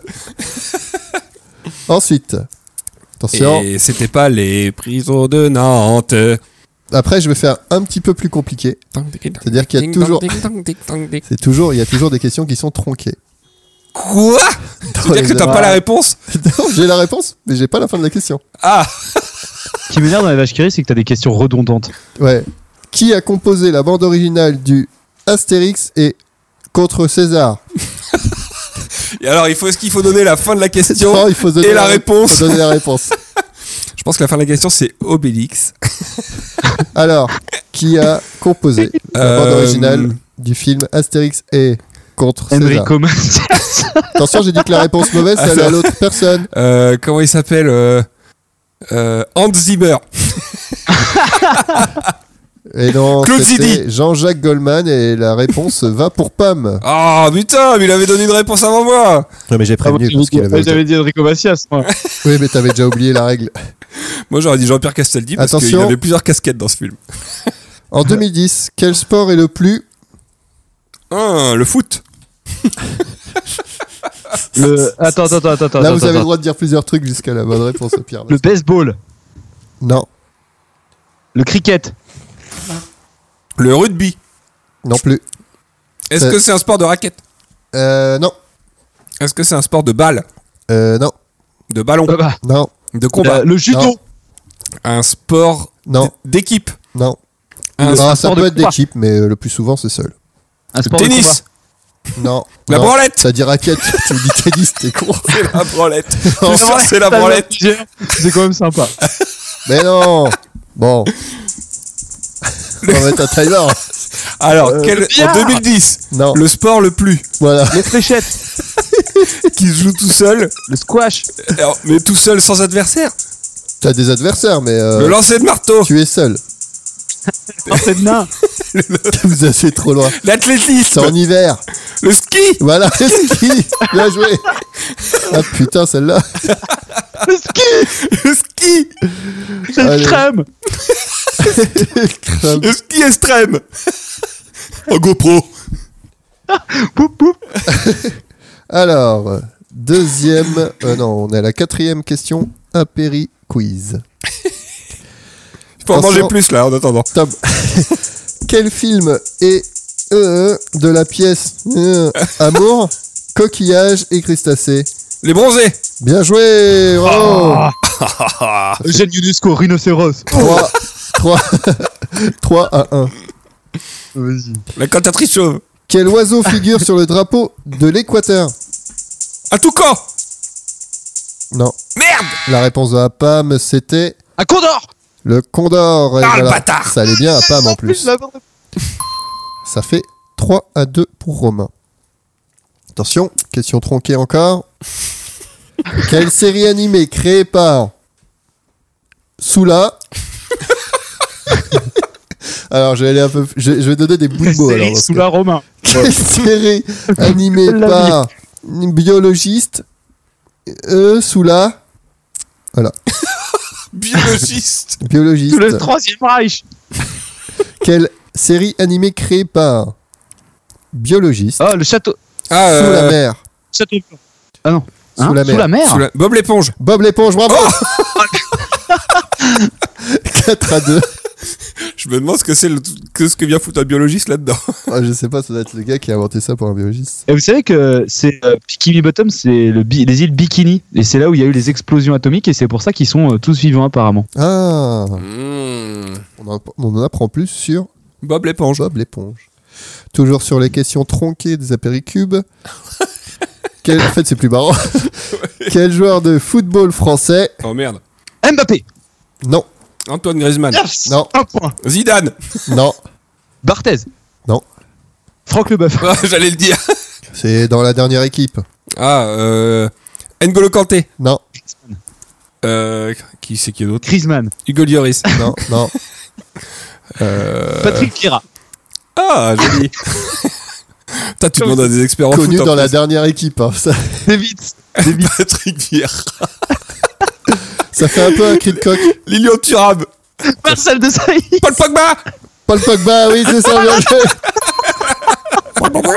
D: Ensuite, attention.
E: Et c'était pas les prisons de Nantes.
D: Après, je vais faire un petit peu plus compliqué. C'est-à-dire qu'il y a toujours, c'est toujours, il y a toujours des questions qui sont tronquées.
E: Quoi C'est-à-dire que t'as pas la réponse
D: Non, Ah, j'ai la réponse, mais j'ai pas la fin de la question.
E: Ah
F: Ce qui m'énerve dans les vaches qui rient, c'est que t'as des questions redondantes.
D: Ouais. Qui a composé la bande originale du Astérix et Contre César
E: Et alors, il faut, est-ce qu'il faut donner la fin de la question
D: Non, Oh, il faut donner
E: Et la réponse
D: faut donner la réponse.
E: Je pense que la fin de la question, c'est Obélix.
D: Alors, qui a composé la bande
E: Euh,
D: originale du film Astérix et Contre César
F: Enrico Macias.
D: Attention, j'ai dit que la réponse mauvaise, c'est à
E: Alors-
D: l'autre personne.
E: Euh, comment il s'appelle euh, euh, Hans Zimmer.
D: Et non,
E: Claude
D: c'était Jean-Jacques Goldman et la réponse va pour Pam.
E: Ah putain, mais il avait donné une réponse avant moi.
D: mais j'ai
F: Ah,
D: prévenu parce qu'il avait.
F: euh, J'avais dit Enrico Macias. moi.
D: Oui, mais t'avais déjà oublié la règle.
E: Moi, j'aurais dit Jean-Pierre Castaldi parce qu'il
D: Attention.
E: avait plusieurs casquettes dans ce film.
D: En 2010, quel sport est le plus
E: Ah, le foot.
F: Le... Attends, attends, attends, attends.
D: Là,
F: attends,
D: vous avez le
F: attends.
D: droit de dire plusieurs trucs jusqu'à la bonne réponse, Pierre.
F: Le baseball,
D: Non,
F: le cricket,
E: Le rugby.
D: non plus.
E: Est-ce
D: Euh.
E: que c'est un sport de raquette
D: Euh, non,
E: Est-ce que c'est un sport de balle
D: euh, non,
E: De ballon
F: euh, bah,
D: non,
E: De combat
F: euh, le judo,
D: Non.
E: Un sport
D: non,
E: d'équipe
D: non.
E: Un
D: Ah, ça
F: sport de
D: peut être
F: combat.
D: d'équipe, mais euh, le plus souvent, c'est seul.
F: un
E: Le
F: sport de combat.
E: Tennis
D: Non.
E: La
D: non.
E: branlette
D: Ça dit raquette, tu me dis tennis, t'es con.
E: C'est la branlette Je suis
D: Non.
E: sûr, C'est la
F: Ah,
E: branlette
F: non, C'est quand même sympa.
D: Mais non Bon. On va mettre un timer.
E: Alors, quel- en
F: billard.
E: 2010,
D: Non,
E: le sport le plus
D: voilà.
F: Les fléchettes,
E: qui se joue tout seul,
F: le squash,
E: alors, mais tout seul sans adversaire.
D: T'as des adversaires, mais euh,
E: Le lancer de marteau,
D: tu es seul.
F: le lancer de nain,
D: Vous allez trop loin. C'est
E: l'athlétisme,
D: en hiver.
E: le ski,
D: Voilà, le ski. Bien joué. Ah putain, celle-là.
F: le ski,
E: le ski,
D: Allez.
F: le tram.
D: Crame.
E: le ski extrême. En GoPro.
D: Alors, euh, deuxième. euh, non, on est à la quatrième question. Apéri quiz.
E: Il faut en
D: Attention.
E: manger plus là en attendant.
D: Tom. Quel film est euh, euh, de la pièce euh, Amour, coquillage et crustacés
E: Les bronzés.
D: Bien joué bravo.
F: Eugène Ionesco, rhinocéros. Oh,
D: 3, 3, 3 à 1.
F: Vas-y.
E: La cantatrice chauve.
D: Quel oiseau figure sur le drapeau de l'Équateur
E: Un toucan.
D: Non,
E: Merde.
D: la réponse à Pam, c'était
F: Un condor
D: le condor. Et
E: Ah, le bâtard.
D: Ça allait bien à Pam en plus.
F: La bande-
D: Ça fait 3 à 2 pour Romain. Attention, question tronquée encore. Quelle série animée créée par Soula Alors, je vais aller un peu. Je, je vais donner des bouts de mots. alors,
F: Série
D: parce
F: sous
D: que-
F: la Romain.
D: Quelle série animée
F: La
D: par une biologiste euh, Soula
E: Biologiste.
D: Biologiste.
F: Sous le troisième Reich.
D: Quelle série animée créée par biologiste
F: Ah, le château.
E: Ah,
D: Sous la
E: euh,
D: mer.
F: Château. Ah non.
D: Sous
F: Hein
D: la mer.
E: sous la- Bob l'éponge.
D: Bob l'éponge, bravo
E: Oh
D: 4 à 2.
E: Je me demande ce que c'est le- que ce que vient foutre un biologiste là-dedans.
D: Ah, je sais pas, ça doit être le gars qui a inventé ça pour un biologiste.
F: Et vous savez que c'est euh, Bikini Bottom, c'est le bi- les îles Bikini, et c'est là où il y a eu les explosions atomiques, et c'est pour ça qu'ils sont euh, tous vivants apparemment.
D: Ah On en, on en apprend plus sur
E: Bob l'éponge.
D: Bob l'éponge. Toujours sur les questions tronquées des apéricubes. Quel... En fait, c'est plus marrant. Quel joueur de football français
E: Oh merde.
F: Mbappé
D: Non,
E: Antoine Griezmann.
F: Yes
D: Non.
F: Un point
E: Zidane.
D: non,
F: Barthez
D: Non.
F: Franck Leboeuf
E: Ah, J'allais le dire.
D: c'est dans la dernière équipe.
E: Ah, euh, N'Golo Kanté.
D: Non,
E: Euh, qui c'est qui est d'autre
F: Griezmann
E: Hugo Lloris.
D: non, non.
E: Euh,
F: Patrick Vieira
E: Ah, joli. Putain, tu demandes à des experts en
D: Connu
E: foot, en
D: dans la
E: plus.
D: dernière équipe. hein. Ça,
F: David
E: Patrick Vieira.
D: ça fait un peu un cri de coq.
E: Lilian Thuram.
F: Marcel de Sailly
E: Paul Pogba.
D: Paul Pogba, oui, c'est ça, bien joué.
E: Paul Pogba.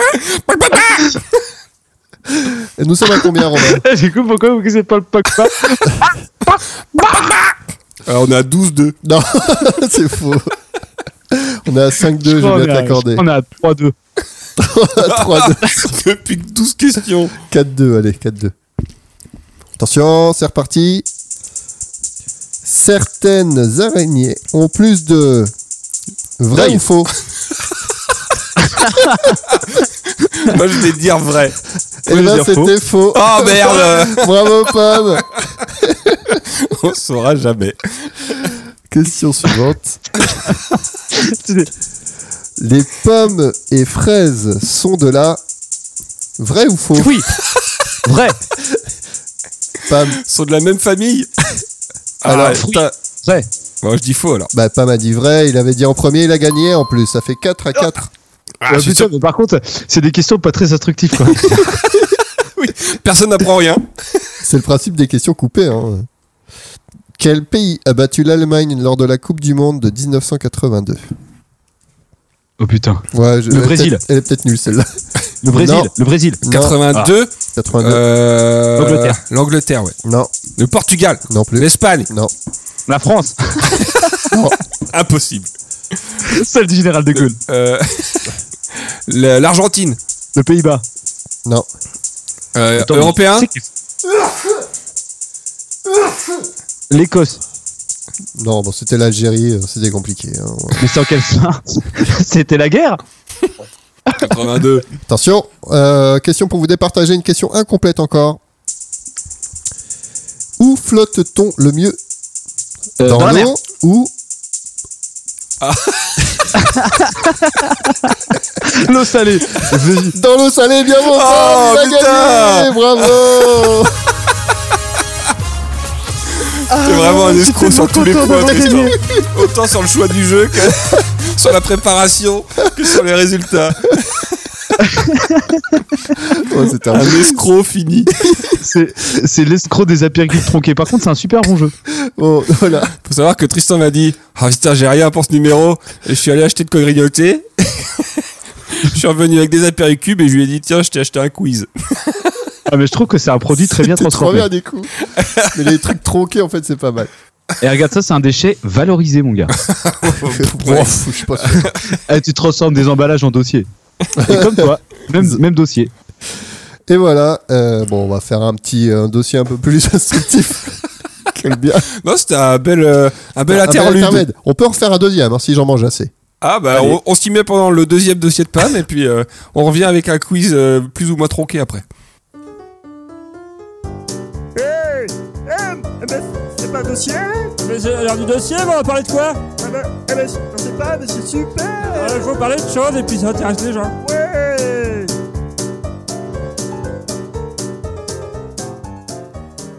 E: Paul Pogba.
D: Nous sommes à combien, Romain
F: Du coup, pourquoi vous connaissez pas le Pogba
E: Alors, on est à 12-2.
D: Non, c'est faux. On est à 5-2, je
F: Je crois
D: vais
F: qu'on
D: bien
F: est à-
D: t'accorder.
F: On est à 3-2.
D: 3-2,
E: Depuis 12 questions.
D: 4-2, allez, 4-2. Attention, c'est reparti. Certaines araignées ont plus de. Vrai
E: D'ail.
D: ou faux
E: Moi, je vais dire vrai.
D: Eh
E: voulez
D: ben,
E: dire
D: c'était faux.
E: Oh merde
D: Bravo, Pomme
E: On saura jamais.
D: Question suivante.
F: C'est des-
D: Les pommes et fraises sont de la. Vrai ou faux
F: Oui Vrai
D: Pam,
E: Ils sont de la même famille.
D: Alors,
E: Ah, putain.
F: Vrai
E: Bon, je dis faux alors.
D: bah, Pam a dit vrai, il avait dit en premier, il a gagné en plus. Ça fait 4 à 4.
E: Ah,
F: Ouais,
E: je suis
F: putain, mais par contre, c'est des questions pas très instructives quoi.
E: sûr- Personne n'apprend rien.
D: C'est le principe des questions coupées. hein. Quel pays a battu l'Allemagne lors de la Coupe du Monde de 1982
F: oh putain.
D: Ouais, je-
F: Le
D: elle est
F: Brésil.
D: peut-être- Elle est peut-être nulle celle-là.
F: Le Brésil,
D: Non.
F: le Brésil.
D: Non,
E: 82.
D: 82.
E: euh,
F: L'Angleterre.
E: L'Angleterre, ouais.
D: Non,
E: Le Portugal.
D: non plus.
E: L'Espagne.
D: Non.
F: La France.
E: Impossible.
F: Celle du général de Gaulle.
E: Euh, le- L'Argentine.
F: Le Pays-Bas.
D: Non.
E: Euh,
F: Attends, mais
E: européen.
F: c'est que- L'Écosse.
D: Non, bon, c'était l'Algérie, euh, c'était compliqué. hein.
F: Mais c'est en quelle fin C'était la guerre
E: 82.
D: Attention, euh, question pour vous départager, une question incomplète encore. Où flotte-t-on le mieux
F: Euh,
D: Dans,
F: la mer.
D: l'eau ou
F: L'eau salée.
D: dans l'eau salée Bien bon,
E: Oh,
D: Sam, il a
E: putain
D: gagné, Bravo
E: T'es vraiment un escroc sur tous les
F: content
E: points,
F: d'avoir
E: Tristan. Autant sur le choix du jeu que sur la préparation que sur les résultats.
D: Ouais, C'était un-
E: Un escroc fini.
F: C'est c'est l'escroc des apéritifs tronqués. Par contre, c'est un super bon jeu.
D: Bon, voilà.
E: Faut savoir que Tristan m'a dit Ah putain, j'ai rien pour ce numéro. Et je suis allé acheter de quoi grignoter. je suis revenu avec des apéricubes et je lui ai dit Tiens, je t'ai acheté un quiz.
F: Ah, mais je trouve que c'est un produit très bien
D: C'était trop
F: transformé.
D: bien des coups. Mais les trucs tronqués, en fait, c'est pas mal.
F: Et regarde ça, c'est un déchet valorisé, mon gars.
D: Bon, je suis pas sûr.
F: Eh, tu transformes des emballages en dossiers. Et comme toi, même, même dossier.
D: Et voilà. euh, bon, on va faire un petit un dossier un peu plus instructif. Quel bien. Ah,
E: Non, c'était un bel, euh, un bel
D: Un bel
E: interlude.
D: intermède. On peut en refaire un deuxième hein, si j'en mange assez.
E: Ah bah,
F: Allez.
E: on, on s'y met pendant le deuxième dossier de Pam et puis euh, on revient avec un quiz euh, plus ou moins tronqué après.
G: Hey Eh, eh ben, c'est pas un dossier
H: Mais c'est l'heure du dossier, mais on va parler de quoi Ah,
G: Ah ben, eh ben, j'en sais pas, mais c'est super
H: Il faut parler de choses et puis ça intéresse les gens.
G: Ouais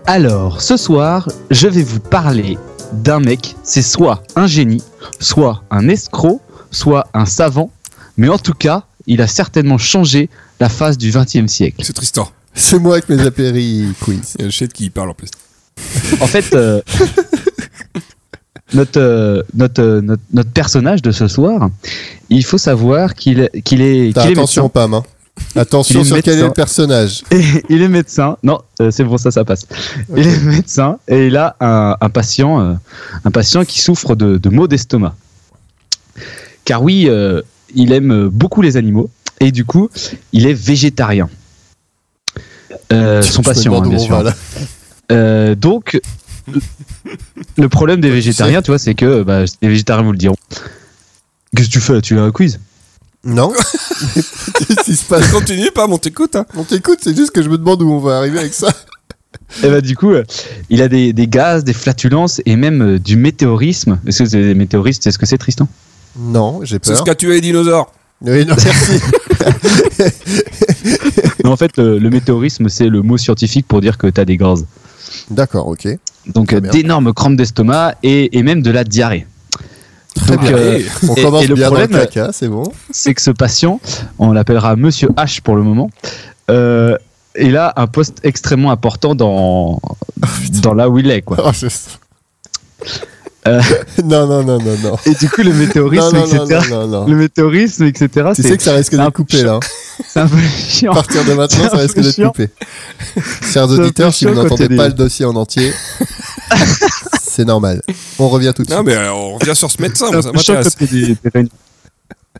F: Alors, ce soir, je vais vous parler d'un mec. C'est soit un génie, soit un escroc, soit un savant. Mais en tout cas, il a certainement changé la face du XXe siècle.
E: C'est Tristan.
D: C'est moi avec mes apéri quiz.
E: Il y a le chat qui parle en plus.
F: En fait, euh, notre, euh, notre, euh, notre, notre personnage de ce soir, il faut savoir qu'il qu'il est,
D: T'as
F: qu'il est
D: attention,
F: médecin.
D: Pam. hein. Attention
F: Il est
D: sur quel est le
F: médecin.
D: personnage.
F: il est médecin. Non, euh, c'est bon, ça, ça passe. Il est médecin et il a un, un patient, euh, un patient qui souffre de, de maux d'estomac. Car oui, euh, il aime beaucoup les animaux et du coup, il est végétarien. Euh, son
D: Je me
F: patient,
D: demande
F: hein,
D: où
F: bien
D: on
F: sûr.
D: va, là.
F: Euh, donc, le problème des végétariens, tu vois, c'est que bah, les végétariens vous le diront. Qu'est-ce que tu fais là Tu as un quiz
D: Non. Mais Qu'est-ce qui se passe
E: Continue pas, on t'écoute. Hein.
D: On t'écoute, c'est juste que je me demande où on va arriver avec ça.
F: Et bah du coup, euh, il a des, des gaz, des flatulences et même euh, du météorisme. Est-ce que c'est des météoristes Est-ce que c'est Tristan
D: Non, j'ai
E: C'est ce
D: peur.
E: qu'a tué les dinosaures.
D: Oui, non, merci.
F: Non, en fait, le, le météorisme, c'est le mot scientifique pour dire que t'as des gaz.
D: D'accord, ok.
F: Donc
D: Ah,
F: euh,
D: merde.
F: d'énormes crampes d'estomac et, et même de la diarrhée.
D: Très
F: Donc,
D: bien.
F: euh,
D: on
F: et-
D: commence
F: et le
D: bien dans le
F: problème-
D: caca, c'est bon.
F: c'est que ce patient, on l'appellera Monsieur H pour le moment, euh, il a un poste extrêmement important dans, dans là où il est. Quoi.
D: Oh, je-
F: Euh.
D: Non, non, non, non, non.
F: Et du coup, le
D: Non,
F: météorisme,
D: non, non,
F: etc.
D: non, non, non.
F: Le météorisme, etc.
D: Tu sais
F: c'est-
D: que ça risque
F: un
D: de
F: peu
D: couper là.
F: C'est un peu
D: À
F: chiant.
D: partir de maintenant,
F: C'est
D: ça
F: un
D: risque
F: peu
D: d'être
F: chiant.
D: coupé. Chers
F: peu
D: auditeurs, si vous
F: chiant quand
D: n'entendez
F: il y a
D: pas
F: des-
D: le dossier en entier, c'est normal. On revient tout de
E: Non,
D: suite.
E: mais euh, on revient sur ce médecin,
F: C'est
E: moi,
F: un
E: ça
F: peu chiant
E: m'intéresse.
F: quand il y a des- des réunions.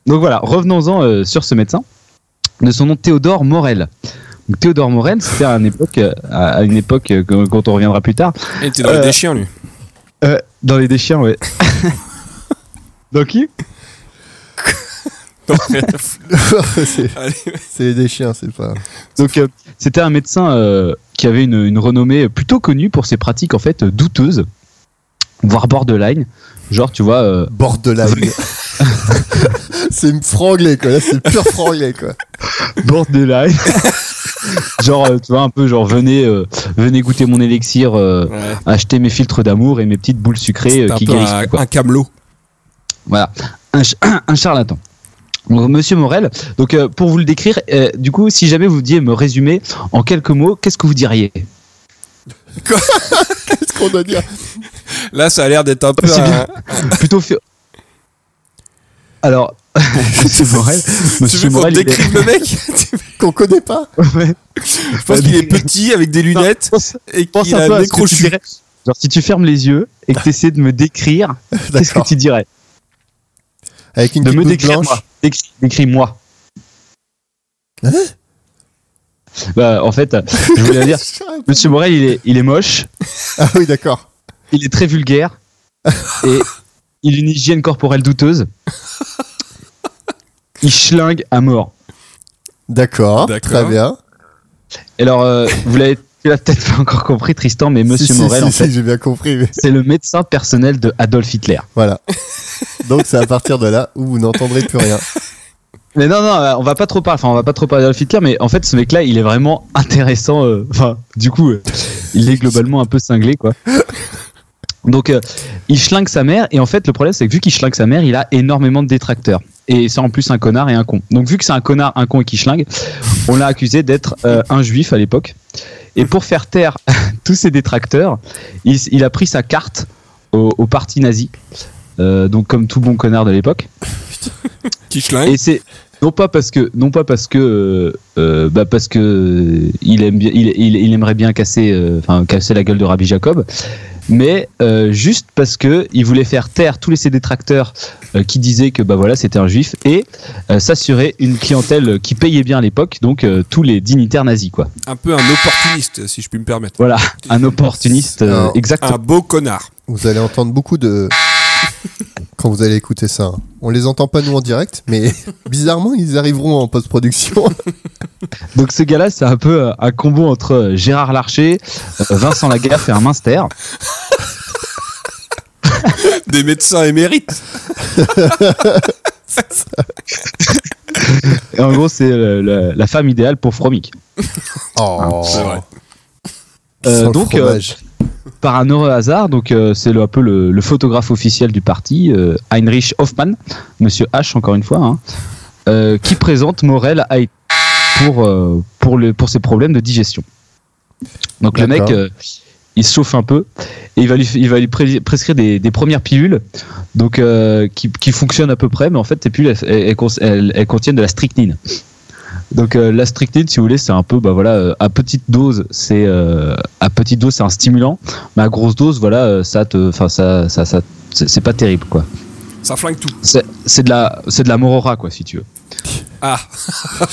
F: Donc voilà, revenons-en euh, sur ce médecin. De son nom Théodore Morel. Donc, Théodore Morel, c'était à une époque, euh, à à une époque euh, quand quand on reviendra plus tard,
E: Il était dans les
F: Euh,
E: déchiens, lui.
F: Euh, dans les déchiens, ouais. dans qui
D: c'est
E: Allez.
D: c'est des chiens, c'est pas.
F: Donc euh, c'était un médecin euh, qui avait une, une renommée plutôt connue pour ses pratiques en fait euh, douteuses, voire borderline. Genre tu vois, euh,
D: Borderline. c'est me franglais quoi. Là, c'est pur franglais quoi.
F: borderline. genre euh, tu vois un peu genre venez euh, venez goûter mon élixir, euh,
E: Ouais.
F: acheter mes filtres d'amour et mes petites boules sucrées
E: C'est
F: euh,
E: un
F: qui
E: peu
F: guérissent.
E: un,
F: quoi.
E: un camelot.
F: Voilà, un, ch- un charlatan. Donc, Monsieur Morel, donc euh, pour vous le décrire, euh, du coup, si jamais vous deviez me résumer en quelques mots, qu'est-ce que vous diriez
D: Qu'est-ce qu'on doit dire
E: Là, ça a l'air d'être un peu
F: Ah, C'est
E: un,
F: bien. Bah, Plutôt. fi- Alors, Monsieur Morel,
E: Tu
F: Monsieur
E: veux qu'on
F: Morel, il est-
E: décrive le mec Tu
D: Qu'on connaît pas
F: Ouais.
E: Je pense qu'il est petit avec des
F: Bah, Non,
E: lunettes
F: pense-
E: et
F: pense
E: qu'il
F: un
E: a
F: peu
E: le
F: à
E: nez
F: ce que tu
E: crochu.
F: dirais. Genre, si tu fermes les yeux et que tu essaies de me décrire, qu'est-ce que
D: D'accord.
F: tu dirais
D: Avec une
F: De me
D: petite
F: décrire
D: blanche.
F: moi. Décris- Décris-moi.
D: Hein
F: bah, en fait, je voulais dire, Monsieur Morel, il est, il est moche.
D: Ah oui, d'accord.
F: Il est très vulgaire et il a une hygiène corporelle douteuse. Il schlingue à mort.
D: D'accord.
E: D'accord.
D: Très bien.
F: Et Alors, euh, vous l'avez tu l'as peut-être pas encore compris, Tristan, mais Monsieur
D: Si, si,
F: Morel,
D: si,
F: en
D: si,
F: fait,
D: j'ai bien compris. mais-
F: c'est le médecin personnel de Adolf Hitler.
D: Voilà. Donc c'est à partir de là où vous n'entendrez plus rien.
F: Mais non, non, on va pas trop parler. Enfin, on va pas trop parler d'Adolf Hitler, mais en fait, ce mec-là, il est vraiment intéressant. euh, Enfin, du coup, euh, il est globalement un peu cinglé, quoi. Donc, euh, il schlingue sa mère, et en fait, le problème, c'est que vu qu'il schlingue sa mère, il a énormément de détracteurs. Et c'est en plus un connard et un con. Donc, vu que c'est un connard, un con et qui schlingue, on l'a accusé d'être euh, un juif à l'époque. Et pour faire taire tous ses détracteurs, il, s- il a pris sa carte au, au parti nazi. Euh, donc, comme tout bon connard de l'époque.
E: Qui schlingue.
F: Et c'est non pas parce que non pas parce que euh, euh, bah parce que euh, il aime bien il, il, il aimerait bien casser euh, enfin casser la gueule de Rabbi Jacob, mais euh, juste parce que il voulait faire taire tous les ses détracteurs euh, qui disaient que bah voilà c'était un juif et euh, s'assurer une clientèle qui payait bien à l'époque donc euh, tous les dignitaires nazis quoi.
E: Un peu un opportuniste, si je puis me permettre.
F: Voilà un opportuniste euh,
D: Alors,
F: exactement.
E: Un beau connard.
D: Vous allez entendre beaucoup de. Quand vous allez écouter ça. On les entend pas nous en direct, mais bizarrement, ils arriveront en post-production.
F: Euh, Donc ce gars-là, c'est un peu euh, un combo entre euh, Gérard Larcher, euh, Vincent Lagaffe et un Minster.
E: Des médecins émérites.
F: Et en gros, c'est euh, la- la femme idéale pour Fromic.
D: Oh,
E: C'est vrai.
F: Euh,
D: donc,
F: donc, euh, par un heureux hasard, donc euh, c'est le- un peu le, le photographe officiel du parti, euh, Heinrich Hoffmann, Monsieur H encore une fois, hein, euh, qui présente Morel à Hitler pour euh, pour le pour ses problèmes de digestion. Donc le mec,
D: D'accord.
F: euh, il se chauffe un peu et il va lui il va lui pré- prescrire des, des premières pilules, donc euh, qui qui fonctionnent à peu près, mais en fait ces pilules elles, elles- elles- elles contiennent de la strychnine. Donc euh, la strychnine, si vous voulez, c'est un peu, bah voilà, euh, à petite dose, c'est euh, à petite dose, c'est un stimulant, mais à grosse dose, voilà, euh, ça te, enfin ça, ça, ça c'est c'est pas terrible quoi.
E: Ça flingue tout.
F: C'est c'est de la, c'est de la morora quoi, si tu veux.
E: Ah,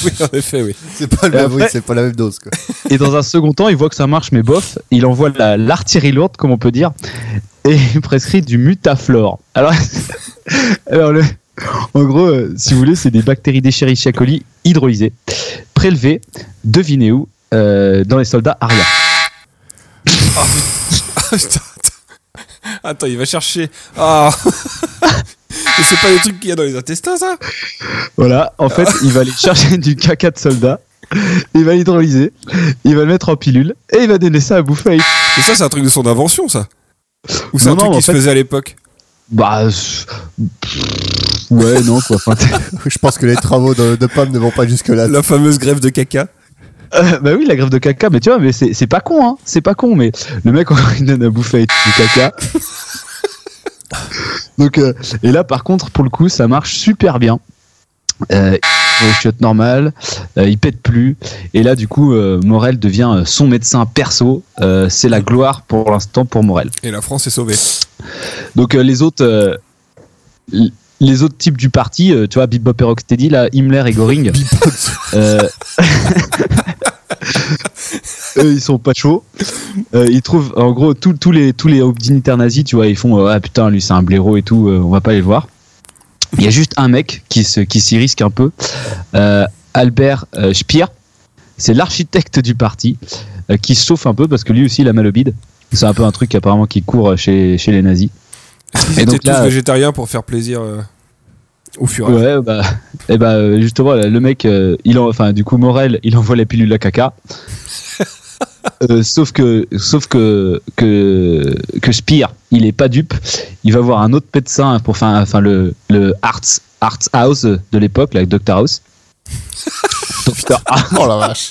E: oui, en effet, oui.
D: c'est pas, le
F: et
D: même-
F: après-
D: oui, c'est pas la même dose. Quoi.
F: Et dans un second temps, il voit que ça marche, mais bof, il envoie la- l'artillerie lourde, comme on peut dire, et il prescrit du mutaflore. Alors, alors le, En gros, euh, si vous voulez, c'est des bactéries d'Escherichia coli hydrolysées, prélevées, devinez où Euh, Dans les soldats Aria.
E: Putain, attends. Attends, il va chercher. Ah Mais c'est pas les trucs qu'il y a dans les intestins, ça
F: Voilà, en fait, il va aller chercher du caca de soldat, il va l'hydrolyser, il va le mettre en pilule et il va donner ça à bouffer. à Hitler.
E: Mais ça, c'est un truc de son invention, ça Ou c'est
F: Non,
E: un truc
F: non, en
E: qui se
F: fait-
E: faisait à l'époque
F: Bah. pff, Ouais, non, quoi. Enfin, t'es-
D: Je pense que les travaux de, de Pomme ne vont pas jusque-là.
E: La fameuse grève de caca.
F: Euh, bah oui, la grève de caca, mais tu vois, mais c'est c'est pas con, hein. C'est pas con, mais le mec, il donne à bouffer à du caca. Donc, euh, et là, par contre, pour le coup, ça marche super bien. Euh, il chiottes normal, euh, il pète plus. Et là, du coup, euh, Morel devient euh, son médecin perso. Euh, c'est la gloire pour l'instant pour Morel.
E: Et la France est sauvée.
F: Donc, euh, les autres. euh, l- les autres types du parti, euh, tu vois, Bebop et Rocksteady, là, Himmler et Goring, euh, eux, ils sont pas chauds. Euh, ils trouvent, en gros, tous- tous les tous les obdignitaires nazis, tu vois, ils font euh, ah putain, lui c'est un blaireau et tout, euh, on va pas les voir. Il y a juste un mec qui se qui s'y risque un peu, Euh, Albert euh, Speer, c'est l'architecte du parti euh, qui se chauffe un peu parce que lui aussi il a mal au bide. C'est un peu un truc apparemment qui court euh, chez chez les nazis.
E: Ils
F: Et
E: étaient
F: donc là, euh,
E: tous végétariens pour faire plaisir euh, au fur et à mesure.
F: Ouais, bah, et bah euh, justement, là, le mec, euh, il en, enfin, du coup, Morel, il envoie la pilule à caca. Euh, sauf que, sauf que, que, que Spear, il est pas dupe. Il va voir un autre médecin pour faire, enfin, le, le Arts, Arts House de l'époque, là, Dr House. Dr.
D: Oh la vache.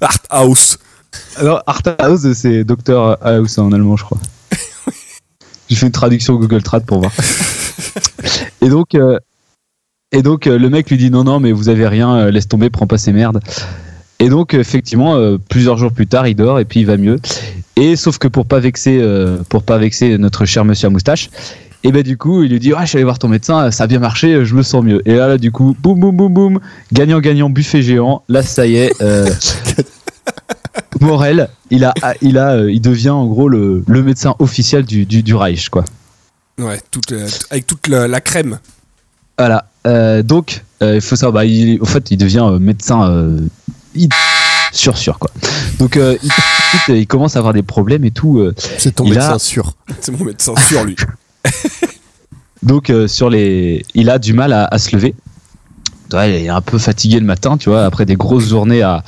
E: Art House
F: Non, Art House, c'est Docteur House en allemand, je crois. J'ai fait une traduction Google Trad pour voir. Et donc, euh, et donc euh, le mec lui dit non, non, mais vous avez rien, euh, laisse tomber, prends pas ces merdes. Et donc, effectivement, euh, plusieurs jours plus tard, il dort et puis il va mieux. Et sauf que pour pas vexer, euh, pour pas vexer notre cher monsieur à moustache, et ben du coup, il lui dit ah, je suis allé voir ton médecin, ça a bien marché, euh, je me sens mieux. Et là, là du coup, boum, boum, boum, boum, gagnant, gagnant, buffet géant. Là, ça y est. euh, Morel, il a, il a, euh, il devient en gros le, le médecin officiel du, du, du Reich, quoi.
E: Ouais, toute, la- t- avec toute la, la crème.
F: Voilà. Euh, donc, euh, il faut savoir, bah, il, en fait, il devient euh, médecin euh, il- sûr sûr quoi. Donc, euh, il, il- il commence à avoir des problèmes et tout. euh,
D: C'est ton
F: Il
D: médecin
F: a- Ah
D: sûr.
E: C'est mon médecin sûr, lui.
F: Donc euh, sur les, il a du mal à, à se lever. Ouais, il est un peu fatigué le matin, tu vois, après des grosses journées à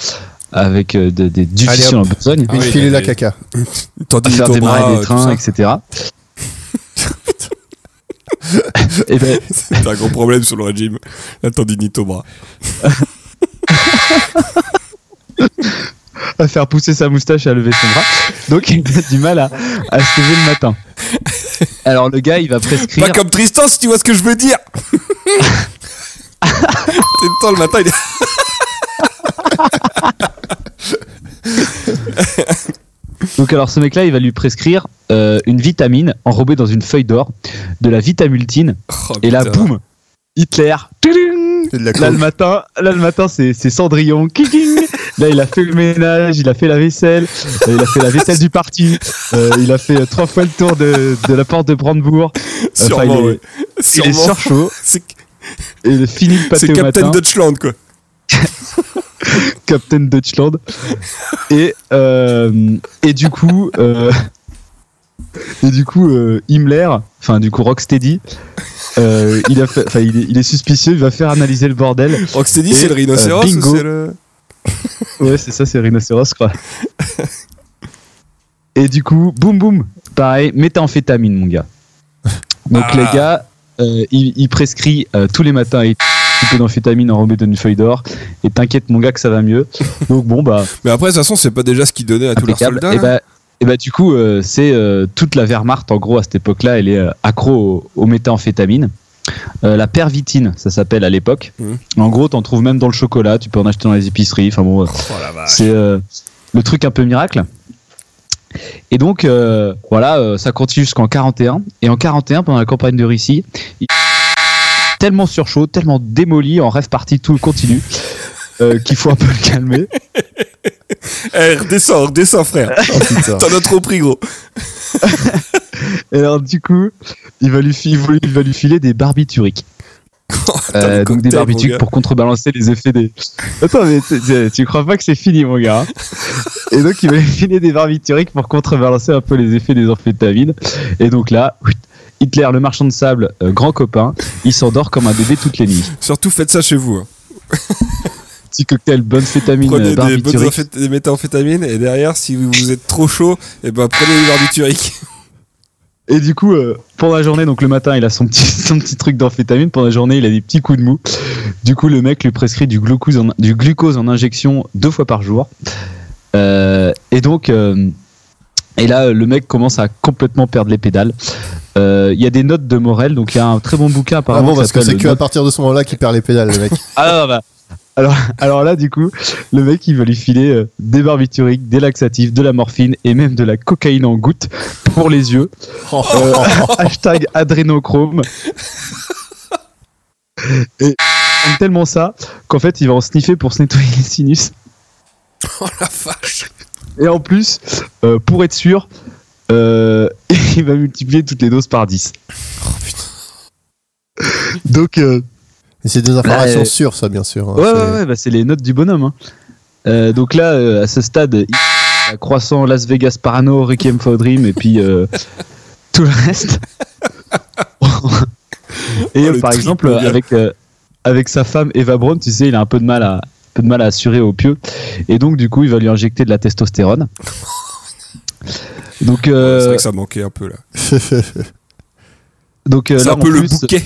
F: avec euh, des, des
E: Allez,
F: difficiles en besogne,
E: Ah
D: Une
E: oui,
D: pilule
E: bah,
D: à caca.
E: Tandis
F: à
E: que
F: faire des
E: Thomas,
F: marées,
E: euh,
F: des
E: tout
F: trains,
E: ça.
F: etc. et ben,
E: C'est un gros problème sur le régime. La tendinite au bras.
F: à faire pousser sa moustache et à lever son bras. Donc il a du mal à, à se lever le matin. Alors le gars, il va prescrire.
E: Pas comme Tristan, si tu vois ce que je veux dire. C'est le temps le matin. Il... est-
F: Donc alors ce mec-là, il va lui prescrire euh, une vitamine enrobée dans une feuille d'or, de la vitamultine.
E: Oh,
F: Et là,
E: putain. Oh.
F: boum, Hitler. tudung,
D: C'est de la
F: Là le
D: coke.
F: matin, là le matin, c'est c'est Cendrillon. Kiking. Là, il a fait le ménage, il a fait la vaisselle, euh, il a fait la vaisselle du parti, euh, il a fait euh, trois fois le tour de, de la porte de Brandebourg. Euh, Enfin,
E: Sûrement,
F: il est,
E: ouais.
F: il
E: Sûrement.
F: est surchaud
E: C'est
F: et il finit le
E: c'est
F: pâté au
E: Captain
F: matin.
E: Dutchland, quoi.
F: Captain Dutchland. Et, euh, et du coup, euh, et du coup, euh, Himmler, enfin du coup Rocksteady, euh, il, a fait- enfin, il, est, il est suspicieux, il va faire analyser le bordel.
E: Rocksteady,
F: Et,
E: c'est le
F: euh,
E: rhinocéros ou
F: bingo.
E: c'est le.
F: Ouais, c'est ça, c'est rhinocéros, quoi. Et du coup, boum boum, pareil, méthamphétamine, mon gars. Donc
E: Ah.
F: les gars, euh, il, il prescrit euh, tous les matins un petit peu d'amphétamine enrobée d'une feuille d'or. Et t'inquiète, mon gars, que ça va mieux. Donc bon, bah.
E: Mais après, de toute façon, c'est pas déjà ce qu'il donnait à tous leurs
F: Impeccable.
E: soldats.
F: Et
E: là
F: bah, et bah, du coup, euh, c'est euh, toute la Wehrmacht, en gros, à cette époque-là, elle est euh, accro aux, aux méthamphétamines. Euh, la pervitine, ça s'appelle à l'époque.
E: Mhm.
F: En gros, t'en trouves même dans le chocolat, tu peux en acheter dans les épiceries. Enfin bon, euh,
E: Oh la vache.
F: c'est euh, le truc un peu miracle. Et donc, euh, voilà, euh, ça continue jusqu'en 41. Et en 41, pendant la campagne de Russie, il- tellement surchaud, tellement démoli, en rêve parti tout le continu, euh, qu'il faut un peu le calmer.
E: Eh, redescends, redescends, frère.
D: Oh, putain.
E: T'en as trop pris, gros.
F: Et alors, du coup, il va lui, fi- il va- il va lui filer des barbituriques. Euh, donc des barbituriques pour contrebalancer les effets des. Attends, mais t- t- tu crois pas que c'est fini, mon gars hein Et donc, il va lui filer des barbituriques pour contrebalancer un peu les effets des amphétamines. Et donc là, Hitler, le marchand de sable, euh, grand copain, il s'endort comme un bébé toutes les nuits.
E: Surtout faites ça chez vous. hein.
F: Petit cocktail, bonne fétamine,
E: Prenez des, bonnes
F: barbiturique.
E: amphét- des méthamphétamines et derrière, si vous- vous êtes trop chaud, et ben prenez du barbiturique.
F: Et du coup, euh, pour la journée, donc le matin, il a son petit, son petit truc d'amphétamine. Pour la journée, il a des petits coups de mou. Du coup, le mec lui prescrit du glucose en, du glucose en injection deux fois par jour. Euh, et donc, euh, et là, le mec commence à complètement perdre les pédales. Euh, Il y a des notes de Morel, donc il y a un très bon bouquin
D: Ah
F: apparemment.
D: bon,
F: qui
D: parce que c'est
F: s'appelle
D: que à partir de ce moment-là qu'il perd les pédales, le mec.
F: alors, bah, alors, alors là, du coup, le mec, il va lui filer euh, des barbituriques, des laxatifs, de la morphine et même de la cocaïne en gouttes pour les yeux.
E: Oh.
F: Euh, hashtag adrénochrome. Et il aime tellement ça qu'en fait, il va en sniffer pour se nettoyer les sinus.
E: Oh la vache.
F: Et en plus, euh, pour être sûr, euh, il va multiplier toutes les doses par 10. Donc, euh,
D: Et c'est des informations
F: Bah, euh,
D: sûres, ça, bien sûr. hein.
F: Ouais,
D: C'est-
F: ouais, ouais, bah, c'est les notes du bonhomme. hein. Euh, donc là, euh, à ce stade, il y a croissant, Las Vegas Parano, Requiem for a Dream et puis euh, tout le reste. et
E: Oh, le
F: par
E: triple,
F: exemple,
E: le gars.
F: avec, euh, avec sa femme Eva Braun, tu sais, il a un peu de mal à, un peu de mal à assurer au pieu. Et donc, du coup, il va lui injecter de la testostérone. Donc, euh,
E: C'est vrai que ça manquait un peu là.
F: donc euh,
E: C'est
F: là,
E: un peu
F: en
E: le
F: plus-
E: bouquet.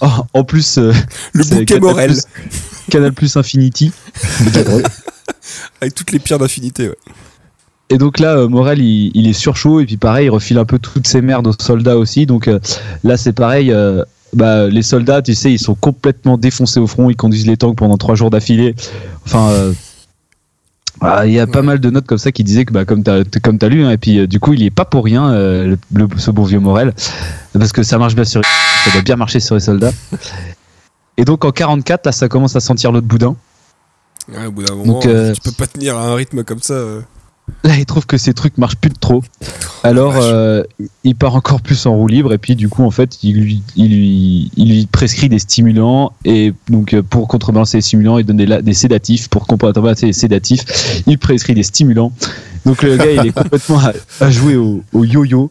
F: en- en plus, euh,
E: Le
F: c'est
E: bouquet
F: Canal+,
E: Morel.
F: Canal Plus Infinity.
E: Avec toutes les pierres d'infinité, ouais.
F: Et donc là, euh, Morel, il, il est surchaud et puis pareil, il refile un peu toutes ses merdes aux soldats aussi. Donc euh, là, c'est pareil. euh, bah, les soldats, tu sais, ils sont complètement défoncés au front. Ils conduisent les tanks pendant trois jours d'affilée. Enfin, euh, voilà, il y a pas mal de notes comme ça qui disaient que, bah, comme t'as t- comme t'as lu, hein, et puis euh, du coup, il y est pas pour rien, euh, le- le- ce bon vieux Morel, parce que ça marche bien sur, ça doit bien marcher sur les soldats. Et donc en 44, là, ça commence à sentir l'autre boudin.
E: Ouais, au bout d'un moment,
F: Donc, euh,
E: tu peux pas tenir à un rythme comme ça. euh.
F: Là, il trouve que ces trucs marchent plus de trop. Alors,
E: Vache.
F: euh, il part encore plus en roue libre. Et puis, du coup, en fait, il lui, il lui, il lui prescrit des stimulants. Et donc, euh, pour contrebalancer les stimulants, il donne des, la- des sédatifs. Pour contrebalancer les sédatifs, il prescrit des stimulants. Donc, le gars, il est complètement à, à jouer au, au yo-yo.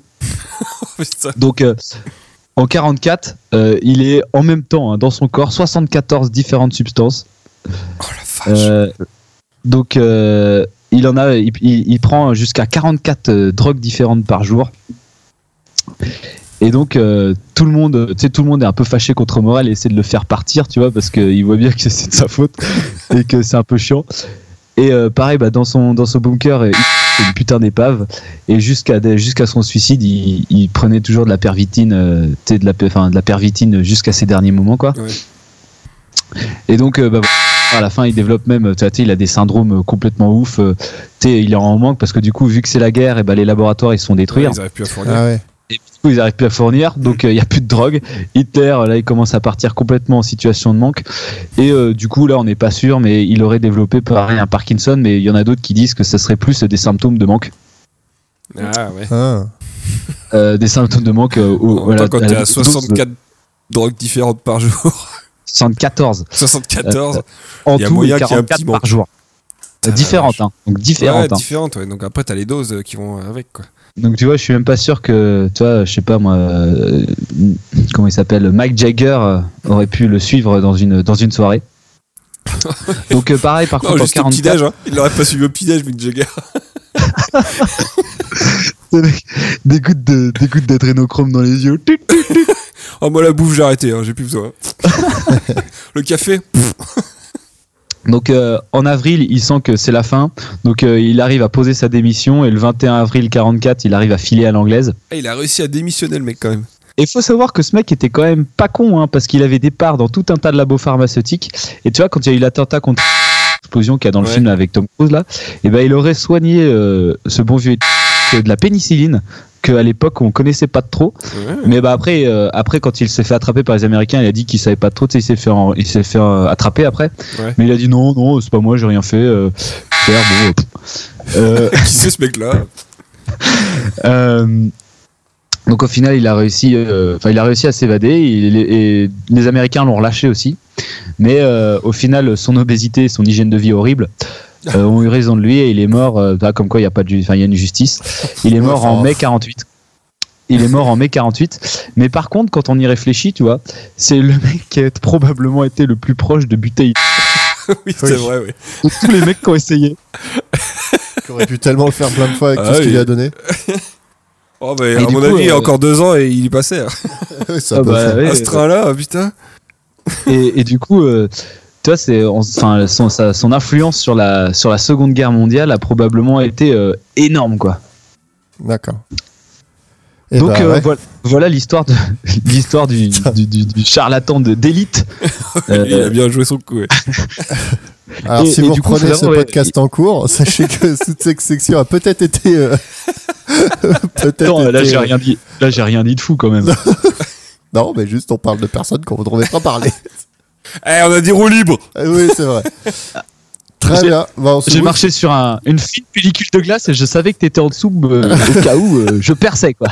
E: Putain.
F: Donc, euh, en 44, euh, il est en même temps hein, dans son corps 74 différentes substances.
E: Oh la vache.
F: Euh, donc, euh, il en a, il, il- il prend jusqu'à 44 euh, drogues différentes par jour. Et donc, euh, tout le monde, tu sais, tout le monde est un peu fâché contre Morel et essaie de le faire partir, tu vois, parce qu'il voit bien que c'est de sa faute et que c'est un peu chiant. Et euh, pareil, bah, dans son dans son bunker, euh, il c'est une putain d'épave. Et jusqu'à des- jusqu'à son suicide, il, il prenait toujours de la pervitine, euh, tu sais, de la, pe- enfin, de la pervitine jusqu'à ses derniers moments, quoi.
E: Ouais.
F: Et donc, euh, bah, à la fin, il développe même, tu vois, tu sais, il a des syndromes complètement ouf. euh, Tu sais, il est en manque parce que du coup, vu que c'est la guerre, et ben les laboratoires ils se font détruire.
E: Ouais, ils Mm. arrivent plus à fournir.
D: Ah ouais.
F: Et puis, du coup, ils arrivent plus à fournir, donc euh, il y a plus de drogue. Hitler, euh, là, il commence à partir complètement en situation de manque. Et euh, du coup, là, on n'est pas sûr, mais il aurait développé pareil un Parkinson, mais il y en a d'autres qui disent que ça serait plus des symptômes de manque.
E: Ah ouais.
D: Ah.
F: Euh, des symptômes de manque euh, au-
E: En
F: voilà,
E: même temps, quand
F: à
E: t'es
F: la
E: à
F: dose
E: 64 drogues différentes par jour,
F: 74 Euh,
E: 74,
F: en
E: Il y a
F: tout et
E: moyen qu'il y ait un
F: 44
E: petit
F: par
E: manque.
F: jour.
E: Putain, la
F: Différentes, hein. Donc
E: ouais,
F: différentes. hein.
E: différentes, ouais. Donc après, t'as les doses euh, qui vont avec, quoi.
F: Donc tu vois, je suis même pas sûr que, tu vois, je sais pas moi, euh, comment il s'appelle, Mike Jagger euh, aurait pu le suivre dans une dans une soirée. Donc euh, pareil, par
E: Non,
F: contre, en
E: juste au
F: 44,
E: petit-déj, hein. Il l'aurait pas suivi au petit-déj, Mick Jagger.
F: des gouttes de des gouttes d'adrénochrome dans les yeux.
E: Oh, moi, la bouffe, j'ai arrêté, hein. J'ai plus besoin. Le café, hein.
F: Donc euh, en avril, il sent que c'est la fin. Donc euh, il arrive à poser sa démission et le 21 avril 44, il arrive à filer à l'anglaise.
E: Ah, il a réussi à démissionner, le mec, quand même.
F: Et faut savoir que ce mec était quand même pas con, hein, parce qu'il avait des parts dans tout un tas de labos pharmaceutiques. Et tu vois, quand il y a eu l'attentat contre l'explosion qu'il y a dans le
E: Ouais.
F: film là, avec Tom Cruise, là, et ben il aurait soigné euh, ce bon vieux que de la pénicilline qu'à l'époque on connaissait pas trop. Mais bah après, euh, après quand il s'est fait attraper par les Américains, il a dit qu'il savait pas trop. tu sais, Il s'est fait, en- il s'est fait euh, attraper après.
E: Ouais.
F: Mais il a dit non, non, c'est pas moi, j'ai rien fait. euh, faire, bon, euh, pff. Euh,
E: Qui c'est, ce mec-là
F: Euh, donc au final, il a réussi, euh, enfin, il a réussi à s'évader il- et les Américains l'ont relâché aussi. Mais euh, au final, son obésité, et son hygiène de vie horrible euh, ont eu raison de lui et il est mort. euh, bah, comme quoi, il y a pas de, ju- enfin, il y a une justice. Il est mort en mai 48. Il est mort en mai 48. Mais par contre, quand on y réfléchit, tu vois, c'est le mec qui a probablement été le plus proche de buter Hitler
E: oui, c'est vrai, oui.
F: de tous les mecs qui ont essayé.
D: Tu aurais pu tellement le faire plein de fois avec
E: Ah
D: tout ce
E: oui.
D: qu'il lui a donné.
E: Oh, bah,
F: du
E: à mon
F: coup,
E: avis, il y a
F: euh,
E: encore deux ans et il y passait. hein.
D: Ça
F: Ah
D: peut
F: bah,
D: faire.
F: ouais.
E: À ce train-là, oh, putain.
F: et, et du coup, euh, tu vois, c'est, on- enfin, son, sa- son influence sur la, sur la Seconde Guerre mondiale a probablement été euh, énorme, quoi.
D: D'accord. Et
F: Donc
D: bah,
F: euh,
D: ouais.
F: voilà, voilà l'histoire, de, l'histoire du, du, du- du charlatan de, d'élite. Euh,
E: il a bien joué son coup. ouais.
D: Alors,
F: et-
D: si
F: et
D: vous
F: du coup,
D: reprenez ce
F: finalement, ouais,
D: podcast en cours, sachez que toute cette section a peut-être été. euh, peut-être.
F: Attends, là,
D: été- euh,
F: j'ai rien dit, là, j'ai rien dit de fou quand même.
D: Non, mais juste, on parle de personnes qu'on voudrait pas parler.
E: Eh, on a dit roue libre.
D: Ah oui, c'est vrai. Très
F: J'ai-
D: bien. Bah, on se
F: J'ai
D: bouge.
F: marché sur un, une fine pellicule de glace et je savais que t'étais en dessous euh, au cas où euh, je perçais, quoi.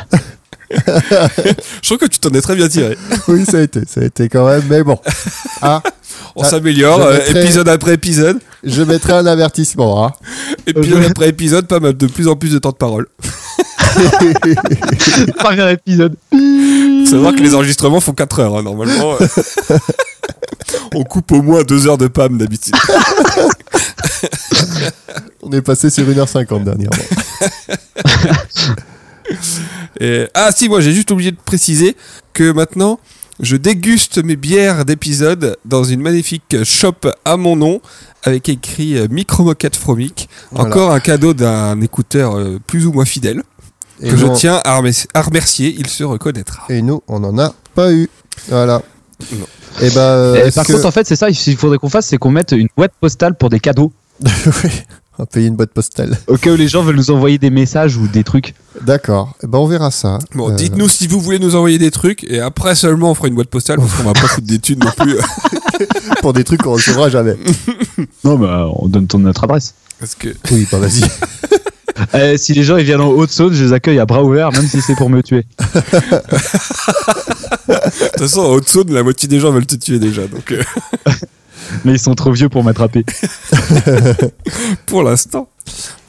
E: Je trouve que tu t'en es très bien tiré.
D: Oui, ça a été. Ça a été quand même. Mais bon. Ah,
E: On
D: Ah,
E: s'améliore,
D: je
E: euh,
D: mettrai-
E: épisode après épisode,
D: je mettrai un avertissement. Hein.
E: épisode
F: je-
E: après épisode, pas mal, de plus en plus de temps de parole.
F: Premier épisode.
E: Faut savoir que les enregistrements font 4 heures, hein, normalement. euh. on coupe au moins 2 heures de PAM d'habitude.
D: On est passé sur 1h50 dernièrement.
E: Et- Ah si, moi j'ai juste oublié de préciser que maintenant, je déguste mes bières d'épisode dans une magnifique shop à mon nom avec écrit euh, Micro Moquette Fromic.
D: Voilà.
E: Encore un cadeau d'un écouteur euh, plus ou moins fidèle
D: Et
E: que je
D: non.
E: tiens à remer- à remercier, il se reconnaîtra.
D: Et nous, on n'en a pas eu. Voilà.
E: Non.
D: Et bah, euh,
F: Et
D: est-ce
F: Eh, par
D: que-
F: contre, en fait, c'est ça, il faudrait qu'on fasse, c'est qu'on mette une boîte postale pour des cadeaux.
D: Oui, on va payer une boîte postale.
F: Au cas où les gens veulent nous envoyer des messages ou des trucs.
D: D'accord. Eh ben, on verra ça.
E: Bon,
D: Euh,
E: dites-nous si vous voulez nous envoyer des trucs et après seulement on fera une boîte postale parce qu'on va pas foutre d'études non plus. euh,
D: Pour des trucs qu'on recevra jamais.
F: Non, bah, on donne ton, notre adresse.
E: Parce que
D: Oui, bah vas-y.
F: Euh, si les gens ils viennent en Haute-Saône, je les accueille à bras ouverts, même si c'est pour me tuer.
E: de toute façon, en Haute-Saône, la moitié des gens veulent te tuer déjà. Donc euh,
F: Mais ils sont trop vieux pour m'attraper.
E: pour l'instant.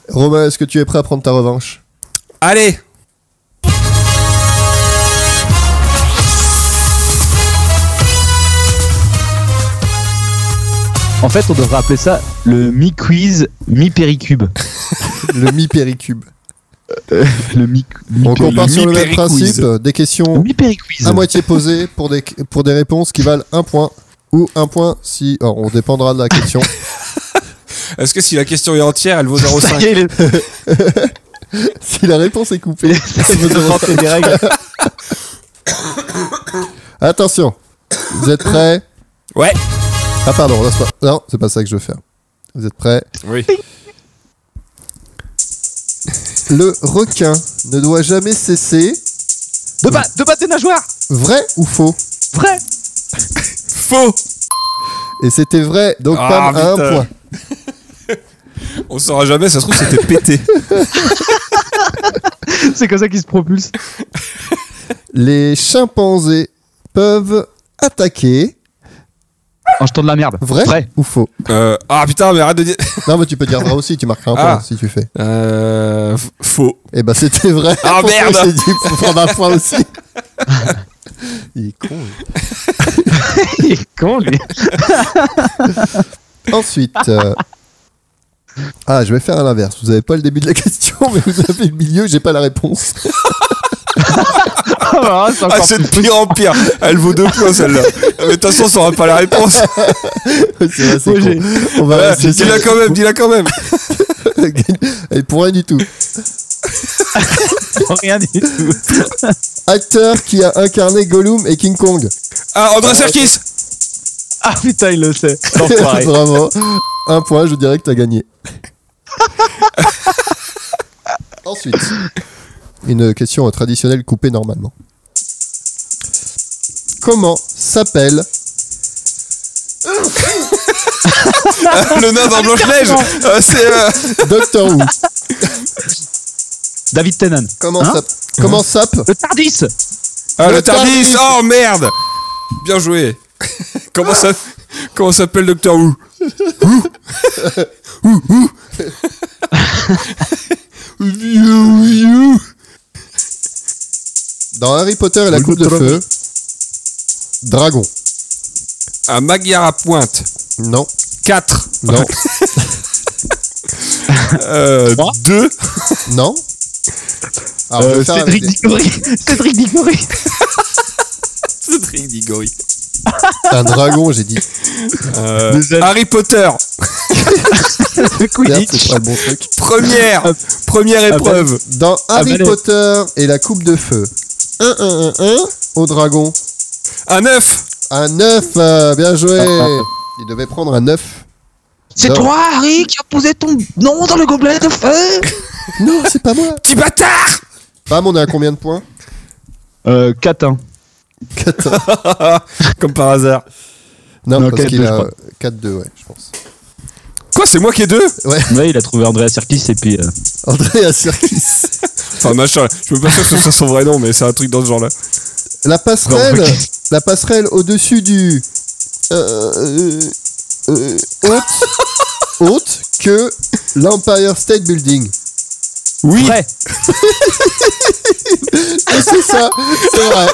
D: Romain, est-ce que tu es prêt à prendre ta revanche
E: Allez
F: En fait, on devrait appeler ça le mi-quiz, mi-péricube.
D: Le mi-péricube.
F: Le mi
D: On compare
E: le
D: sur le même
E: mi-périquiz.
D: principe. Des questions
F: Mi-périquiz.
D: à moitié posées pour des, pour des réponses qui valent un point. Ou un point si. alors, on dépendra de la question.
E: Est-ce que si la question est entière, elle vaut
F: Ça y
E: 0,5
F: est, les-
D: si la réponse est coupée.
F: les- les- les- les règles.
D: Attention. Vous êtes prêts
E: Ouais
D: Ah, pardon, là, c'est pas- Non, c'est pas ça que je veux faire. Vous êtes prêts
E: Oui.
D: Le requin ne doit jamais cesser.
F: De bas, de bas tes nageoires
D: Vrai ou faux
F: Vrai
E: Faux
D: Et c'était vrai, donc
E: Ah,
D: Pam a un
E: putain.
D: point.
E: On saura jamais, ça se trouve, c'était pété.
F: C'est comme ça qu'ils se propulsent.
D: Les chimpanzés peuvent attaquer.
F: En jetant de la merde.
D: Vrai,
F: Vrai.
D: ou faux
E: Euh, ah putain, mais arrête de dire.
D: Non, mais tu peux dire vrai aussi, tu marqueras un
E: Ah.
D: point si tu fais.
E: Euh, f- faux.
D: Eh ben, c'était vrai.
E: Ah,
D: Pour ça,
E: merde.
D: J'ai dit pour prendre un point aussi. Il est con. lui.
F: Il est con, lui.
D: Ensuite. euh, Ah, je vais faire à l'inverse. Vous avez pas le début de la question, mais vous avez le milieu, j'ai pas la réponse.
F: Ah, c'est
E: Ah,
F: encore
E: c'est
F: plus
E: de pire en pire. Elle vaut deux points celle-là. Mais de toute façon, on saura pas la réponse.
D: c'est vrai, c'est
F: Ouais,
D: con. On va
E: Ouais,
D: rester sur-
E: dis-la quand même, dis-la quand même.
D: Et pour rien du tout.
F: rien du tout.
D: Acteur qui a incarné Gollum et King Kong.
E: Ah, André Serkis
F: Ah putain, il le sait. L'enfoiré.
D: Bravo. Un point, je dirais que t'as gagné. Ensuite, une question traditionnelle coupée normalement. Comment s'appelle
E: Ah,
F: Hein
E: Le nain dans Blanche-Neige Euh, C'est. euh,
D: Doctor Who
F: David Tennant. Euh,
D: Comment
F: Hein
D: ça Comment ça
F: Le Tardis
E: Ah, le,
D: Le
E: Tardis
D: Tardis.
E: Oh merde Bien joué Comment ça Comment s'appelle Docteur Who
D: Dans Harry Potter et la coupe de feu. Dragon.
E: Un Magyar à pointe.
D: Non.
E: 4.
D: Non.
E: Euh, 2.
D: non. Alors, je
F: Euh,
D: vais faire
F: Cédric
D: avec
F: Diggory Cédric Diggory
E: Cédric Diggory.
D: des- un dragon, j'ai dit.
E: Euh,
F: Désolé.
E: Harry Potter.
D: Merde, c'est pas le bon truc.
E: Première. Première épreuve.
D: Dans Harry
F: ben, allez.
D: Potter et la coupe de feu. 1 1 1 1 au dragon.
E: Un 9.
D: Un 9, euh, bien joué.
F: Ah, ah.
D: Il devait prendre un 9.
F: C'est
D: Non.
F: toi, Harry, qui a posé ton nom dans le gobelet de feu
D: Non, c'est pas moi.
E: Petit bâtard
D: Pam, on est à combien de points
F: Euh, Catin.
E: Comme par hasard.
D: Non,
F: Non,
D: parce
F: 4-2,
D: qu'il
F: je
D: a
F: crois.
D: 4-2, ouais, je pense.
E: Quoi, c'est moi qui ai deux
F: Ouais, il a trouvé Andrea Sirkis et puis. euh,
D: André à Cirkis.
E: Enfin, machin. Je me pas sûr que ce soit son vrai nom, mais c'est un truc dans ce genre-là.
D: La passerelle,
F: Non, ok.
D: la passerelle au-dessus du euh, euh, euh, haute, haute que l'Empire State Building.
E: Oui.
F: Prêt.
D: Et c'est ça, c'est vrai.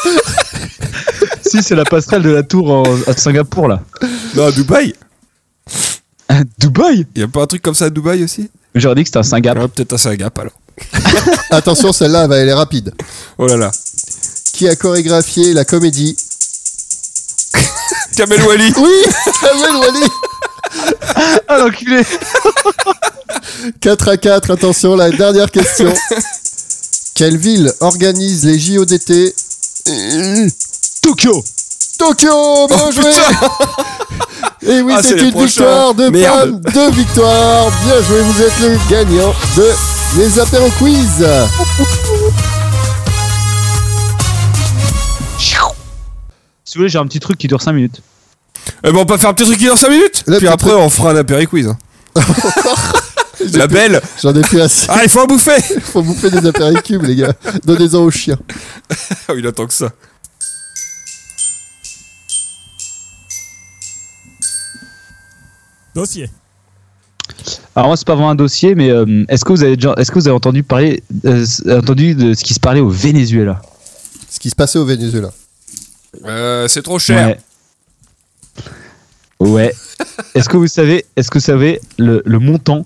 F: si, c'est la passerelle de la tour en- à Singapour, là.
E: Non, à Dubaï.
F: Dubaï
E: Il a pas un truc comme ça à Dubaï aussi
F: J'aurais dit que c'était un Singapour.
E: Ouais, Peut-être à Sagap alors.
D: Attention, celle-là, elle va aller rapide.
E: Oh là là.
D: Qui a chorégraphié la comédie
E: Kamel Wally.
D: Oui, Samuel Wally.
F: Ah, l'enculé
D: 4 à 4, attention, la dernière question. Quelle ville organise les JO d'été Euh,
F: Tokyo
D: Tokyo, bien joué Et oui,
E: Oh, Ah, c'est
D: c'est
E: les
D: une
E: prochains.
D: victoire de
E: Merde.
D: Pam, deux victoires. Bien joué, vous êtes le gagnant de les apéros quiz.
F: Si vous voulez, j'ai un petit truc qui dure 5 minutes.
E: Eh ben, on peut faire un petit truc qui dure 5 minutes.
D: Le
E: Puis
D: petit
E: après, on fera un apéritif. La belle.
D: J'en ai fait assez.
E: Ah, il faut en bouffer.
D: Faut bouffer des apéricubes, les gars. Donnez-en aux chiens.
E: Ah, il attend que ça.
H: Dossier.
F: Alors moi c'est pas vraiment un dossier, mais euh, est-ce que vous avez déjà, est-ce que vous avez entendu parler, euh, entendu de ce qui se parlait au Venezuela
D: Ce qui se passait au Venezuela.
E: Euh, c'est trop cher.
F: Ouais. Ouais. est-ce que vous savez, est-ce que vous savez le, le montant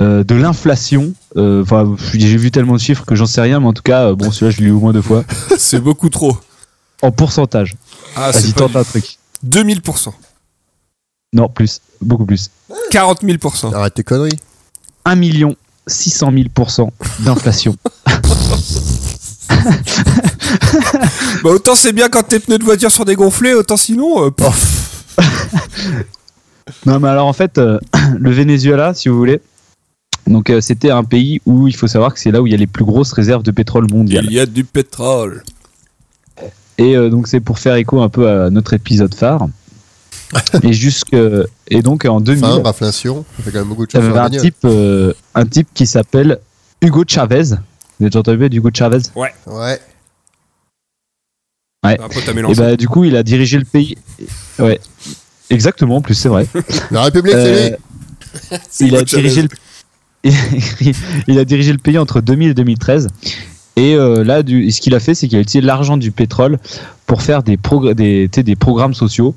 F: euh, de l'inflation Euh, Enfin, j'ai vu tellement de chiffres que j'en sais rien, mais en tout cas, euh, bon celui-là je l'ai lu au moins deux fois.
E: C'est beaucoup trop.
F: En pourcentage.
E: Ah,
F: Vas-y
E: c'est pas...
F: tente un truc.
E: 2000%.
F: Non plus, beaucoup plus.
E: 40 000%.
D: Arrête tes conneries.
F: 1 million 600 000 d'inflation.
E: Bah, autant c'est bien quand tes pneus de voiture sont dégonflés, autant sinon. euh, pff.
F: Non, mais alors en fait, euh, le Venezuela, si vous voulez, donc euh, c'était un pays où il faut savoir que c'est là où il y a les plus grosses réserves de pétrole mondial.
E: il y a du pétrole.
F: Et euh, donc c'est pour faire écho un peu à notre épisode phare. et jusque et donc en 2000,
D: Enfin, inflation. Ça fait quand même beaucoup de
F: il y
D: choses.
F: avait
D: sur la
F: un
D: bagnole.
F: type, euh, un type qui s'appelle Hugo Chavez. Vous avez déjà entendu parler d'Hugo Chavez
D: Ouais.
E: Après, t'as
F: Et
E: mélangé.
F: bah du coup, il a dirigé le pays. Ouais, exactement. En plus, c'est vrai.
D: La République, c'est lui.
F: Euh, il, a
E: Hugo
F: dirigé le... il a dirigé le pays entre 2000 et 2013. Et euh, là, du- ce qu'il a fait, c'est qu'il a utilisé l'argent du pétrole pour faire des, progr- des, tu sais, des programmes sociaux.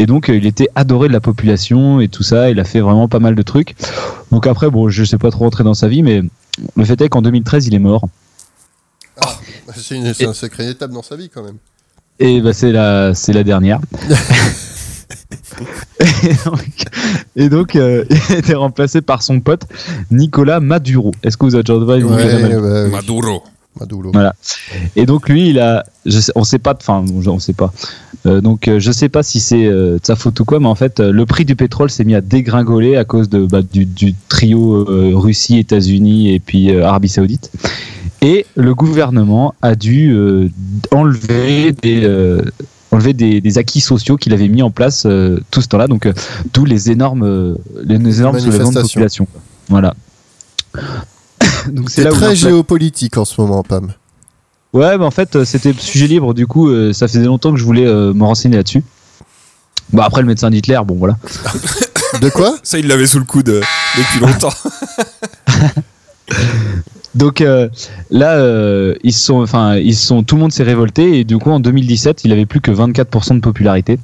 F: Et donc, euh, il était adoré de la population et tout ça. Il a fait vraiment pas mal de trucs. Donc après, bon, je sais pas trop rentrer dans sa vie, mais le fait est qu'en 2013, il est mort.
D: C'est une, c'est un sacré étape dans sa vie, quand même.
F: Et bah, c'est la, c'est la dernière. et donc, et donc, euh, il a été remplacé par son pote Nicolas Maduro. Est-ce que vous Bah, avez déjà entendu parler de Nicolas Maduro
D: bah, oui.
E: Maduro.
D: Maduro.
F: Ouais. Et donc lui, il a, je sais- on sait pas, enfin, bon, je- on sait pas. Euh, donc euh, je sais pas si c'est euh, de sa faute ou quoi, mais en fait, euh, le prix du pétrole s'est mis à dégringoler à cause de bah, du, du trio euh, Russie, États-Unis et puis euh, Arabie Saoudite. Et le gouvernement a dû euh, enlever des euh, enlever des, des acquis sociaux qu'il avait mis en place euh, tout ce temps-là, donc euh, d'où les énormes, euh, les énormes soulèvements de
D: Manifestations.
F: population. Voilà. Donc c'est
D: C'est
F: là où
D: très
F: leur pla-
D: géopolitique en ce moment, Pam.
F: Ouais, mais en fait, euh, c'était sujet libre. Du coup, euh, ça faisait longtemps que je voulais euh, me renseigner là-dessus. Bah après le médecin d'Hitler, bon voilà.
D: De quoi
E: Ça, il l'avait sous le coude euh, depuis longtemps.
F: Donc euh, là, euh, ils se sont, enfin, ils se sont, tout le monde s'est révolté et du coup en 2017, il avait plus que 24% de popularité.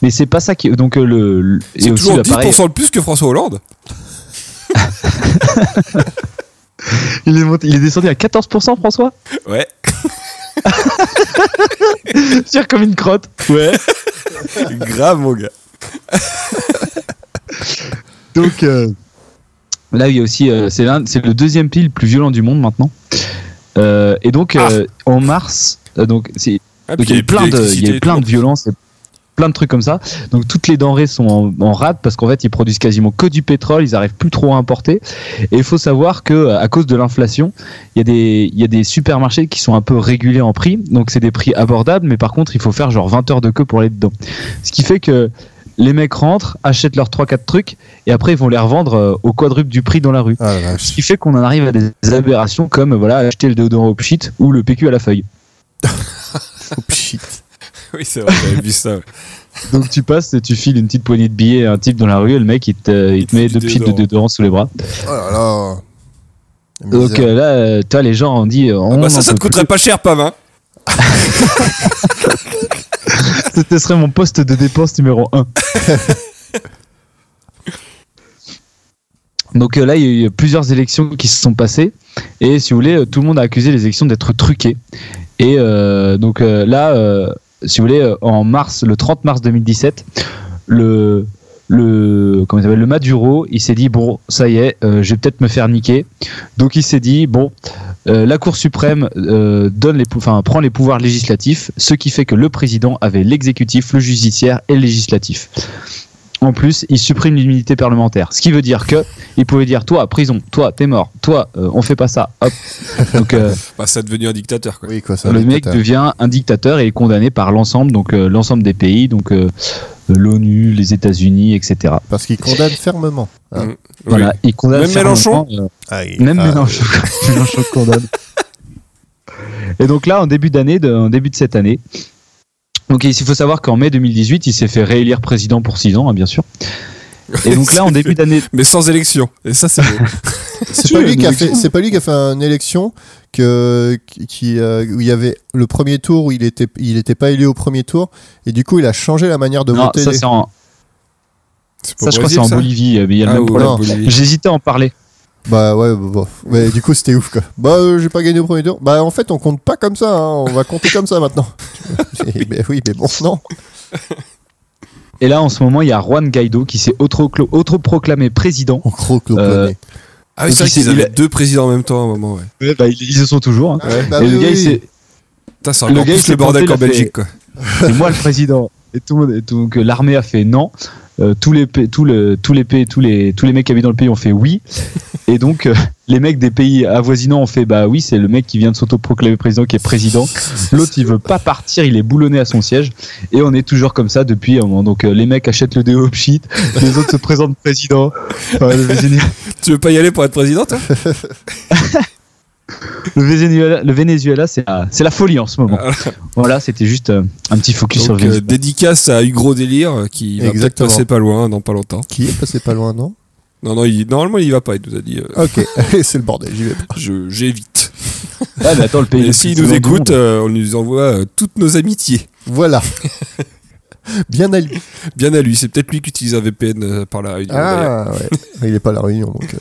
F: Mais c'est pas ça qui, donc euh, le, le- et
E: C'est
F: aussi,
E: toujours
F: bah, pareil,
E: 10% de plus que François Hollande.
F: il est, monté- il est descendu à 14% François.
E: Ouais.
F: Tire comme une crotte. Ouais.
E: Grave, mon gars.
F: Donc euh, là, il y a aussi, euh, c'est l'un- c'est le deuxième pays le plus violent du monde maintenant. Euh, et donc euh, en mars, euh, donc c'est
E: Ah,
F: Donc,
E: puis
F: il y a eu plein de, il y
E: d'électricité
F: a eu
E: et
F: plein
E: tout.
F: de violences, et plein de trucs comme ça. Donc toutes les denrées sont en, en rade parce qu'en fait ils produisent quasiment que du pétrole, ils arrivent plus trop à importer. Et il faut savoir que euh, à cause de l'inflation, il y a des, il y a des supermarchés qui sont un peu régulés en prix, donc c'est des prix abordables, mais par contre il faut faire genre 20 heures de queue pour aller dedans. Ce qui fait que les mecs rentrent, achètent leurs 3-4 trucs et après ils vont les revendre euh, au quadruple du prix dans la rue.
D: Ah la
F: Ce
D: vache.
F: qui fait qu'on en arrive à des aberrations comme euh, voilà acheter le déodorant au pchit ou le PQ à la feuille.
D: Oh, shit.
E: Oui, c'est vrai, j'avais vu ça. ouais.
F: Donc tu passes, tu files une petite poignée de billets à un type dans la rue, et le mec il te, il
E: Il
F: te
E: te
F: met
E: fout
F: deux
E: du
F: petites de
E: déodorant.
F: déodorant sous les bras.
D: Oh là là. La
F: Donc
D: misère.
F: euh, là, euh, toi les gens ont dit, euh, on
E: Ah bah ça,
F: n'en
E: ça te
F: peut plus.
E: coûterait pas cher, Pam. Hein
F: Ce serait mon poste de dépense numéro 1. Donc euh, là, il y a eu plusieurs élections qui se sont passées. Et si vous voulez, euh, tout le monde a accusé les élections d'être truquées. Et euh, donc euh, là, euh, si vous voulez, euh, en mars, le 30 mars 2017, le, le, comment il s'appelle, le Maduro, il s'est dit, bon, ça y est, euh, je vais peut-être me faire niquer. Donc il s'est dit, bon, euh, la Cour suprême euh, donne les, pou- enfin, prend les pouvoirs législatifs, ce qui fait que le président avait l'exécutif, le judiciaire et le législatif. En plus, il supprime l'immunité parlementaire, ce qui veut dire que il pouvait dire toi prison, toi t'es mort, toi euh, on fait pas ça. Hop. Donc euh,
E: Bah, ça a devenu un dictateur, quoi.
D: Oui, quoi, ça
F: le
D: va,
F: mec
D: tata.
F: devient un dictateur et est condamné par l'ensemble, donc euh, l'ensemble des pays, donc euh, l'ONU, les États-Unis, etc.
D: Parce qu'il condamne fermement.
F: Voilà,
E: Oui.
F: il condamne
E: Même
F: fermement,
E: Mélenchon
F: euh,
D: Aïe.
F: Même
D: Ah,
F: Mélenchon, Mélenchon condamne. Et donc là, en début d'année, de- en début de cette année, donc il faut savoir qu'en mai 2018, il s'est fait réélire président pour 6 ans, hein, bien sûr. Et donc là, en
E: C'est
F: début
E: fait.
F: d'année,
E: Mais sans élection. Et ça, c'est beau.
D: C'est pas, lui qui a
F: mais-
D: fait, c'est pas lui qui a fait une élection que, qui, euh, où il y avait le premier tour où il était, il était pas élu au premier tour et du coup il a changé la manière de
F: non,
D: voter.
F: ça
D: les-
F: c'est en,
E: C'est pas
F: ça je crois que c'est en
E: possible,
F: Bolivie, euh, mais il y a
E: ça
F: le
E: Ah,
F: même
E: ouais,
F: problème.
E: en Bolivie.
F: J'hésitais à en parler.
D: Bah ouais, bah, bah. mais du coup c'était ouf quoi. Bah euh, j'ai pas gagné au premier tour. Bah en fait on compte pas comme ça, hein. on va compter comme ça maintenant. Et, bah, oui, mais bon, non.
F: Et là, en ce moment, il y a Juan Guaido qui s'est autoclo- autoproclamé président.
D: On croque le
F: Euh,
D: planet.
E: Ah oui, c'est
F: Donc,
E: vrai
F: il s'est-
E: qu'ils avaient
F: il a-
E: deux présidents en même temps à un moment, ouais.
F: ils, se sont toujours. hein.
D: Ah, bah
F: Et
D: oui,
F: le gars, il
D: oui.
F: s'est-
E: Putain, c'est
F: Le
E: encore
F: gars, il
E: plus
F: s'est
E: le bordel
F: planté,
E: qu'en
F: il a fait-
E: Belgique, quoi.
F: c'est moi le président. Et tout le monde, et donc euh, l'armée a fait non. Euh, tous les pa- tous le- tous les pays- tous les tous les mecs qui habitent dans le pays ont fait oui. Et donc euh, les mecs des pays avoisinants ont fait bah oui, c'est le mec qui vient de s'autoproclamer président qui est président. L'autre il veut pas partir, il est boulonné à son siège et on est toujours comme ça depuis un moment. Donc euh, les mecs achètent le déo shit, les autres se présentent président. Enfin, le Vénézuélien-
E: Tu veux pas y aller pour être président, toi
F: le Vénézuela, le Venezuela c'est la, c'est la folie en ce moment.
E: Ah.
F: Voilà, c'était juste euh, un petit focus sur
E: Donc,
F: le
E: euh,
F: Venezuela.
E: dédicace à Hugo Délire euh, qui va peut-être
D: Exactement.
E: passer pas loin dans pas longtemps.
D: Qui est passé pas loin, non
E: Non, non, il- normalement il y va pas. Il nous a dit euh,
D: Ok, allez, c'est le bordel, j'y vais pas.
E: je- j'évite.
F: Ah, mais attends, le pays le
E: Et
F: plus
E: s'il euh, nous
F: violent du
E: écoute,
F: monde.
E: euh, on lui envoie euh, toutes nos amitiés.
D: Voilà. Bien à lui.
E: Bien à lui, c'est peut-être lui qui utilise un VPN euh, par la Réunion. d'ailleurs.
D: Ah ouais, il n'est pas à la réunion donc. euh.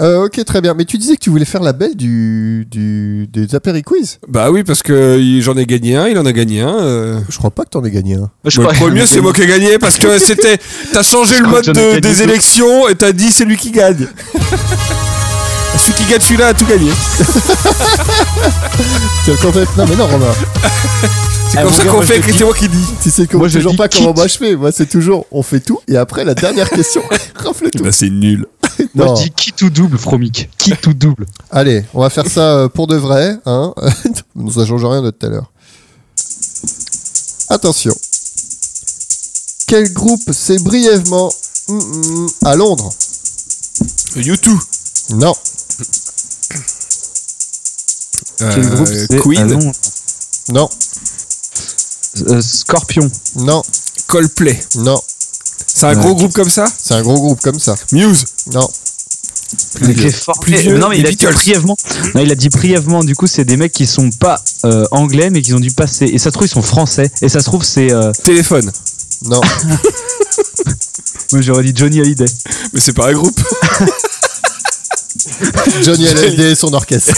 D: Euh, ok, très bien. Mais tu disais que tu voulais faire la belle du, du des apéri quiz.
E: Bah oui, parce que euh, j'en ai gagné un, il en a gagné un. euh.
D: Je crois pas que t'en aies gagné hein. un.
F: Je
E: Bah,
F: crois
E: le premier, c'est moi qui ai gagné parce que c'était. T'as changé le
F: crois
E: mode
F: que j'en ai
E: de-
F: gagné
E: des
F: deux.
E: élections et t'as dit c'est lui qui gagne. celui qui gagne, celui-là a tout gagné.
D: Tu as quand même- Non mais non Romain.
E: C'est
F: Ah,
E: comme
F: mon
E: ça
F: gars,
E: qu'on
F: moi,
E: fait,
F: je
E: que c'est moi qui dis.
D: Tu sais comment,
F: Moi, je
D: toujours
F: dis
D: pas comment
F: quitte.
D: moi je fais. Moi c'est toujours on fait tout et après la dernière question rafle tout.
E: Bah, c'est nul.
F: Moi
D: Non.
F: je dis qui tout double, Fromic. Qui tout double.
D: Allez, on va faire ça euh, pour de vrai. Hein. Non, ça change rien de tout à l'heure. Attention. Quel groupe s'est brièvement hum, mm, mm, à Londres
E: YouTube.
D: Non.
F: Quel
E: Euh,
F: groupe c'est
E: Queen,
F: Ah non,
D: Non,
F: euh, Scorpion.
D: non,
E: Coldplay.
D: non.
E: C'est un
F: Ouais.
E: gros groupe comme ça
D: C'est un gros groupe comme ça.
E: Muse.
D: Non.
F: Les forts-
E: Plus vieux,
F: non mais il
E: les
F: a dit
E: Beatles.
F: brièvement. Non, il a dit brièvement. Du coup, c'est des mecs qui sont pas euh, anglais, mais qui ont dû passer. Et ça se trouve, ils sont français. Et ça se trouve, c'est. euh,
E: Téléphone.
D: Non.
F: moi, j'aurais dit Johnny Hallyday.
E: Mais c'est pas un groupe.
D: Johnny LSD et son orchestre.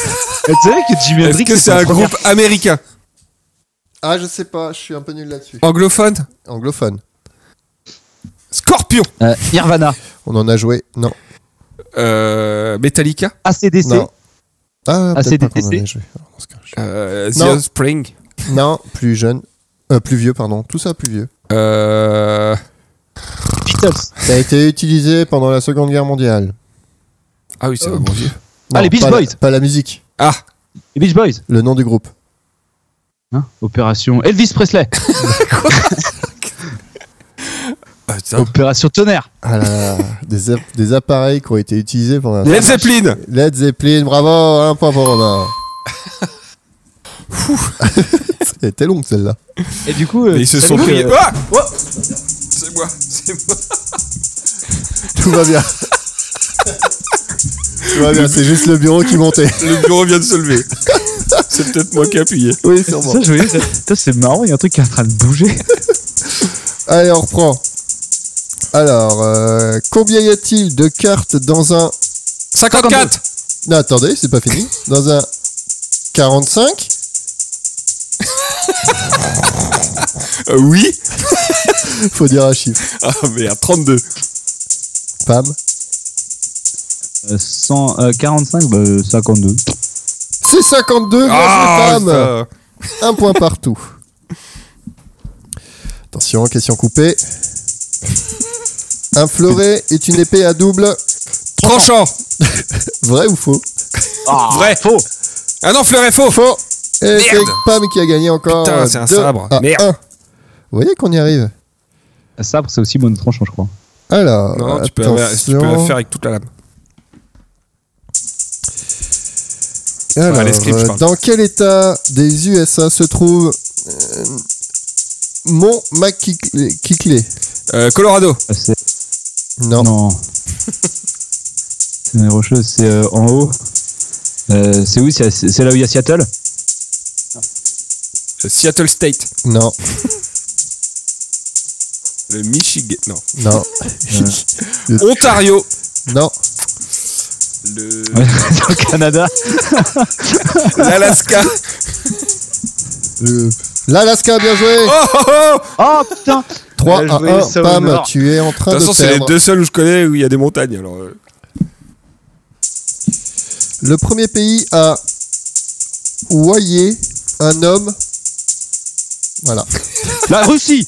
F: Euh, tu savais que Jimi
E: Est-ce
F: Hendrix
E: que c'est
F: son
E: un
F: premier-
E: groupe américain
D: Ah, je sais pas, je suis un peu nul là-dessus.
E: Anglophone
D: Anglophone.
E: Scorpion.
F: Euh, Nirvana,
D: On en a joué. Non.
E: Euh, Metallica.
F: ACDC.
D: Non. Ah,
F: Ah, c'est
D: peut-être pas qu'on en
F: DTC.
D: a joué. Alors, dans ce cas, je-
E: Euh,
D: Non.
E: The Spring.
D: Non, plus jeune. Euh, plus vieux, pardon. Tout ça plus vieux.
E: Euh,
F: Beatles.
D: Ça a été utilisé pendant la Seconde Guerre mondiale.
E: Ah oui, c'est un bon vieux.
F: Ah, les Beach
D: pas la-
F: Boys.
D: pas la musique,
E: Ah,
F: Les Beach Boys.
D: le nom du groupe.
F: Hein, Opération Elvis Presley.
E: ah, putain.
F: Opération Tonnerre.
D: Ah là là, des, ap- des appareils qui ont été utilisés pendant la...
E: Led Zeppelin.
D: Led Zeppelin, bravo, un point pour Romain. C'était longue celle-là.
F: Et du coup, euh,
E: Mais ils se
F: tu
E: sont
F: savais
E: pris.
F: que-
E: Ah Oh c'est moi, c'est moi.
D: Tout va bien. Tout va bien, c'est juste le bureau qui montait.
E: Le bureau vient de se lever. C'est peut-être moi qui ai appuyé.
D: Oui,
F: Ça, je voyais, ça- Putain, c'est marrant, il y a un truc qui est en train de bouger.
D: Allez, on reprend. Alors, euh, combien y a-t-il de cartes dans un
E: 54
D: Non, attendez, c'est pas fini. Dans un 45
E: Euh, Oui
D: Faut dire un chiffre.
E: Ah merde, 32.
D: Pam,
F: Euh, 100, euh, 45, bah, euh, 52.
D: c'est 52.
E: Ah,
D: bien joué, Pam
E: ça.
D: Un point partout. Attention, question coupée. Un fleuret est une épée à double.
E: Tranchant
D: Vrai ou faux
E: Vrai Faux Ah non, fleur est faux
D: Faux Et c'est
E: Merde.
D: Pam qui a gagné encore.
E: Putain, c'est un
D: deux
E: sabre.
D: à
E: Merde.
D: un. Vous voyez qu'on y arrive
F: Un Sabre, Ah, c'est aussi bonne tranchant, je crois.
D: Alors,
E: Non, tu peux,
D: attention.
E: tu peux la faire avec toute la lame.
D: Alors,
E: les scripts, je
D: euh,
E: parle.
D: dans quel état des USA se trouve euh, Mont McKinley
E: Euh, Colorado.
F: Ah, c'est-
D: Non.
F: Non. c'est une rocheuse, c'est euh, en haut. Euh, c'est où C'est à- c'est là où il y a Seattle
E: Euh, Seattle State.
D: Non,
E: Le Michigan. Non.
D: non,
E: Ontario.
D: non,
E: Le...
F: Dans le Canada
E: L'Alaska.
D: Euh, L'Alaska, bien joué
E: Oh, oh, oh
F: Oh putain
D: 3
F: Bien
D: à
F: joué,
D: 1,
F: ça au
D: Pam,
F: nord.
D: tu es en train
E: De
D: de,
E: toute façon, c'est les
D: perdre.
E: deux seuls où je connais où il y a des montagnes. Alors, euh,
D: Le premier pays à voyer un homme. Voilà.
F: La Russie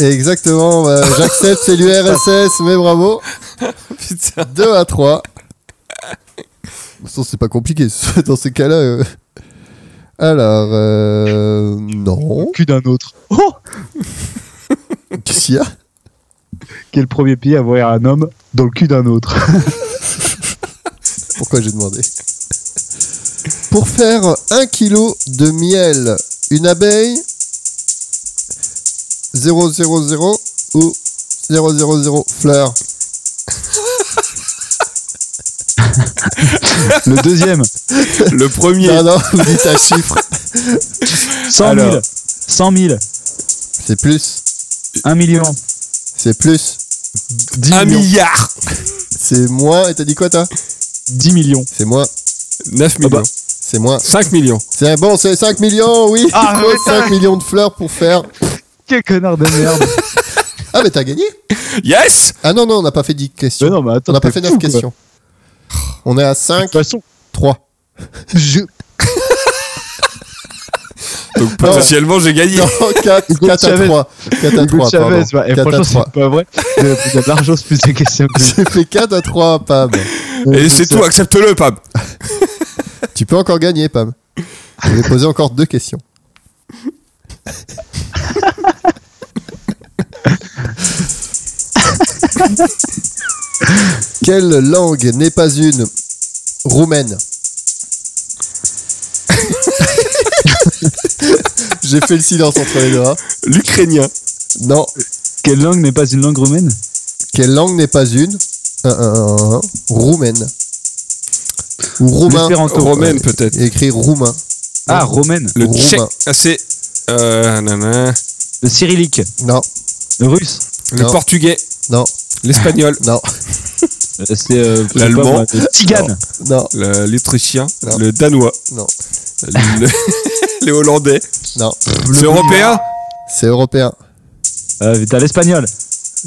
D: Exactement, euh, j'accepte, c'est l'URSS, mais bravo.
E: Putain.
D: 2 à 3. De toute façon, c'est pas compliqué dans ces cas-là. euh. Alors, euh, non.
F: Cul d'un autre. Oh
D: Qu'est-ce qu'il y a
F: Quel premier pied à voir un homme dans le cul d'un autre
D: Pourquoi j'ai demandé Pour faire un kilo de miel, une abeille 000 ou 000 fleurs
F: Le deuxième
E: Le premier.
D: Ah Non, non, vous dites un chiffre.
F: 100 000
E: Alors.
F: 100 000
D: C'est plus,
F: 1 million
D: c'est plus,
F: 10
E: Un
F: millions
E: milliard.
D: c'est moins. Et t'as dit quoi, toi
F: 10 millions
D: C'est moins,
E: 9
F: Ah
E: millions.
F: bah.
D: c'est moins.
E: 5 millions.
D: C'est bon, c'est 5 millions, oui
F: Ah,
D: Il faut
F: putain.
D: 5 millions de fleurs pour faire.
F: Quel connard de merde
D: Ah, mais t'as gagné
E: Yes
D: Ah non, non, on n'a pas fait 10
F: Mais
D: questions.
F: non mais attends
D: on n'a pas
F: t'es
D: fait
F: fou,
D: 9
F: quoi.
D: questions. On est à
F: De
D: 5,
F: toute façon
D: 3.
E: Donc potentiellement, j'ai gagné.
D: 4,
F: Hugo
D: 4 à
F: Chavez.
D: 3. 4 à 3,
F: Hugo Chavez,
D: pardon.
F: bah, et
D: 4 à
F: franchement
D: 3.
F: c'est pas vrai Il y a de l'argent c'est plus de questions que
D: J'ai fait 4 à 3, Pam.
E: Et c'est tout, accepte-le, Pam.
D: Tu peux encore gagner, Pam. Je vais poser encore deux questions. Quelle langue n'est pas une Roumaine. J'ai fait le silence entre les doigts.
E: L'ukrainien.
D: Non,
F: Quelle langue n'est pas une langue roumaine
D: quelle langue n'est pas une Un, un, un, un. Roumaine. Ou roumain.
F: L'espéranto.
E: Romaine, peut-être.
D: Il y a écrit roumain.
F: Ah, romaine.
E: Le
D: Roumain.
E: tchèque. Ah, c'est. euh, nanana.
F: Le cyrillique.
D: Non,
F: Le russe.
E: le
D: Non.
E: portugais.
D: non,
E: L'espagnol.
D: non,
F: Euh, C'est euh, je sais
E: L'allemand.
F: pas moi, le tzigane.
D: non,
E: le- L'autrichien.
D: Non.
E: Le danois.
D: Non.
E: Le, les hollandais.
D: non.
E: C'est européen.
D: C'est européen.
F: Euh, T'as l'espagnol.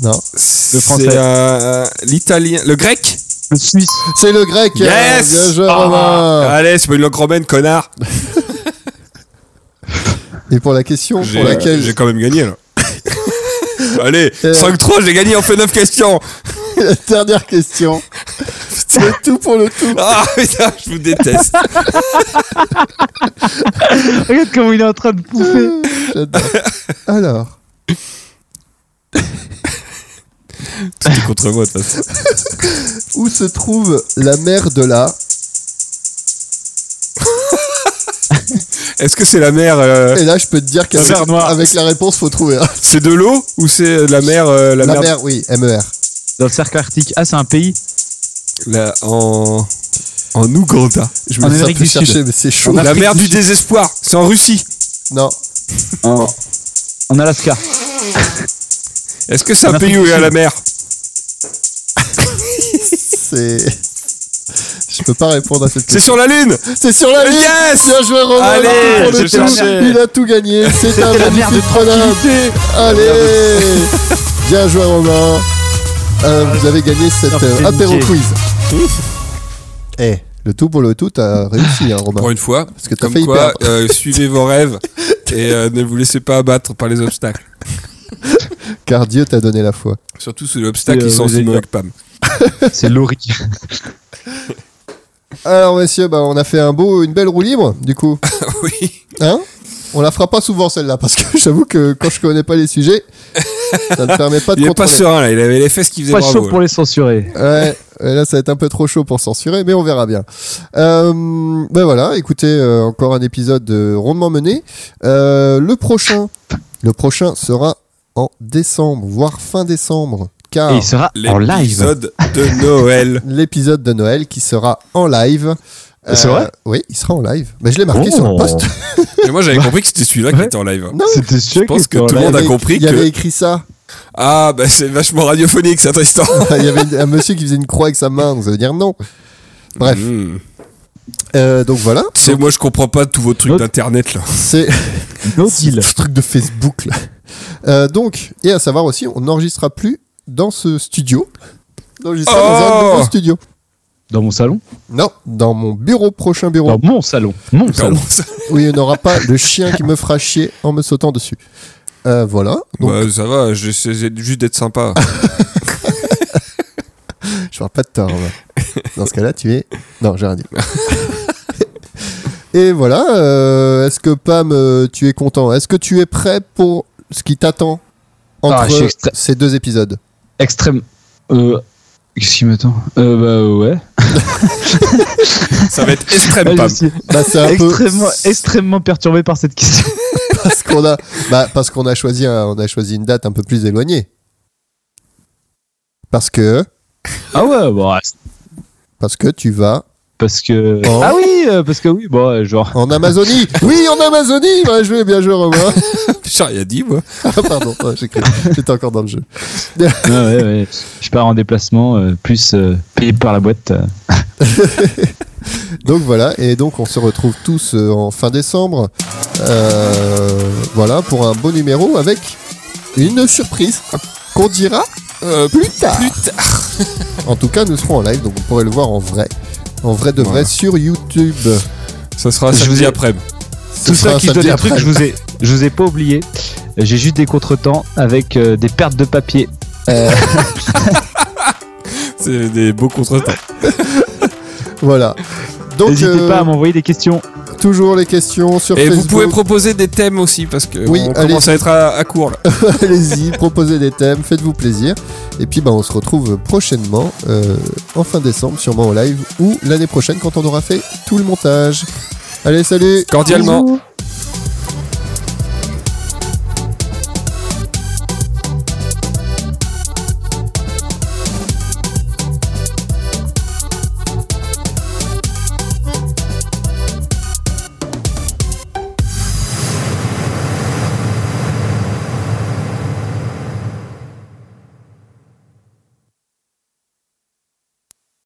D: Non.
E: Le
F: français.
E: euh, L'italien. Le grec.
F: Le suisse.
D: C'est le grec.
E: Yes
D: euh, Bien joué,
E: Ah.
D: Romain.
E: Allez, c'est pas une langue romaine, connard.
D: Et pour la question
E: J'ai
D: pour laquelle
E: j'ai quand même gagné là. Allez,
D: Euh.
E: 5-3, j'ai gagné, on fait 9 questions.
D: la dernière question. C'est tout pour le tout.
E: Ah putain, je vous déteste.
F: Regarde comment il est en train de pouffer.
D: J'adore. Alors,
E: Tout est contre moi de toute façon.
D: où se trouve la mer de la
E: Est-ce que c'est la mer euh,
D: Et là, je peux te dire qu'avec
F: Mer Noire.
D: avec la réponse, faut trouver. hein.
E: C'est de l'eau ou c'est euh, de la mer euh, la,
D: La,
E: mer,
D: mer, oui, E MER.
F: Dans le cercle arctique. Ah, c'est un pays.
E: la- en en Ouganda.
D: Je
F: En
D: me suis un
F: Amérique
D: peu
F: du Sud.
D: cherché, mais c'est chaud.
E: La mer du désespoir, c'est en Russie.
D: Non,
F: En, en Alaska.
E: Est-ce que c'est
F: En
E: un pays
F: Afrique
E: où
F: du
E: il y a
F: Sud.
E: la mer
D: c'est. Je peux pas répondre à cette
E: C'est
D: question.
E: sur la lune.
D: C'est sur la lune
E: Yes
D: Bien joué Romain
E: Allez,
D: il a tout pour le
E: je
D: tout.
E: cherchais.
D: Il a tout gagné, c'est un magnifique prenable Allez Bien joué Romain Euh, Vous avez gagné cette
F: Putain,
D: euh,
F: c'est
D: apéro
F: niqué.
D: quiz. Eh, le tout pour le tout, t'as réussi hein, Romain.
E: Pour une fois,
D: Parce que t'as
E: comme
D: failli
E: quoi,
D: perdre.
E: euh, suivez vos rêves et euh, ne vous laissez pas abattre par les obstacles.
D: Car Dieu t'a donné la foi.
E: Surtout sous l'obstacle
F: Et, euh,
E: qui s'en
F: vous allez
E: avec Pam.
F: C'est Lori.
D: Alors messieurs, bah, on a fait un beau, une belle roue libre du coup.
E: oui.
D: Hein on la fera pas souvent celle-là parce que j'avoue que quand je connais pas les sujets, ça ne permet pas de
E: Il est pas
D: contrôler.
E: serein là, il avait les fesses qui faisaient
F: Pas
E: bravo.
F: chaud
E: là.
F: pour les censurer.
D: Ouais, et là ça va être un peu trop chaud pour censurer, mais on verra bien. Euh, ben voilà, écoutez, euh, encore un épisode de rondement mené. Euh, le prochain, le prochain sera en décembre, voire fin décembre, car
F: Et il sera en live.
E: L'épisode de Noël.
D: l'épisode de Noël qui sera en live. Euh,
F: C'est vrai
D: Oui, il sera en live. Mais je l'ai marqué
F: Oh.
D: sur le post.
E: Et moi j'avais compris que c'était celui-là qui
F: Ouais.
E: était en live.
D: Non,
F: C'était sûr
E: Je pense que
F: qu'il
E: tout
F: était
E: le
F: en
E: monde
F: live.
E: a
D: il y avait-
E: compris
D: Il y
E: que-
D: avait écrit ça.
E: Ah bah c'est vachement radiophonique cette histoire.
D: il y avait une- un monsieur qui faisait une croix avec sa main, donc ça veut dire non. Bref,
E: Hmm.
D: Euh, donc voilà,
E: Tu sais, moi je comprends pas tous vos trucs
F: Note.
E: d'internet là.
D: c'est
F: No deal.
D: Ce truc de Facebook là. Euh, donc, et à savoir aussi, on n'enregistrera plus dans ce studio. On enregistrera dans un
E: Oh
D: nouveau studio.
F: Dans mon salon
D: Non, dans mon bureau, prochain bureau.
F: Dans mon salon. Mon salon.
E: Comment ça
D: Oui, il n'y aura pas le chien qui me fera chier en me sautant dessus. Euh, voilà, donc
E: Bah, ça va, j'essaie juste d'être sympa.
D: je ne pas de tort. là. Dans ce cas-là, tu es. Non, j'ai rien dit. Et voilà, euh, est-ce que Pam, euh, tu es content Est-ce que tu es prêt pour ce qui t'attend
F: Ah, je suis
D: entre
F: extra-
D: ces deux épisodes
F: Extrême. Euh. Qu'est-ce qui m'attend Euh, bah ouais.
E: ça va être extrême
F: Ah,
E: Pam.
F: je suis
D: Bah, c'est un peu-
F: extrêmement, extrêmement perturbé par cette question.
D: parce qu'on a bah, parce qu'on a choisi un- on a choisi une date un peu plus éloignée. Parce que
F: Ah ouais, bon, ouais, c'est
D: parce que tu vas
F: parce que.
D: Oh.
F: Ah oui, euh, parce que oui, bon, euh, genre.
D: en Amazonie. Oui, en Amazonie. Bah, je vais bien jouer Romain.
E: J'ai rien dit moi.
D: Ah, pardon, ouais, j'ai cru. J'étais encore dans le jeu.
F: Ouais, ouais, ouais. Je pars en déplacement, euh, plus euh, payé par la boîte. euh.
D: Donc voilà, et donc on se retrouve tous euh, en fin décembre. Euh, voilà pour un beau numéro avec une surprise qu'on dira
E: Euh,
D: plus tard. En tout cas, nous serons en live, donc vous pourrez le voir en vrai, en vrai de vrai
E: Voilà.
D: sur YouTube.
E: ça sera
F: Je
E: samedi
F: vous ai-
E: après.
F: Tout
D: sera
F: ça qui se donne
D: samedi
F: des trucs,
D: après.
F: je vous ai, je vous ai pas oublié. Euh, J'ai juste des contretemps avec euh, des pertes de papier.
E: C'est des beaux contretemps.
D: Voilà. Donc
F: N'hésitez
D: euh,
F: pas à m'envoyer des questions.
D: toujours les questions sur
E: Et vous
D: Facebook.
E: pouvez proposer des thèmes aussi parce que
D: Oui,
E: on
D: allez-y.
E: commence à être à, à court là.
D: Allez-y, proposez des thèmes, faites-vous plaisir. Et puis bah, on se retrouve prochainement, euh, en fin décembre, sûrement en live, ou l'année prochaine quand on aura fait tout le montage. Allez, salut
E: Cordialement.
I: Bisous.